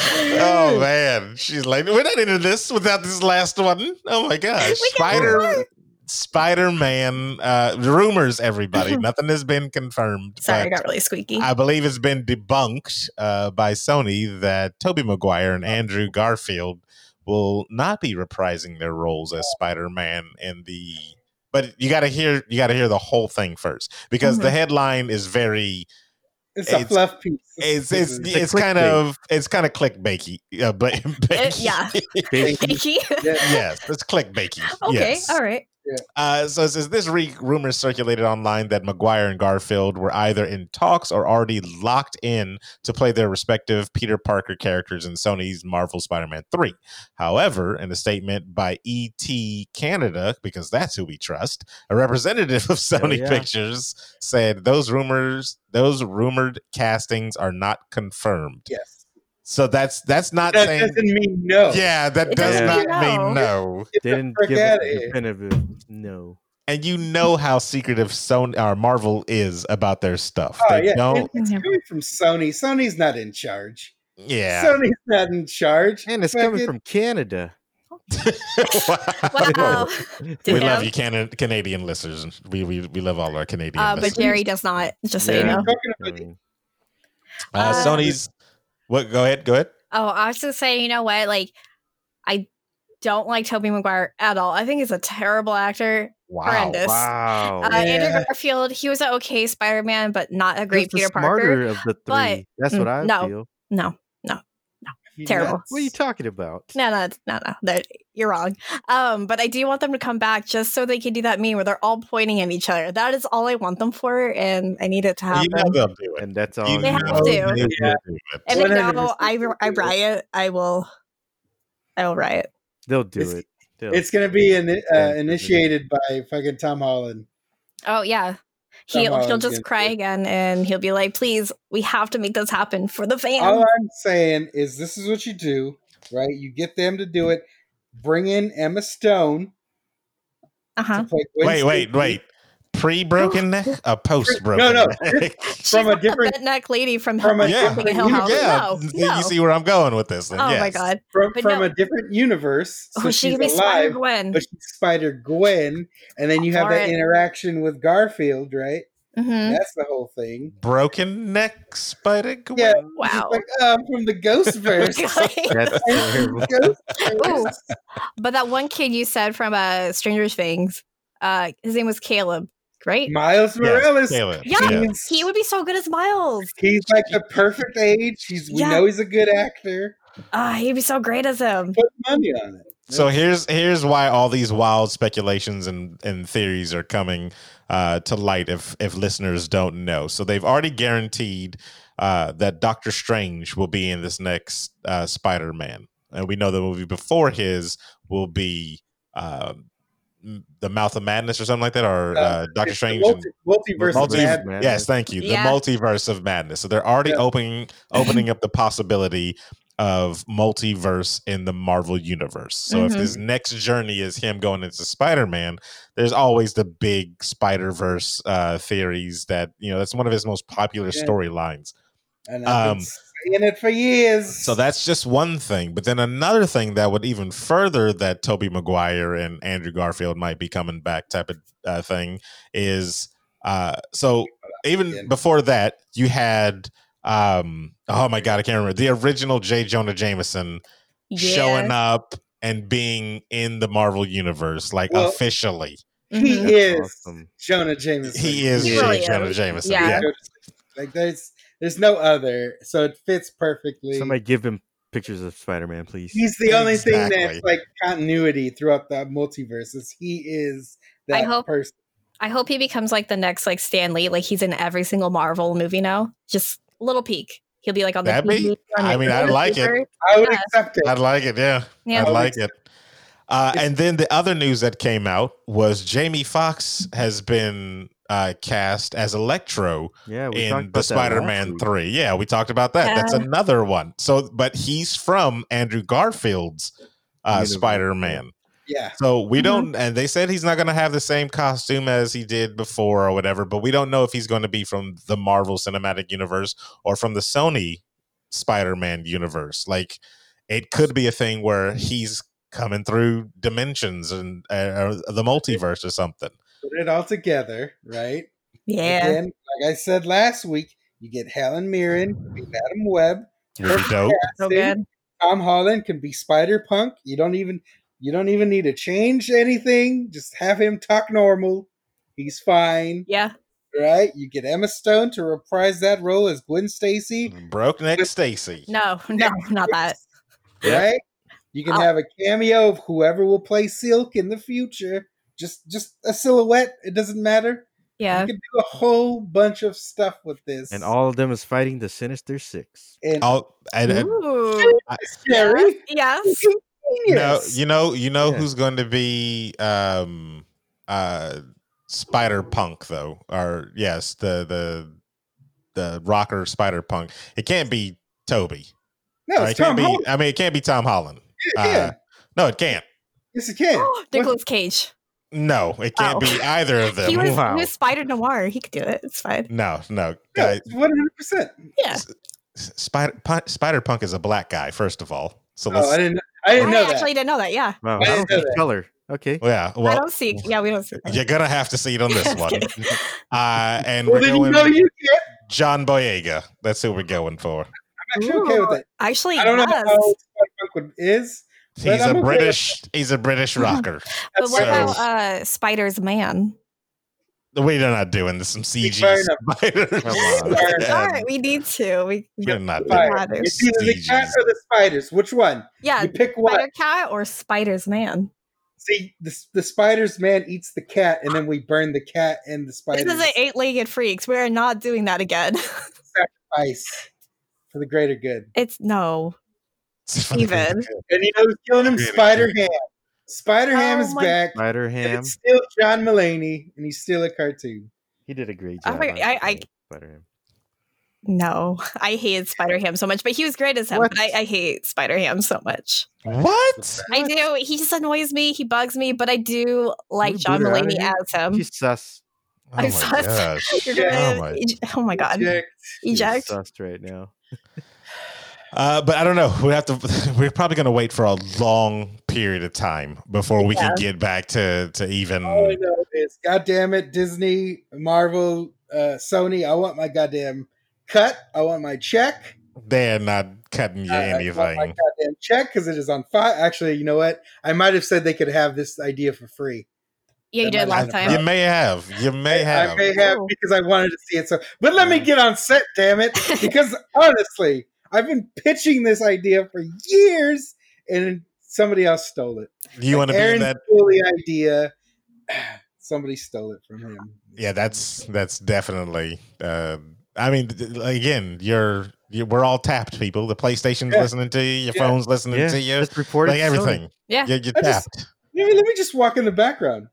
[SPEAKER 2] Oh man, she's like, we're not into this without this last one. Oh my gosh,
[SPEAKER 4] We got
[SPEAKER 2] Spider Spider Man. Uh, rumors,
[SPEAKER 4] <laughs>
[SPEAKER 2] everybody. Nothing has been confirmed.
[SPEAKER 4] Sorry, I
[SPEAKER 2] but
[SPEAKER 4] got really squeaky. <laughs>
[SPEAKER 2] I believe it's been debunked uh, by Sony that Toby Maguire and Andrew Garfield will not be reprising their roles as Spider Man in the. But you got to hear you got to hear the whole thing first because
[SPEAKER 4] Mm-hmm.
[SPEAKER 2] the headline is very
[SPEAKER 3] It's a
[SPEAKER 2] It's-
[SPEAKER 3] fluff piece.
[SPEAKER 2] it's
[SPEAKER 3] This
[SPEAKER 2] it's
[SPEAKER 3] is-
[SPEAKER 2] it's,
[SPEAKER 5] clickbait.
[SPEAKER 2] kind of it's kind of clickbaity. Uh, <laughs> but
[SPEAKER 4] yeah.
[SPEAKER 2] yes,
[SPEAKER 5] Big-
[SPEAKER 4] Icky.
[SPEAKER 2] <laughs>
[SPEAKER 3] yeah,
[SPEAKER 2] it's clickbaity.
[SPEAKER 4] okay,
[SPEAKER 2] yes.
[SPEAKER 4] all right.
[SPEAKER 2] Uh, so it says this week, rumors circulated online that McGuire and Garfield were either in talks or already locked in to play their respective Peter Parker characters in Sony's Marvel Spider-Man 3. However, in a statement by ET Canada, because that's who we trust, a representative of Sony
[SPEAKER 5] yeah.
[SPEAKER 2] Pictures said those rumors, those rumored castings are not confirmed.
[SPEAKER 3] Yes.
[SPEAKER 2] So that's that's not
[SPEAKER 3] That
[SPEAKER 2] saying.
[SPEAKER 3] doesn't mean no.
[SPEAKER 2] Yeah, that
[SPEAKER 4] It
[SPEAKER 2] does
[SPEAKER 5] doesn't
[SPEAKER 2] not
[SPEAKER 4] mean
[SPEAKER 2] mean no.
[SPEAKER 3] Get
[SPEAKER 5] They
[SPEAKER 3] the
[SPEAKER 5] didn't
[SPEAKER 3] frick
[SPEAKER 5] give
[SPEAKER 3] outta
[SPEAKER 5] a
[SPEAKER 3] here.
[SPEAKER 5] definitive no.
[SPEAKER 2] and you know how secretive Sony or Marvel is about their stuff.
[SPEAKER 3] Oh,
[SPEAKER 2] they
[SPEAKER 3] yeah.
[SPEAKER 2] don't,
[SPEAKER 3] It's coming from Sony. Sony's not in charge.
[SPEAKER 2] yeah. <laughs>
[SPEAKER 3] Sony's not in charge.
[SPEAKER 5] And it's
[SPEAKER 3] Fucking-
[SPEAKER 5] coming from Canada.
[SPEAKER 2] <laughs>
[SPEAKER 3] <laughs>
[SPEAKER 4] Wow.
[SPEAKER 2] we love
[SPEAKER 4] Damn.
[SPEAKER 2] you, Can- Canadian listeners. We, we we love all our Canadian
[SPEAKER 4] Uh, but
[SPEAKER 2] listeners.
[SPEAKER 4] Jerry does not, just so you
[SPEAKER 3] <laughs>
[SPEAKER 4] know.
[SPEAKER 5] Yeah.
[SPEAKER 3] Talking
[SPEAKER 5] I
[SPEAKER 3] about the-
[SPEAKER 5] mean,
[SPEAKER 2] uh,
[SPEAKER 4] Uh,
[SPEAKER 2] Sony's. What? Go ahead. Go ahead.
[SPEAKER 4] Oh, I was just saying, you know what? Like, I don't like Toby Maguire at all. I think he's a terrible actor.
[SPEAKER 2] Wow.
[SPEAKER 4] horrendous.
[SPEAKER 5] oh, wow.
[SPEAKER 4] uh, Andrew
[SPEAKER 3] Yeah.
[SPEAKER 4] Garfield, he was an okay Spider Man, but not a
[SPEAKER 5] He's
[SPEAKER 4] great
[SPEAKER 5] the
[SPEAKER 4] Peter Parker.
[SPEAKER 5] smarter of the three.
[SPEAKER 4] but-
[SPEAKER 5] That's what I
[SPEAKER 4] Mm, no.
[SPEAKER 5] feel.
[SPEAKER 4] No,
[SPEAKER 3] you
[SPEAKER 4] Terrible.
[SPEAKER 3] nuts.
[SPEAKER 5] What are you talking about?
[SPEAKER 4] no, no, no, no. That, you're wrong. Um, but I do want them to come back just so they can do that meme where they're all pointing at each other. That is all I want them for, and I need it to happen.
[SPEAKER 2] You know they'll do it.
[SPEAKER 5] And that's all.
[SPEAKER 2] You
[SPEAKER 4] They have
[SPEAKER 2] know
[SPEAKER 4] to.
[SPEAKER 2] they will do it.
[SPEAKER 4] and if no,
[SPEAKER 3] 100%
[SPEAKER 4] I, I riot. I will. I will riot.
[SPEAKER 5] They'll do
[SPEAKER 3] It's-
[SPEAKER 5] it. They'll-
[SPEAKER 3] It's going to be in, uh,
[SPEAKER 5] Yeah.
[SPEAKER 3] initiated by fucking Tom Holland.
[SPEAKER 4] Oh yeah. He'll,
[SPEAKER 3] Somehow
[SPEAKER 4] he'll
[SPEAKER 3] it's
[SPEAKER 4] just
[SPEAKER 3] gonna
[SPEAKER 4] cry
[SPEAKER 3] be-
[SPEAKER 4] again and he'll be like, please, we have to make this happen for the fans.
[SPEAKER 3] All I'm saying is this is what you do, right? You get them to do it. Bring in Emma Stone
[SPEAKER 4] uh-huh.
[SPEAKER 3] to play Gwen
[SPEAKER 2] Wait, wait,
[SPEAKER 3] Stacy
[SPEAKER 2] wait. Pre broken neck, a post broken.
[SPEAKER 3] No, no.
[SPEAKER 2] Neck?
[SPEAKER 3] From a different
[SPEAKER 4] That neck lady from,
[SPEAKER 3] From
[SPEAKER 4] from
[SPEAKER 3] a
[SPEAKER 2] yeah,
[SPEAKER 3] Something
[SPEAKER 4] Hill
[SPEAKER 2] <laughs> <laughs>
[SPEAKER 4] House.
[SPEAKER 2] yeah.
[SPEAKER 4] No,
[SPEAKER 2] You-
[SPEAKER 4] no.
[SPEAKER 2] You see where I'm going with this?
[SPEAKER 4] Oh
[SPEAKER 2] then,
[SPEAKER 4] my
[SPEAKER 2] yes.
[SPEAKER 4] god.
[SPEAKER 3] from,
[SPEAKER 4] But
[SPEAKER 3] from
[SPEAKER 4] no.
[SPEAKER 3] a different universe. So
[SPEAKER 4] oh, she
[SPEAKER 3] she's
[SPEAKER 4] could be Spider
[SPEAKER 3] alive,
[SPEAKER 4] Gwen.
[SPEAKER 3] but she's Spider Gwen, and then you have that
[SPEAKER 4] Alright.
[SPEAKER 3] interaction with Garfield, right?
[SPEAKER 4] hmm
[SPEAKER 3] That's the whole thing.
[SPEAKER 2] Broken neck spider. Gwen?
[SPEAKER 3] Yeah. She's
[SPEAKER 4] Wow. <laughs> Oh
[SPEAKER 3] like, oh, I'm from the Ghostverse. <laughs>
[SPEAKER 5] <laughs> That's terrible.
[SPEAKER 4] Ooh.
[SPEAKER 3] Ghostverse.
[SPEAKER 4] but that one kid you said from uh, Stranger Things, uh, his name was Caleb, right?
[SPEAKER 3] Miles
[SPEAKER 2] Yes,
[SPEAKER 3] Morales.
[SPEAKER 2] Caleb.
[SPEAKER 4] Yeah.
[SPEAKER 2] yeah.
[SPEAKER 3] He's,
[SPEAKER 4] He would be so good as Miles.
[SPEAKER 3] he's like the perfect age. He's we
[SPEAKER 4] Yeah.
[SPEAKER 3] know he's a good actor.
[SPEAKER 4] Ah, he'd be so great as him.
[SPEAKER 3] Put money on it.
[SPEAKER 2] So here's here's why all these wild speculations and, and theories are coming uh, to light if if listeners don't know. So they've already guaranteed uh, that Doctor Strange will be in this next uh, Spider Man, and we know the movie before his will be uh, m- the Mouth of Madness or something like that, or uh, Doctor
[SPEAKER 3] It's the
[SPEAKER 2] Strange. and-
[SPEAKER 3] multi- multiverse.
[SPEAKER 2] Multi-
[SPEAKER 3] of madness.
[SPEAKER 5] Madness.
[SPEAKER 2] Yes, thank you. The
[SPEAKER 4] Yeah.
[SPEAKER 2] multiverse of madness. So they're already
[SPEAKER 3] Yeah.
[SPEAKER 2] opening opening up the possibility of multiverse in the Marvel universe. So if
[SPEAKER 4] Mhm.
[SPEAKER 2] this next journey is him going into Spider-Man, there's always the big Spider-Verse uh theories that, you know, that's one of his most popular
[SPEAKER 3] Yeah.
[SPEAKER 2] storylines.
[SPEAKER 3] and I've
[SPEAKER 2] Um,
[SPEAKER 3] been saying it for years.
[SPEAKER 2] So that's just one thing. But then another thing that would even further that Toby Maguire and Andrew Garfield might be coming back type of uh, thing is uh, so
[SPEAKER 3] Yeah.
[SPEAKER 2] even before that, you had um, oh my god, I can't remember the original J. Jonah Jameson
[SPEAKER 4] Yeah.
[SPEAKER 2] showing up and being in the Marvel universe, like
[SPEAKER 3] Well-
[SPEAKER 2] officially.
[SPEAKER 3] he <laughs>
[SPEAKER 4] Mhm.
[SPEAKER 3] is
[SPEAKER 5] awesome.
[SPEAKER 3] Jonah Jameson.
[SPEAKER 2] He is
[SPEAKER 4] He
[SPEAKER 2] J.
[SPEAKER 4] really
[SPEAKER 2] Jonah
[SPEAKER 4] is.
[SPEAKER 2] Jameson.
[SPEAKER 4] Yeah.
[SPEAKER 2] Yeah.
[SPEAKER 3] Like there's there's no other, so it fits perfectly.
[SPEAKER 5] Somebody give him pictures of Spider Man, please.
[SPEAKER 3] He's the only thing
[SPEAKER 2] Exactly.
[SPEAKER 3] that's like continuity throughout the multiverse. Is he is
[SPEAKER 4] I
[SPEAKER 3] that
[SPEAKER 4] hope-
[SPEAKER 3] person?
[SPEAKER 4] I hope he becomes like the next like Stan Lee. Like he's in every single Marvel movie now. Just a little peek. He'll be like on the
[SPEAKER 2] That'd
[SPEAKER 4] TV.
[SPEAKER 2] be-
[SPEAKER 4] on
[SPEAKER 2] I
[SPEAKER 4] the
[SPEAKER 2] mean, I'd
[SPEAKER 4] newspaper.
[SPEAKER 2] like it.
[SPEAKER 3] I would
[SPEAKER 4] Yeah.
[SPEAKER 3] accept it.
[SPEAKER 2] I'd like it. Yeah.
[SPEAKER 4] Yeah. Oh,
[SPEAKER 2] I like it. Uh, and then the other news that came out was Jamie Foxx has been uh, cast as Electro
[SPEAKER 5] yeah, Oh, we talked
[SPEAKER 2] in
[SPEAKER 5] about
[SPEAKER 2] the
[SPEAKER 5] that last
[SPEAKER 2] Spider-Man
[SPEAKER 5] week.
[SPEAKER 2] Three. Yeah, we talked about that. That's
[SPEAKER 4] Yeah.
[SPEAKER 2] another one. So, but he's from Andrew Garfield's uh,
[SPEAKER 5] Universe, yeah.
[SPEAKER 2] Spider-Man.
[SPEAKER 3] yeah,
[SPEAKER 2] So we
[SPEAKER 4] Mhm.
[SPEAKER 2] don't, and they said he's not going to have the same costume as he did before or whatever. But we don't know if he's going to be from the Marvel Cinematic Universe or from the Sony Spider-Man universe. Like it could be a thing where he's coming through dimensions and uh, or the multiverse or something.
[SPEAKER 3] put it all together, right?
[SPEAKER 4] Yeah.
[SPEAKER 3] Again, like I said last week, you get Helen Mirren, you get Madam Web,
[SPEAKER 2] Would be dope.
[SPEAKER 4] So
[SPEAKER 3] casting.
[SPEAKER 4] good.
[SPEAKER 3] Tom Holland can be Spider Punk. You don't even you don't even need to change anything. Just have him talk normal. He's fine,
[SPEAKER 4] Yeah.
[SPEAKER 3] right? You get Emma Stone to reprise that role as Gwen Stacy,
[SPEAKER 2] Broke neck Stacy.
[SPEAKER 4] No, no, not that. Oh.
[SPEAKER 5] Yeah.
[SPEAKER 3] right? You can
[SPEAKER 4] I'll-
[SPEAKER 3] have a cameo of whoever will play Silk in the future. Just just a silhouette. It doesn't matter.
[SPEAKER 4] Yeah.
[SPEAKER 3] You can do a whole bunch of stuff with this.
[SPEAKER 5] and all of them is fighting the Sinister Six.
[SPEAKER 3] and
[SPEAKER 2] I'll, and, and
[SPEAKER 4] Ooh.
[SPEAKER 3] scary.
[SPEAKER 4] Yes.
[SPEAKER 2] no,
[SPEAKER 3] Yes.
[SPEAKER 2] you know, you know
[SPEAKER 5] Yeah.
[SPEAKER 2] who's going to be um uh Spider Punk though, or yes, the the the rocker Spider Punk. It can't be Toby.
[SPEAKER 3] no,
[SPEAKER 2] or
[SPEAKER 3] it's
[SPEAKER 2] it can't
[SPEAKER 3] Tom
[SPEAKER 2] be.
[SPEAKER 3] Holland.
[SPEAKER 2] I mean, it can't be Tom Holland.
[SPEAKER 3] Yeah, yeah.
[SPEAKER 2] Uh, no, it can't.
[SPEAKER 3] yes, it can.
[SPEAKER 2] <gasps>
[SPEAKER 4] <gasps> Nicholas Cage.
[SPEAKER 2] No, it can't
[SPEAKER 4] Oh.
[SPEAKER 2] be either of them.
[SPEAKER 4] <laughs> He was,
[SPEAKER 5] Wow.
[SPEAKER 4] he was Spider Noir. He could do it. It's fine.
[SPEAKER 2] no, no, guy,
[SPEAKER 3] One hundred percent.
[SPEAKER 2] Spider Pun- Spider Punk is a black guy. First of all, so let's.
[SPEAKER 3] Oh, I didn't. I didn't
[SPEAKER 4] I
[SPEAKER 3] know
[SPEAKER 4] actually didn't know that. Yeah.
[SPEAKER 3] I
[SPEAKER 5] Wow, I
[SPEAKER 3] didn't
[SPEAKER 5] don't
[SPEAKER 3] know
[SPEAKER 5] see
[SPEAKER 3] that.
[SPEAKER 5] color. Okay,
[SPEAKER 2] yeah,
[SPEAKER 4] I
[SPEAKER 2] well,
[SPEAKER 4] don't see. Yeah, we don't see. that.
[SPEAKER 2] you're gonna have to see it on
[SPEAKER 4] <laughs>
[SPEAKER 2] this
[SPEAKER 4] Just
[SPEAKER 2] one.
[SPEAKER 4] kidding.
[SPEAKER 2] Uh, and
[SPEAKER 3] that. Well,
[SPEAKER 2] we're
[SPEAKER 3] then you
[SPEAKER 2] going
[SPEAKER 3] know you can't.
[SPEAKER 2] John Boyega. That's who we're going for.
[SPEAKER 3] I'm actually okay with
[SPEAKER 4] Ooh,
[SPEAKER 3] that.
[SPEAKER 4] Actually,
[SPEAKER 3] I don't know
[SPEAKER 4] yes.
[SPEAKER 3] how old Spider-Punk would- is.
[SPEAKER 2] He's
[SPEAKER 3] I'm
[SPEAKER 2] a
[SPEAKER 3] okay with
[SPEAKER 2] British. He's a
[SPEAKER 3] <laughs>
[SPEAKER 2] British rocker.
[SPEAKER 4] But what
[SPEAKER 2] So-
[SPEAKER 4] about uh, Spider's Man?
[SPEAKER 2] We're not doing this. Some CG
[SPEAKER 3] Fair enough.
[SPEAKER 2] <laughs> spiders.
[SPEAKER 5] Come on.
[SPEAKER 4] <laughs> Yes,
[SPEAKER 2] And
[SPEAKER 4] all right, we need to. We,
[SPEAKER 2] We're not
[SPEAKER 4] we
[SPEAKER 2] doing
[SPEAKER 3] Fire.
[SPEAKER 4] gotta.
[SPEAKER 3] It's either the cat
[SPEAKER 2] CGs.
[SPEAKER 3] or the spiders. Which one?
[SPEAKER 4] Yeah,
[SPEAKER 3] You pick one.
[SPEAKER 4] Spider Cat or Spider's Man.
[SPEAKER 3] See, the, the spider's man eats the cat, and then we burn the cat and the
[SPEAKER 4] This
[SPEAKER 3] spider's
[SPEAKER 4] is an eight-legged freaks. We are not doing that again. <laughs>
[SPEAKER 3] ice for the greater good.
[SPEAKER 4] It's no. Even.
[SPEAKER 3] And you know who's killing him?
[SPEAKER 2] Greater
[SPEAKER 3] Spider
[SPEAKER 2] good.
[SPEAKER 3] Ham. Spider Ham
[SPEAKER 4] Oh
[SPEAKER 3] is
[SPEAKER 4] my-
[SPEAKER 3] back.
[SPEAKER 5] Spider
[SPEAKER 3] And
[SPEAKER 5] Ham.
[SPEAKER 3] it's still John Mulaney, and he's still a cartoon.
[SPEAKER 5] He did a great
[SPEAKER 4] I
[SPEAKER 5] job.
[SPEAKER 4] forg- I- I-
[SPEAKER 5] Spider Ham.
[SPEAKER 4] No, I hated Spider Ham so much, but he was great as him.
[SPEAKER 3] What?
[SPEAKER 4] But I, I hate Spider Ham so much.
[SPEAKER 3] <laughs>
[SPEAKER 2] What?
[SPEAKER 4] I do. He just annoys me. He bugs me, but I do like
[SPEAKER 5] Can we
[SPEAKER 4] John
[SPEAKER 5] boot her out of
[SPEAKER 4] Mulaney
[SPEAKER 5] here?
[SPEAKER 4] as him.
[SPEAKER 5] She's sus.
[SPEAKER 2] Oh
[SPEAKER 4] I'm
[SPEAKER 2] my
[SPEAKER 4] sus.
[SPEAKER 2] gosh.
[SPEAKER 4] <laughs> You're
[SPEAKER 2] Oh
[SPEAKER 4] gonna-
[SPEAKER 2] my.
[SPEAKER 4] ej- oh my god.
[SPEAKER 3] Jack,
[SPEAKER 5] She's
[SPEAKER 4] Eject.
[SPEAKER 5] sussed right now.
[SPEAKER 2] Uh, but I don't know. We have to. <laughs> We're probably going to wait for a long period of time before we can get back to to even.
[SPEAKER 3] all I know is, God damn it, Disney, Marvel, uh, Sony. I want my goddamn cut. I want my check.
[SPEAKER 2] They're not cutting you
[SPEAKER 3] I- I
[SPEAKER 2] anything.
[SPEAKER 3] want my goddamn check because it is on fire. Actually, you know what? I might have said they could have this idea for free.
[SPEAKER 4] Yeah, you
[SPEAKER 3] That
[SPEAKER 4] did
[SPEAKER 3] might have
[SPEAKER 4] last time.
[SPEAKER 2] you may have. You may have.
[SPEAKER 3] I may have
[SPEAKER 4] Oh.
[SPEAKER 3] because I wanted to see it. So, but let me get on set, damn it! Because honestly, I've been pitching this idea for years, and somebody else stole it.
[SPEAKER 2] you want to be in
[SPEAKER 3] Aaron
[SPEAKER 2] that?
[SPEAKER 3] stole the idea. <sighs> Somebody stole it from him.
[SPEAKER 2] Yeah, that's that's definitely. Uh, I mean, th- th- again, you're, you we're all tapped people. The PlayStation's
[SPEAKER 3] Yeah.
[SPEAKER 2] listening to you. Your
[SPEAKER 3] Yeah.
[SPEAKER 2] phone's listening
[SPEAKER 5] Yeah,
[SPEAKER 2] to you.
[SPEAKER 5] just reported
[SPEAKER 2] Like everything.
[SPEAKER 4] Yeah.
[SPEAKER 2] You're, you're
[SPEAKER 3] I <laughs> just-
[SPEAKER 2] tapped.
[SPEAKER 3] Let me, let me just walk in the background.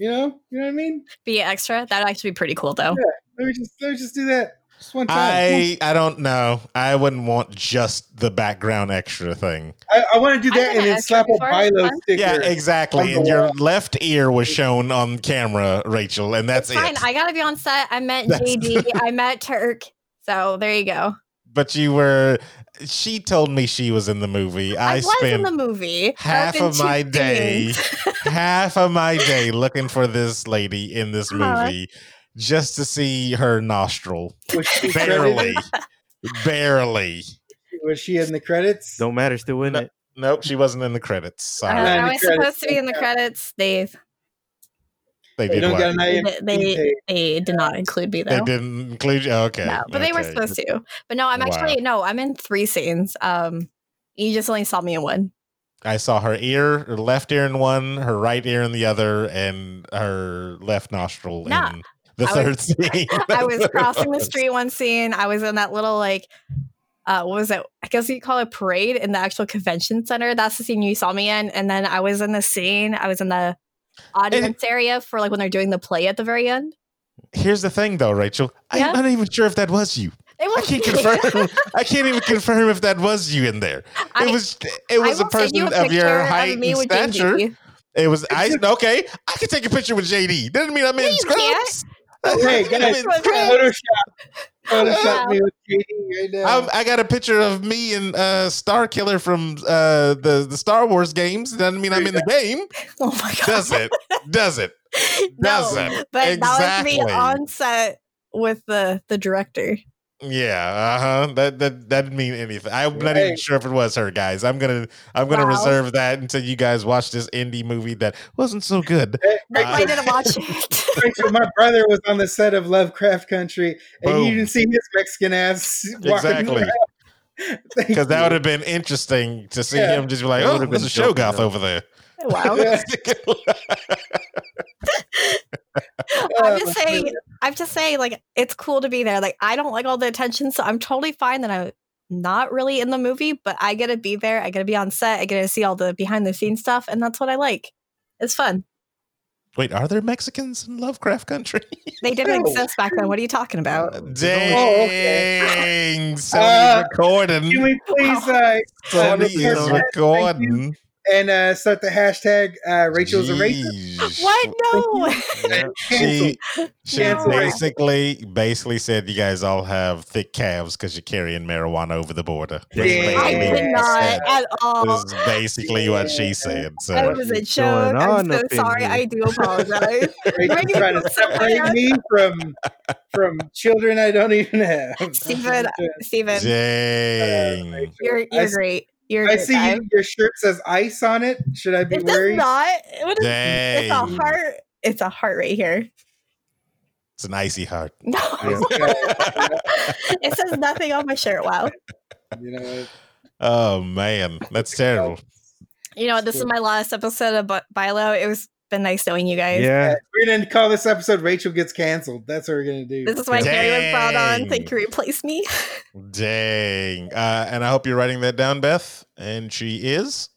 [SPEAKER 3] You know, you know what I mean.
[SPEAKER 4] Be extra. That'd actually be pretty cool though.
[SPEAKER 3] Let me just let me just do that just one time.
[SPEAKER 2] I I don't know. I wouldn't want just the background extra thing.
[SPEAKER 3] I, I want to do that
[SPEAKER 4] I've done
[SPEAKER 3] and
[SPEAKER 4] that
[SPEAKER 3] then
[SPEAKER 4] extra
[SPEAKER 3] slap a
[SPEAKER 4] before.
[SPEAKER 3] Bilo
[SPEAKER 4] Fun.
[SPEAKER 3] sticker.
[SPEAKER 2] Yeah, exactly.
[SPEAKER 3] On
[SPEAKER 2] And
[SPEAKER 3] the
[SPEAKER 2] your
[SPEAKER 3] wall.
[SPEAKER 2] left ear was shown on camera, Rachel, and that's
[SPEAKER 4] Fine.
[SPEAKER 2] it.
[SPEAKER 4] I gotta be on set. I met
[SPEAKER 2] That's-
[SPEAKER 4] <laughs> JD. I met Turk. So there you go.
[SPEAKER 2] but you were. She told me she was in the movie. I,
[SPEAKER 4] I, was in
[SPEAKER 2] spent
[SPEAKER 4] the movie. I was
[SPEAKER 2] half
[SPEAKER 4] in
[SPEAKER 2] of
[SPEAKER 4] two
[SPEAKER 2] my day-
[SPEAKER 4] scenes.
[SPEAKER 2] half of my day looking for this lady in this
[SPEAKER 4] Uh-huh.
[SPEAKER 2] movie just to see her
[SPEAKER 4] <laughs>
[SPEAKER 2] nostril.
[SPEAKER 3] Was she credited?
[SPEAKER 2] Barely, barely.
[SPEAKER 3] Was she in the credits?
[SPEAKER 5] Don't matter. Still in
[SPEAKER 2] No.
[SPEAKER 5] it.
[SPEAKER 2] Nope, she wasn't in the credits.
[SPEAKER 4] I
[SPEAKER 2] Sorry,
[SPEAKER 4] was,
[SPEAKER 3] in
[SPEAKER 4] <laughs> I
[SPEAKER 3] the
[SPEAKER 4] was
[SPEAKER 3] credits.
[SPEAKER 4] supposed to be in the credits. They
[SPEAKER 2] they
[SPEAKER 3] You
[SPEAKER 2] did
[SPEAKER 3] don't
[SPEAKER 2] what?
[SPEAKER 3] get an
[SPEAKER 4] they,
[SPEAKER 3] IMDb
[SPEAKER 4] they,
[SPEAKER 3] page.
[SPEAKER 4] they did not include me
[SPEAKER 2] They
[SPEAKER 4] though.
[SPEAKER 2] didn't include you. Okay,
[SPEAKER 4] No, but they were
[SPEAKER 2] okay.
[SPEAKER 4] supposed to. But no, I'm
[SPEAKER 2] Wow.
[SPEAKER 4] actually no. I'm in three scenes. Um, you just only saw me in one.
[SPEAKER 2] I saw her ear, her left ear in one, her right ear in the other, and her left nostril
[SPEAKER 4] Nah,
[SPEAKER 2] in the
[SPEAKER 4] I
[SPEAKER 2] third
[SPEAKER 4] was- <laughs>
[SPEAKER 2] scene.
[SPEAKER 4] I
[SPEAKER 2] That's
[SPEAKER 4] was
[SPEAKER 2] what it
[SPEAKER 4] crossing the
[SPEAKER 2] was.
[SPEAKER 4] street one scene. I was in that little like uh what was it? I guess you call it parade in the actual convention center. That's the scene you saw me in. And then I was in the scene, I was in the audience area for like when they're doing the play at the very end.
[SPEAKER 2] Here's the thing, though, Rachel.
[SPEAKER 4] Yeah?
[SPEAKER 2] I'm not even sure if that was you.
[SPEAKER 4] It
[SPEAKER 2] I
[SPEAKER 4] was <laughs>
[SPEAKER 2] can't
[SPEAKER 4] me.
[SPEAKER 2] confirm. I can't even confirm if that was you in there.
[SPEAKER 4] I-
[SPEAKER 2] It was. It was
[SPEAKER 4] I
[SPEAKER 2] a
[SPEAKER 4] will send
[SPEAKER 2] person
[SPEAKER 4] you a
[SPEAKER 2] of your
[SPEAKER 4] picture
[SPEAKER 2] height and
[SPEAKER 4] with JD.
[SPEAKER 2] stature. It was. I okay. I can take a picture with JD. Doesn't mean I'm
[SPEAKER 4] No,
[SPEAKER 2] in
[SPEAKER 4] you can't.
[SPEAKER 2] scrubs. <laughs>
[SPEAKER 3] Hey,
[SPEAKER 2] Doesn't mean I'm
[SPEAKER 3] guys,
[SPEAKER 2] in scrubs.
[SPEAKER 3] Photoshop. Photoshop
[SPEAKER 4] Yeah.
[SPEAKER 3] me with JD right now.
[SPEAKER 2] I'm, I got a picture of me and uh, Star Killer from uh, the the Star Wars games. Doesn't mean I'm in the game,
[SPEAKER 4] <laughs> Oh my god.
[SPEAKER 2] does it? Does it?
[SPEAKER 4] <laughs> no,
[SPEAKER 2] doesn't.
[SPEAKER 4] but that was me
[SPEAKER 2] Exactly.
[SPEAKER 4] on set with the the director.
[SPEAKER 2] Yeah. Uh huh. That that that didn't mean anything. I'm not even
[SPEAKER 3] Right.
[SPEAKER 2] sure if it was her, guys. I'm gonna I'm gonna
[SPEAKER 4] Wow.
[SPEAKER 2] reserve that until you guys watch this indie movie that wasn't so good.
[SPEAKER 3] Hey,
[SPEAKER 4] That's why I
[SPEAKER 2] Uh,
[SPEAKER 4] didn't watch it. <laughs>
[SPEAKER 3] Rachel, my brother was on the set of Lovecraft Country, and you
[SPEAKER 2] Boom.
[SPEAKER 3] didn't see his Mexican ass walking
[SPEAKER 2] Exactly.
[SPEAKER 3] around. <laughs> Thank
[SPEAKER 2] Because that
[SPEAKER 3] you.
[SPEAKER 2] would have been interesting to see
[SPEAKER 3] <laughs> Yeah.
[SPEAKER 2] him just be like,
[SPEAKER 5] That
[SPEAKER 2] "Oh,
[SPEAKER 5] would've
[SPEAKER 2] there's
[SPEAKER 5] been
[SPEAKER 2] a show
[SPEAKER 5] dope,
[SPEAKER 2] goth
[SPEAKER 5] yeah.
[SPEAKER 2] over there." <laughs>
[SPEAKER 4] Wow.
[SPEAKER 3] Uh,
[SPEAKER 4] I'm just saying. I'm just saying. Like, it's cool to be there. Like, I don't like all the attention, so I'm totally fine that I'm not really in the movie, but I get to be there. I get to be on set. I get to see all the behind the scenes stuff, and that's what I like. It's fun.
[SPEAKER 2] Wait, are there Mexicans in Lovecraft Country?
[SPEAKER 4] They didn't exist back then. What are you talking about?
[SPEAKER 2] Dang,
[SPEAKER 3] <laughs> Oh, okay.
[SPEAKER 2] so
[SPEAKER 3] Uh,
[SPEAKER 2] recording.
[SPEAKER 3] <laughs> Can we
[SPEAKER 4] Oh.
[SPEAKER 3] please uh,
[SPEAKER 2] Sony is
[SPEAKER 3] Thank you.
[SPEAKER 2] recording.
[SPEAKER 3] and uh, start the hashtag uh, Rachel's a racist?
[SPEAKER 2] Jeez.
[SPEAKER 4] What? No.
[SPEAKER 5] Yeah.
[SPEAKER 2] She, she
[SPEAKER 4] No.
[SPEAKER 2] basically basically said you guys all have thick calves because you're carrying marijuana over the border. That's
[SPEAKER 3] Yeah.
[SPEAKER 4] I
[SPEAKER 2] basically what she
[SPEAKER 4] did not
[SPEAKER 2] said.
[SPEAKER 4] at all.
[SPEAKER 2] This is basically what she said. So
[SPEAKER 4] That was a
[SPEAKER 5] What's
[SPEAKER 4] joke.
[SPEAKER 5] going
[SPEAKER 4] I'm
[SPEAKER 5] on
[SPEAKER 4] so
[SPEAKER 5] up in
[SPEAKER 4] sorry.
[SPEAKER 5] here?
[SPEAKER 4] I
[SPEAKER 3] <laughs>
[SPEAKER 4] do apologize.
[SPEAKER 3] Rachel's trying to separate me
[SPEAKER 2] <laughs>
[SPEAKER 3] from from children I don't even have.
[SPEAKER 4] Stephen, Steven,
[SPEAKER 2] dang.
[SPEAKER 3] <laughs>
[SPEAKER 4] you're
[SPEAKER 3] I
[SPEAKER 4] you're
[SPEAKER 3] see-
[SPEAKER 4] great. You're a
[SPEAKER 3] I
[SPEAKER 4] good
[SPEAKER 3] see
[SPEAKER 4] guy.
[SPEAKER 3] you, your shirt says ice on it. Should I be
[SPEAKER 4] It does
[SPEAKER 3] worried? <laughs>
[SPEAKER 4] not. What is, it's a
[SPEAKER 2] Dang.
[SPEAKER 4] heart. It's a heart right here. <laughs>
[SPEAKER 2] It's an icy heart. <laughs>
[SPEAKER 4] No,
[SPEAKER 5] Yeah.
[SPEAKER 4] it says nothing on my shirt. Wow.
[SPEAKER 3] You know, what?
[SPEAKER 2] oh man, that's terrible.
[SPEAKER 4] You know, what? this is my last episode of Bu- Bilo. It was been nice knowing you guys.
[SPEAKER 5] Yeah.
[SPEAKER 3] we're gonna call this episode "Rachel Gets Canceled." That's what we're gonna do.
[SPEAKER 4] This is my Harry and proud on.
[SPEAKER 2] Dang.
[SPEAKER 4] Thank you, replace me. <laughs>
[SPEAKER 2] Dang. Uh, and I hope you're writing that down, Beth. And she is.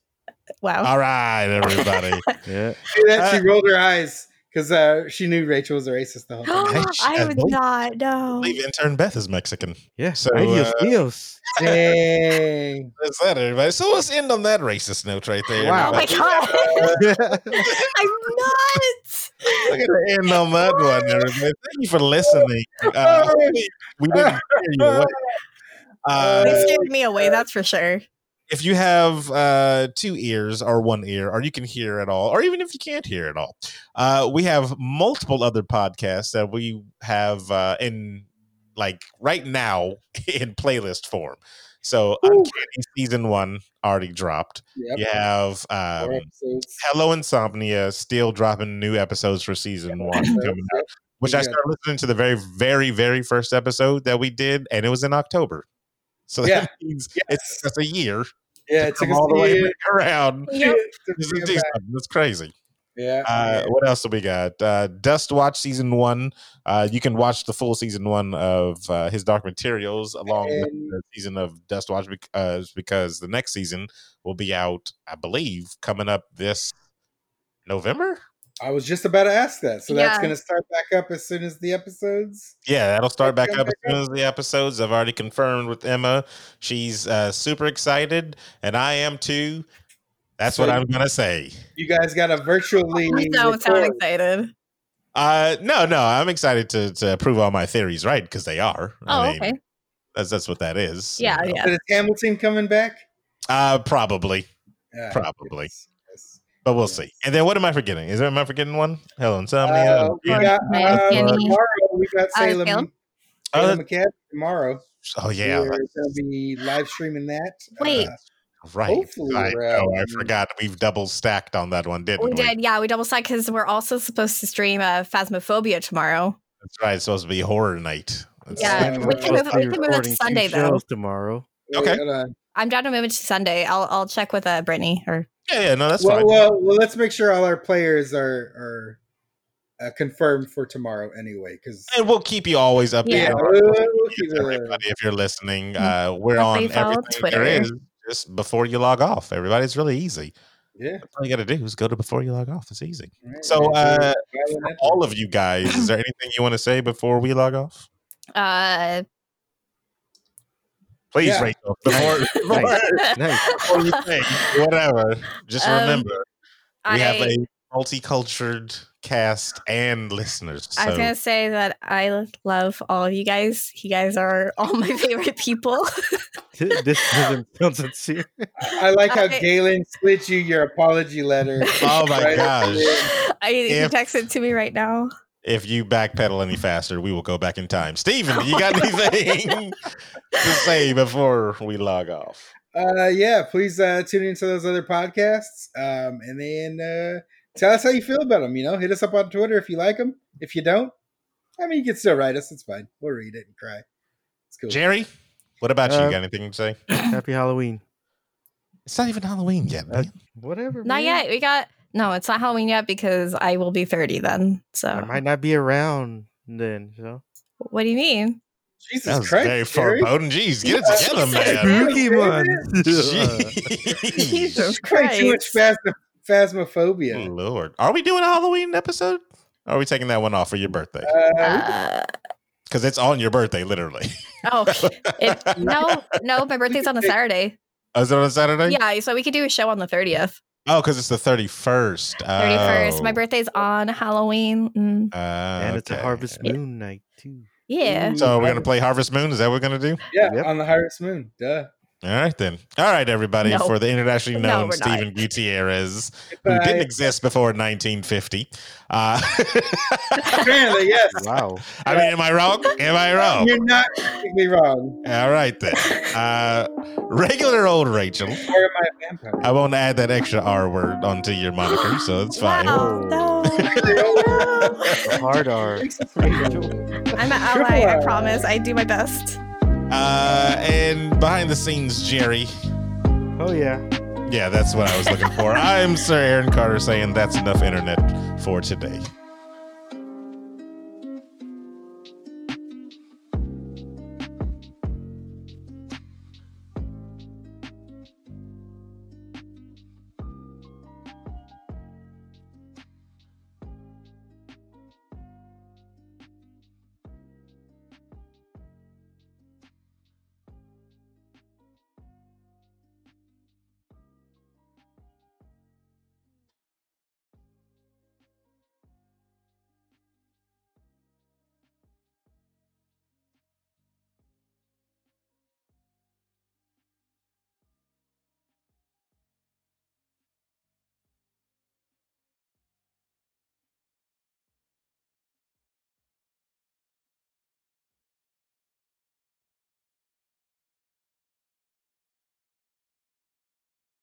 [SPEAKER 4] Wow.
[SPEAKER 2] All right, everybody.
[SPEAKER 4] <laughs>
[SPEAKER 5] Yeah.
[SPEAKER 3] See that?
[SPEAKER 2] Uh,
[SPEAKER 3] she rolled her eyes because uh, she knew Rachel was a racist the whole
[SPEAKER 4] <gasps>
[SPEAKER 3] time.
[SPEAKER 2] I sh-
[SPEAKER 4] <gasps> I
[SPEAKER 2] I
[SPEAKER 4] would
[SPEAKER 2] don't
[SPEAKER 4] not
[SPEAKER 2] I
[SPEAKER 4] know.
[SPEAKER 2] believe intern Beth is Mexican.
[SPEAKER 5] Yeah.
[SPEAKER 2] So,
[SPEAKER 5] Adios,
[SPEAKER 2] uh,
[SPEAKER 5] Dios.
[SPEAKER 2] <laughs>
[SPEAKER 3] Dang.
[SPEAKER 2] That's that, everybody. So let's end on that racist note right there.
[SPEAKER 5] Wow.
[SPEAKER 4] Oh my
[SPEAKER 2] everybody.
[SPEAKER 4] god. <laughs> I'm
[SPEAKER 2] We're
[SPEAKER 4] not.
[SPEAKER 2] gonna end on that one, everybody. Thank you for listening. Uh,
[SPEAKER 3] Oh,
[SPEAKER 2] hopefully we didn't scare you
[SPEAKER 4] <laughs>
[SPEAKER 2] away. Uh,
[SPEAKER 4] They scared me away, that's for sure.
[SPEAKER 2] if you have uh, two ears or one ear, or you can hear at all, or even if you can't hear at all, uh, we have multiple other podcasts that we have uh, in like right now <laughs> in playlist form. So, Uncanny Season 1 already dropped.
[SPEAKER 3] Yep.
[SPEAKER 2] You have um,
[SPEAKER 3] Four episodes.
[SPEAKER 2] Hello Insomnia still dropping new episodes for season one
[SPEAKER 3] <laughs>
[SPEAKER 2] coming out, which I
[SPEAKER 3] Yeah.
[SPEAKER 2] started listening to the very, very, very first episode that we did, and it was in October. So that
[SPEAKER 3] Yeah.
[SPEAKER 2] <laughs> means
[SPEAKER 3] Yes.
[SPEAKER 2] it's that's a year
[SPEAKER 3] Yeah, it took
[SPEAKER 2] come
[SPEAKER 3] us
[SPEAKER 2] all the
[SPEAKER 3] a
[SPEAKER 2] way
[SPEAKER 3] year
[SPEAKER 2] back
[SPEAKER 3] <laughs>
[SPEAKER 2] around.
[SPEAKER 4] Yep.
[SPEAKER 3] to
[SPEAKER 2] <laughs> This is
[SPEAKER 3] bring it
[SPEAKER 2] decent.
[SPEAKER 3] back.
[SPEAKER 2] That's crazy.
[SPEAKER 3] Yeah.
[SPEAKER 2] Uh, what else do we got? Uh, Dust Watch season one. Uh, you can watch the full season one of uh, his Dark Materials along with
[SPEAKER 3] And-
[SPEAKER 2] the season of Dust Watch because because the next season will be out, I believe, coming up this November.
[SPEAKER 3] I was just about to ask that. So that's
[SPEAKER 4] Yeah.
[SPEAKER 3] going to start back up as soon as the episodes.
[SPEAKER 2] Yeah, that'll start back
[SPEAKER 3] Okay,
[SPEAKER 2] up as
[SPEAKER 3] okay.
[SPEAKER 2] soon as the episodes. I've already confirmed with Emma. She's uh, super excited, and I am too. That's what
[SPEAKER 3] So-
[SPEAKER 2] I'm gonna say.
[SPEAKER 3] You guys got to virtually.
[SPEAKER 4] I'm so, so
[SPEAKER 3] record.
[SPEAKER 4] excited.
[SPEAKER 2] Uh, no, no, I'm excited to to prove all my theories right because they are.
[SPEAKER 4] Oh,
[SPEAKER 2] I mean,
[SPEAKER 4] okay.
[SPEAKER 2] That's that's what that is. you
[SPEAKER 4] Yeah,
[SPEAKER 2] know.
[SPEAKER 4] yeah.
[SPEAKER 3] But is Hamilton coming back?
[SPEAKER 2] Uh, probably,
[SPEAKER 3] Yeah,
[SPEAKER 2] Probably.
[SPEAKER 3] yes, yes.
[SPEAKER 2] but we'll see. And then what am I forgetting? Is there am I forgetting one? Hell,
[SPEAKER 3] Uh,
[SPEAKER 2] insomnia.
[SPEAKER 3] we
[SPEAKER 2] Yeah.
[SPEAKER 3] got,
[SPEAKER 4] Yeah.
[SPEAKER 3] uh,
[SPEAKER 4] Kenny.
[SPEAKER 3] tomorrow. We got
[SPEAKER 4] Uh,
[SPEAKER 3] Salem.
[SPEAKER 4] Salem?
[SPEAKER 2] Oh,
[SPEAKER 3] Salem
[SPEAKER 2] that-
[SPEAKER 3] Academy tomorrow.
[SPEAKER 2] oh yeah,
[SPEAKER 3] we're
[SPEAKER 2] that's
[SPEAKER 3] going to be live streaming that.
[SPEAKER 4] Wait.
[SPEAKER 3] Uh,
[SPEAKER 2] right.
[SPEAKER 3] hopefully
[SPEAKER 2] I,
[SPEAKER 3] we're out.
[SPEAKER 2] oh, I forgot. We've double stacked on that one, didn't
[SPEAKER 4] We
[SPEAKER 2] we?
[SPEAKER 4] did, yeah. We double stacked because we're also supposed to stream uh, Phasmophobia tomorw.
[SPEAKER 2] That's right. It's supposed to be horror night. That's-
[SPEAKER 4] Yeah,
[SPEAKER 3] Sam,
[SPEAKER 4] we
[SPEAKER 3] uh,
[SPEAKER 4] can move,
[SPEAKER 5] Supposed to
[SPEAKER 4] we can
[SPEAKER 5] be
[SPEAKER 4] move it
[SPEAKER 5] recording
[SPEAKER 4] to
[SPEAKER 5] two
[SPEAKER 4] Sunday though.
[SPEAKER 5] shows tomorrow.
[SPEAKER 3] wait,
[SPEAKER 2] Okay.
[SPEAKER 3] hold on.
[SPEAKER 4] I'm down to move it to Sunday. I'll I'll check with uh, Brittany or
[SPEAKER 2] Yeah, yeah, no, that's
[SPEAKER 3] well,
[SPEAKER 2] fine.
[SPEAKER 3] well, well, let's make sure all our players are are uh, confirmed for tomorrow anyway. Because
[SPEAKER 2] and we'll keep you always updated.
[SPEAKER 4] Yeah. Mm-hmm.
[SPEAKER 2] on our socials, everybody, if you're listening, uh, we're on
[SPEAKER 4] Definitely follow
[SPEAKER 2] everything there
[SPEAKER 4] Twitter.
[SPEAKER 2] is just before you log off. Everybody, it's really easy.
[SPEAKER 3] yeah.
[SPEAKER 2] All you got to do is go to before you log off. It's easy.
[SPEAKER 3] all right,
[SPEAKER 2] So,
[SPEAKER 3] Rachel,
[SPEAKER 2] uh,
[SPEAKER 3] dial it up.
[SPEAKER 2] All of you guys, is there anything you want to say before we log off? <laughs>
[SPEAKER 4] uh
[SPEAKER 2] Please,
[SPEAKER 3] Yeah.
[SPEAKER 2] Rachel. Before, before,
[SPEAKER 5] Nice. Nice.
[SPEAKER 2] before you
[SPEAKER 4] <laughs>
[SPEAKER 2] think, whatever. Just
[SPEAKER 4] Um,
[SPEAKER 2] remember,
[SPEAKER 4] I,
[SPEAKER 2] we have a multicultured cast and listeners. So
[SPEAKER 4] I was gonna say that I love all of you guys. You guys are all my <laughs> favorite people.
[SPEAKER 5] this doesn't sound sincere.
[SPEAKER 3] I like how
[SPEAKER 4] I-
[SPEAKER 3] Galen slid you your apology letter.
[SPEAKER 2] <laughs> oh my
[SPEAKER 3] Right.
[SPEAKER 2] gosh.
[SPEAKER 4] I he
[SPEAKER 2] If-
[SPEAKER 4] texted to me right now.
[SPEAKER 2] If you backpedal any faster, we will go back in time. Steven, you
[SPEAKER 4] <laughs>
[SPEAKER 2] got anything to say before we log off?
[SPEAKER 3] uh yeah please uh tune into those other podcasts um and then uh tell us how you feel about them you know hit us up on twitter if you like them if you don't i mean you can still write us it's fine we'll read it and cry it's cool
[SPEAKER 2] Jerry, what about you?
[SPEAKER 5] Uh,
[SPEAKER 2] Got anything to say?
[SPEAKER 5] Happy Halloween.
[SPEAKER 2] It's not even Halloween yet,
[SPEAKER 5] Uh,
[SPEAKER 2] man.
[SPEAKER 5] Whatever.
[SPEAKER 4] Not
[SPEAKER 5] man.
[SPEAKER 4] yet. We got no. It's not Halloween yet because I will be thirty then.
[SPEAKER 5] I
[SPEAKER 4] So
[SPEAKER 5] might not be around then. So
[SPEAKER 4] what do you
[SPEAKER 2] <clears throat>
[SPEAKER 4] mean?
[SPEAKER 3] Jesus
[SPEAKER 2] That was
[SPEAKER 3] Christ,
[SPEAKER 2] very
[SPEAKER 3] Jerry.
[SPEAKER 2] foreboding. Jeez, get it
[SPEAKER 4] Yeah.
[SPEAKER 2] together,
[SPEAKER 4] <laughs>
[SPEAKER 2] man. <laughs>
[SPEAKER 5] Pokemon.
[SPEAKER 2] Jeez.
[SPEAKER 4] Jesus
[SPEAKER 3] Way too much
[SPEAKER 4] Christ.
[SPEAKER 3] phasm- phasmophobia.
[SPEAKER 2] Lord. Are we doing a Halloween episode? Or are we taking that one off for your birthday?
[SPEAKER 3] Uh,
[SPEAKER 4] Uh,
[SPEAKER 2] Because it's on your birthday, literally.
[SPEAKER 4] oh it, no, no. My birthday's on a Saturday.
[SPEAKER 2] <laughs> Oh, Is it on Saturday?
[SPEAKER 4] Yeah, so we could do a show on the thirtieth,
[SPEAKER 2] Oh, because it's the 31st.
[SPEAKER 4] thirty first.
[SPEAKER 2] Oh.
[SPEAKER 4] My birthday's on Halloween. Mm,
[SPEAKER 2] Uh,
[SPEAKER 5] <laughs> and it's a
[SPEAKER 2] okay.
[SPEAKER 5] Harvest
[SPEAKER 4] Yeah.
[SPEAKER 5] Moon night too.
[SPEAKER 4] yeah.
[SPEAKER 2] So we're going to play Harvest Moon. Is that what we're going to do?
[SPEAKER 3] yeah,
[SPEAKER 5] Yep.
[SPEAKER 3] on the highest moon. Duh.
[SPEAKER 2] All right, then. All right, everybody.
[SPEAKER 4] No.
[SPEAKER 2] For the internationally
[SPEAKER 4] No,
[SPEAKER 2] known
[SPEAKER 4] we're not.
[SPEAKER 2] Stephen
[SPEAKER 4] <laughs>
[SPEAKER 2] Gutierrez, who
[SPEAKER 3] Bye.
[SPEAKER 2] didn't exist before 1950. Uh, <laughs>
[SPEAKER 3] Apparently, yes.
[SPEAKER 5] Wow.
[SPEAKER 2] I mean, am I wrong? Am
[SPEAKER 4] <laughs>
[SPEAKER 2] I wrong?
[SPEAKER 3] You're not completely wrong.
[SPEAKER 2] All right, then. Uh, regular old Rachel.
[SPEAKER 3] Or am I a vampire?
[SPEAKER 2] I won't add that extra R word onto your moniker, so it's fine.
[SPEAKER 4] Wow, no.
[SPEAKER 5] A
[SPEAKER 4] no.
[SPEAKER 5] hard R.
[SPEAKER 4] I'm an ally. I promise. I do my best.
[SPEAKER 2] Uh, and behind the scenes, Jerry.
[SPEAKER 5] <laughs> Oh yeah.
[SPEAKER 2] Yeah, that's what I was looking for. I'm Sir Aaron Carter saying that's enough internet for today.